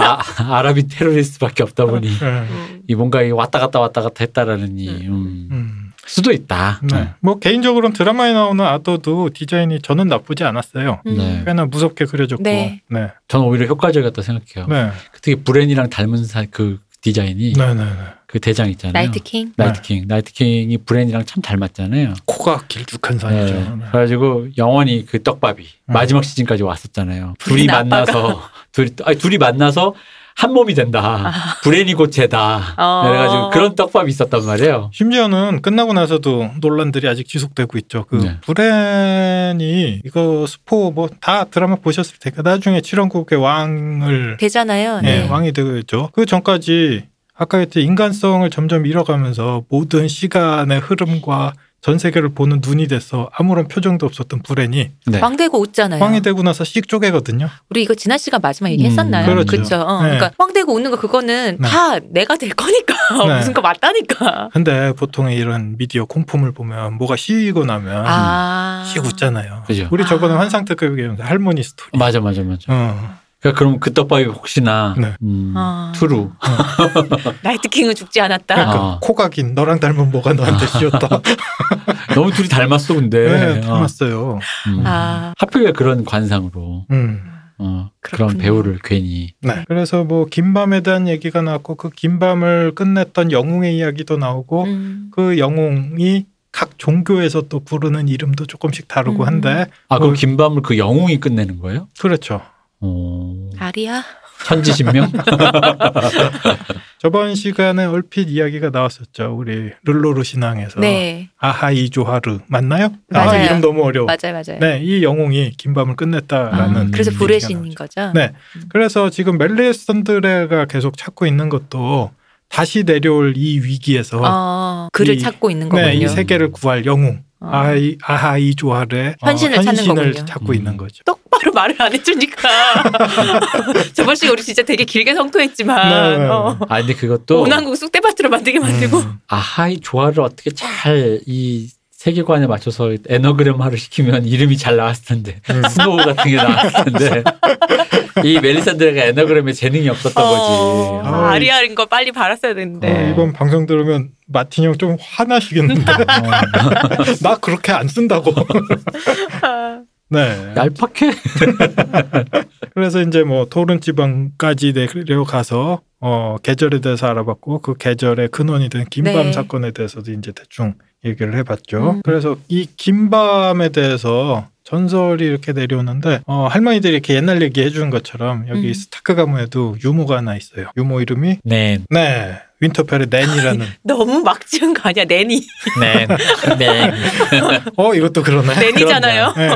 C: 아, 아랍인 테러리스트밖에 없다 보니
B: 네.
A: 음.
C: 이 뭔가 이 왔다 갔다 왔다 갔다 했다라는 이
A: 네.
C: 음,
B: 음.
C: 수도 있다. 음,
B: 네. 뭐 개인적으로는 드라마에 나오는 아더도 디자인이 저는 나쁘지 않았어요.
A: 음.
C: 네.
B: 꽤나 무섭게 그려졌고.
A: 네.
B: 네.
C: 저는 오히려 효과적이었다 생각해요.
B: 네.
C: 특히 브랜이랑 닮은 사, 그 디자인이
B: 네, 네, 네.
C: 그 대장 있잖아요.
A: 나이트킹
C: 나이트킹. 나이트킹이 브랜이랑 참 닮았잖아요.
B: 코가 길쭉한 산이죠.
C: 네.
B: 네.
C: 그래가지고 영원히 그 떡밥이 마지막 시즌까지 왔었잖아요. 둘이 만나서 둘이 아니, 둘이 만나서 한 몸이 된다. 브랜이 고체다.
A: 아. 어.
C: 그래가지고 그런 떡밥이 있었단 말이에요.
B: 심지어는 끝나고 나서도 논란들이 아직 지속되고 있죠. 그
C: 네.
B: 브랜이 이거 스포 뭐 다 드라마 보셨을 테니까 나중에 칠원국의 왕을
A: 되잖아요.
B: 예,
A: 네.
B: 왕이 되겠죠. 그 전까지 아까 했듯이 인간성을 점점 잃어가면서 모든 시간의 흐름과 전 세계를 보는 눈이 돼서 아무런 표정도 없었던 브렌이
C: 네.
A: 왕 되고 웃잖아요.
B: 황이 되고 나서 씩 쪼개거든요.
A: 우리 이거 지난 시간 마지막
C: 음,
A: 얘기했었나요?
B: 그렇죠.
A: 그렇죠. 어,
B: 네.
A: 그러니까 황 되고 웃는 거 그거는
B: 네.
A: 다 내가 될 거니까
B: 네.
A: 무슨 거 맞다니까.
B: 근데 보통의 이런 미디어 공품을 보면 뭐가 씌이고 나면
A: 아.
B: 씩 웃잖아요.
C: 그죠.
B: 우리 저번에
A: 아.
B: 환상 특급이었는데 할머니 스토리.
C: 맞아, 맞아, 맞아.
B: 어.
C: 그러니까 그럼 그 떡밥이 혹시나
B: 네.
C: 음,
A: 아.
C: 투루
A: 나이트킹은 죽지 않았다.
B: 그러니까
C: 아.
B: 코가 긴 너랑 닮은 뭐가 너한테 씌었다.
C: 너무 둘이 닮았어 근데
B: 네,
C: 어.
B: 닮았어요.
C: 음.
A: 아.
C: 하필 왜 그런 관상으로
B: 음.
C: 어, 그런
A: 그렇군요.
C: 배우를 괜히
B: 네. 그래서 뭐 긴밤에 대한 얘기가 나왔고 그 긴밤을 끝냈던 영웅의 이야기도 나오고
A: 음.
B: 그 영웅이 각 종교에서 또 부르는 이름도 조금씩 다르고
A: 음.
B: 한데
C: 아 그럼
B: 뭘-
C: 김밤을 그 영웅이 끝내는 거예요?
B: 그렇죠.
C: 어,
A: 아리야.
C: 천지신명?
B: 저번 시간에 얼핏 이야기가 나왔었죠. 우리 르로르 신앙에서
A: 네.
B: 아하 이조하르 맞나요? 아
A: 맞아요.
B: 이름 너무 어려워.
A: 맞아요, 맞아요. 아.
B: 네, 이 영웅이 긴밤을 끝냈다라는.
C: 음.
A: 그래서
B: 얘기가
A: 불의 신인
B: 나오죠.
A: 거죠.
B: 네. 그래서 지금 멜리산드레가 계속 찾고 있는 것도 다시 내려올 이 위기에서
A: 어, 그를
B: 이-
A: 찾고 있는 거군요.
B: 네, 이 세계를 구할 영웅
A: 어.
B: 아이, 아하 이조하르의
A: 헌신을
B: 어,
A: 찾는
B: 헌신을
A: 거군요.
B: 찾고 있는
C: 음.
B: 거죠.
A: 똑바로 말을 안 해주니까 저번 시간 우리 진짜 되게 길게 성토했지만
B: 네.
A: 어,
C: 아 근데 그것도
A: 오난국 쑥대밭으로 만들게 만들고
B: 음.
C: 아하이 조화를 어떻게 잘 이 세계관에 맞춰서 에너그램화를 시키면 이름이 잘 나왔을 텐데 스노우 같은 게 나왔을 텐데 이 멜리산드레가 에너그램에 재능이 없었던
A: 어,
C: 거지.
B: 아,
A: 아리아인 거 빨리 발았어야 되는데
B: 어, 이번 방송 들으면 마틴 형 좀 화나시겠는데. 나 그렇게 안 쓴다고.
A: 아,
B: 네.
C: 얄팍해.
B: 그래서 이제 뭐 토른 지방까지 내려가서 어, 계절에 대해서 알아봤고 그 계절의 근원이 된 긴밤
A: 네.
B: 사건에 대해서도 이제 대충 얘기를 해봤죠.
A: 음.
B: 그래서 이 긴밤에 대해서 전설이 이렇게 내려오는데 어, 할머니들이 이렇게 옛날 얘기해 준 것처럼 여기
A: 음.
B: 스타크 가문에도 유모가 하나 있어요. 유모 이름이
C: 네,
B: 네 윈터펠의
A: 아, 네.
B: 낸이라는.
A: 너무 막 지은 거 아니야 내니
C: 네, 네.
B: 어 이것도 그러네.
A: 내니잖아요
B: 네.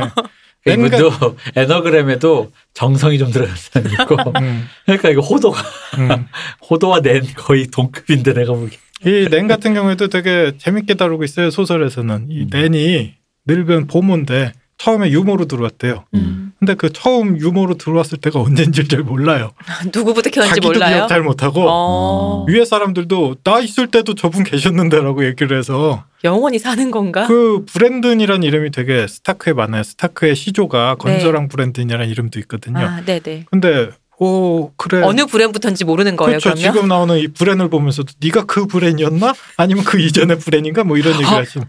C: 그러니까 이분도 에너그램에도 정성이 좀 들어간 사람이 있고
B: 음,
C: 그러니까 이거 호도가
B: 음.
C: 호도와 낸 거의 동급인데 내가 보기.
B: 이냉 같은 경우에도 되게 재밌게 다루고 있어요 소설에서는 이
C: 음.
B: 냉이 늙은 보모인데 처음에 유모로 들어왔대요.
C: 음.
B: 근데 그 처음 유모로 들어왔을 때가 언젠지 잘 몰라요.
A: 누구부터 키웠는지
B: 자기도
A: 몰라요
B: 기억 잘 못하고
A: 어,
B: 위에 사람들도 나 있을 때도 저분 계셨는데라고 얘기를 해서
A: 영원히 사는 건가
B: 그 브랜든이라는 이름이 되게 스타크에 많아요. 스타크의 시조가
A: 네.
B: 건설왕 브랜든이라는 이름도 있거든요.
A: 아 네네
B: 근데 오 그래
A: 어느 브랜부터인지 모르는 거예요
B: 그렇죠.
A: 그러면
B: 지금 나오는 이 브랜을 보면서도 네가 그 브랜이었나? 아니면 그 이전의 브랜인가? 뭐 이런 얘기를
C: 아.
B: 하시면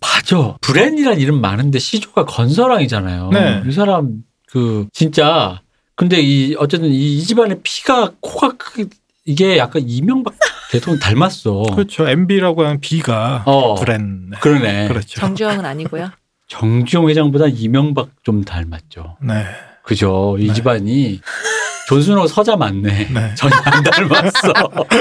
C: 맞아. 브랜이란 이름 많은데 시조가 건설왕이잖아요.
B: 네.
C: 이 사람 그 진짜 근데 이 어쨌든 이, 이 집안의 피가 코가 크게 이게 약간 이명박 대통령 닮았어.
B: 그렇죠. MB라고 하는 B가
C: 어.
B: 브랜.
C: 그러네.
B: 그렇죠.
A: 정주영은 아니고요
C: 정주영 회장보다 이명박 좀 닮았죠.
B: 네.
C: 그죠. 이
B: 네.
C: 집안이 존순호 서자 맞네.
B: 네.
C: 전혀 안 닮았어.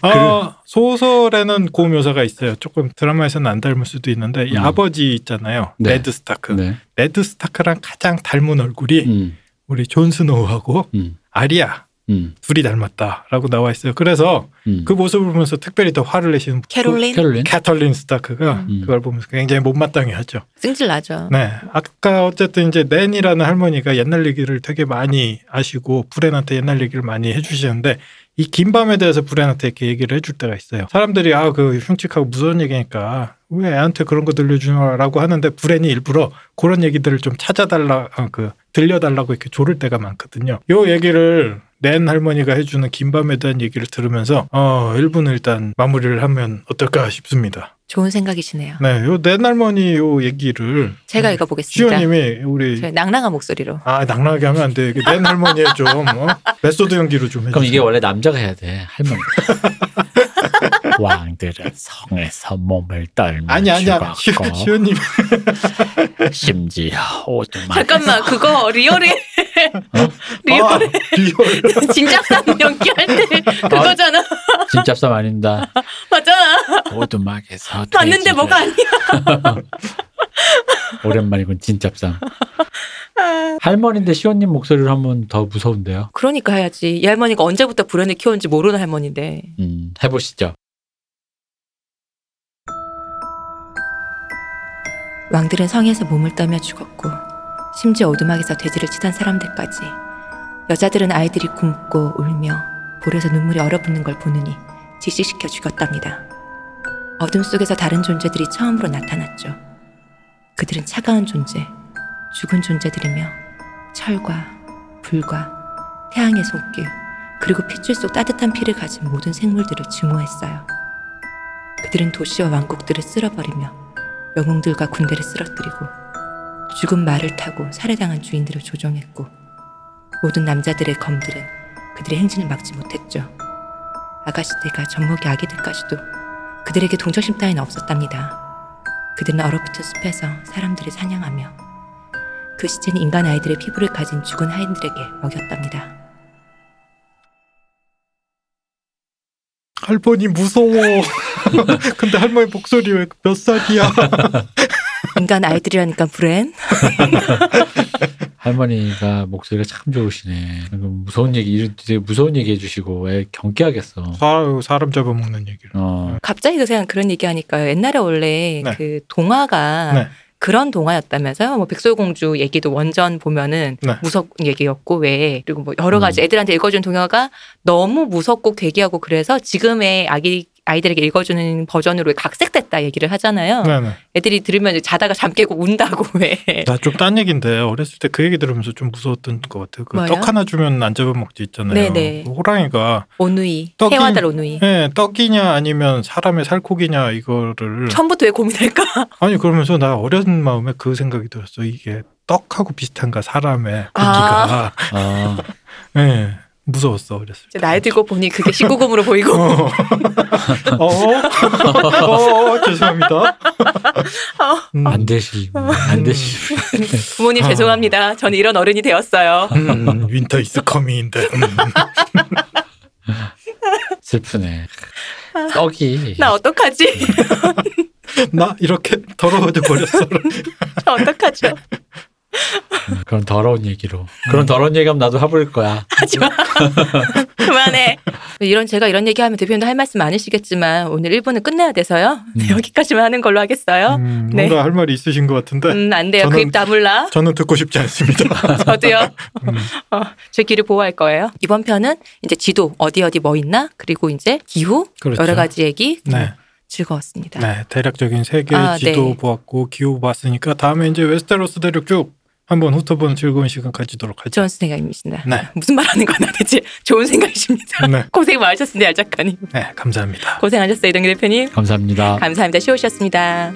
C: 그
B: 어, 소설에는 그 묘사가 있어요. 조금 드라마에서는 안 닮을 수도 있는데 이
C: 음.
B: 아버지 있잖아요.
C: 네.
B: 레드 스타크.
C: 네.
B: 레드 스타크랑 가장 닮은 얼굴이
C: 음,
B: 우리 존 스노우하고
C: 음,
B: 아리아
C: 음,
B: 둘이 닮았다라고 나와 있어요. 그래서
C: 음.
B: 그 모습을 보면서 특별히 더 화를 내시는
A: 캐롤린
C: 캐롤린.
B: 캐털린 스타크가
C: 음.
B: 그걸 보면서 굉장히 못마땅해 하죠.
A: 승질 나죠
B: 네. 아까 어쨌든 이제 낸이라는 할머니가 옛날 얘기를 되게 많이 아시고 불엔한테 옛날 얘기를 많이 해주시는데 이 긴밤에 대해서 불엔한테 이렇게 얘기를 해줄 때가 있어요. 사람들이 아 그 흉측하고 무서운 얘기니까 왜 애한테 그런 거 들려주냐라고 하는데 불엔이 일부러 그런 얘기들을 좀 찾아달라 아, 그 들려달라고 이렇게 조를 때가 많거든요. 요 얘기를 낸 할머니가 해주는 긴밤에 대한 얘기를 들으면서 어 일부는 일단 마무리를 하면 어떨까 싶습니다.
A: 좋은 생각이시네요
B: 네, 요 낸 할머니 요 얘기를
A: 제가 읽어보겠습니다
B: 시호님이 우리
A: 저희 낭랑한 목소리로
B: 아 낭랑하게 하면 안 돼. 이게 맨 할머니의 좀 어? 메소드 연기로 좀 해주세요.
C: 그럼 이게 원래 남자가 해야 돼 할머니. 왕들은 성에서 몸을 떨며
B: 아니 아니야. 시-
C: 죽었고
B: 시호님
C: 심지어 오두막
A: 잠깐만 그거 리얼에
B: 아,
A: 리얼에
B: 리얼.
A: 진짜 쌈 연기할 때 그거잖아
C: 진짜 쌈 아닙니다.
A: 맞잖아
C: 오두막에서
A: 봤는데
B: 네,
C: 돼지를-
A: 뭐가 아니야
C: 오랜만이군 진짜 쌈. 할머니인데 시온님 목소리를 하면 더 무서운데요.
A: 그러니까 해야지 이 할머니가 언제부터 불현을 키웠는지 모르는 할머니인데
C: 음, 해보시죠.
A: 왕들은 성에서 몸을 떠며 죽었고 심지어 오두막에서 돼지를 치던 사람들까지 여자들은 아이들이 굶고 울며 볼에서 눈물이 얼어붙는 걸 보느니 지시시켜 죽였답니다. 어둠 속에서 다른 존재들이 처음으로 나타났죠. 그들은 차가운 존재, 죽은 존재들이며 철과 불과 태양의 손길 그리고 핏줄 속 따뜻한 피를 가진 모든 생물들을 증오했어요. 그들은 도시와 왕국들을 쓸어버리며 영웅들과 군대를 쓰러뜨리고 죽은 말을 타고 살해당한 주인들을 조정했고 모든 남자들의 검들은 그들의 행진을 막지 못했죠. 아가씨들과 젖먹이 아기들까지도 그들에게 동정심 따위는 없었답니다. 그들은 얼어붙은 숲에서 사람들을 사냥하며 그 시체는 인간 아이들의 피부를 가진 죽은 하인들에게 먹였답니다.
B: 할머니 무서워. 근데 할머니 목소리 왜 몇 살이야?
A: 인간 아이들이라니까 브랜?
C: 할머니가 목소리가 참 좋으시네. 방금 무서운 얘기, 이런 되게 무서운 얘기 해주시고, 애 경계하겠어.
B: 사- 사람 잡아먹는 얘기를.
C: 어,
A: 갑자기 그 생각 그런 얘기하니까 옛날에 원래
B: 네.
A: 그 동화가
B: 네.
A: 그런 동화였다면서요? 뭐 백설공주 얘기도 원전 보면은
B: 네.
A: 무섭 얘기였고 왜 그리고 뭐 여러 가지
C: 음.
A: 애들한테 읽어준 동화가 너무 무섭고 괴기하고 그래서 지금의 아기 아이들에게 읽어주는 버전으로 각색됐다 얘기를 하잖아요.
B: 네네.
A: 애들이 들으면 이제 자다가 잠 깨고 운다고 왜?
B: 나좀딴 얘기인데 어렸을 때 그 얘기 들으면서 좀 무서웠던 것 같아요. 그
A: 뭐요?
B: 떡 하나 주면 안 잡아먹지 있잖아요.
A: 네네. 네.
B: 그 호랑이가
A: 오누이
B: 떡이-
A: 해와달 오누이.
B: 예, 떡이냐 아니면 사람의 살코기냐 이거를
A: 처음부터 왜 고민할까?
B: 아니 그러면서 나 어린 마음에 그 생각이 들었어. 이게 떡하고 비슷한가 사람의 고기가
C: 아,
B: 예, 무서웠어 어렸을
A: 이제
B: 때.
A: 나이 들고 보니 그게 19금으로 보이고
B: 어. 어. 어, 죄송합니다. 음.
C: 안 되시,
A: 음.
C: 안 되시.
A: 부모님
B: 아.
A: 죄송합니다. 저는 이런 어른이 되었어요.
B: 음, 윈터 이스 커밍인데.
C: 슬프네. 아. 떡이.
A: 나 어떡하지?
B: 나 이렇게 더러워져 버렸어.
A: 저 어떡하죠?
C: 그런 더러운 얘기로. 그런 더러운 얘기하면 나도 화부릴 거야.
A: 하지 마. 그만해. 이런 제가 이런 얘기하면 대표님도 할 말씀 많으시겠지만 오늘 1부는 끝내야 돼서요. 네, 여기까지만 하는 걸로 하겠어요.
B: 음,
A: 네.
B: 뭔가 할 말이 있으신 것 같은데
A: 음, 안 돼요.
B: 저는-
A: 그 입 다물라.
B: 저는 듣고 싶지 않습니다.
A: 저도요.
B: 음.
A: 어, 제 귀를 보호할 거예요. 이번 편은 이제 지도 어디 어디 뭐 있나 그리고 이제 기후
B: 그렇죠.
A: 여러 가지 얘기
B: 네,
A: 즐거웠습니다.
B: 네, 대략적인 세계
A: 아,
B: 지도
A: 네.
B: 보았고 기후 봤으니까 다음에 이제 웨스테로스 대륙 쭉 한번 훑어보는 즐거운 시간 가지도록 하죠.
A: 좋은 생각입니다.
B: 네.
A: 무슨 말하는 거나 대체 좋은 생각이십니다.
B: 네,
A: 고생 많으셨습니다, 얄 작가님.
B: 네, 감사합니다.
A: 고생하셨어요, 이동기 대표님.
C: 감사합니다.
A: 감사합니다. 쉬우셨습니다.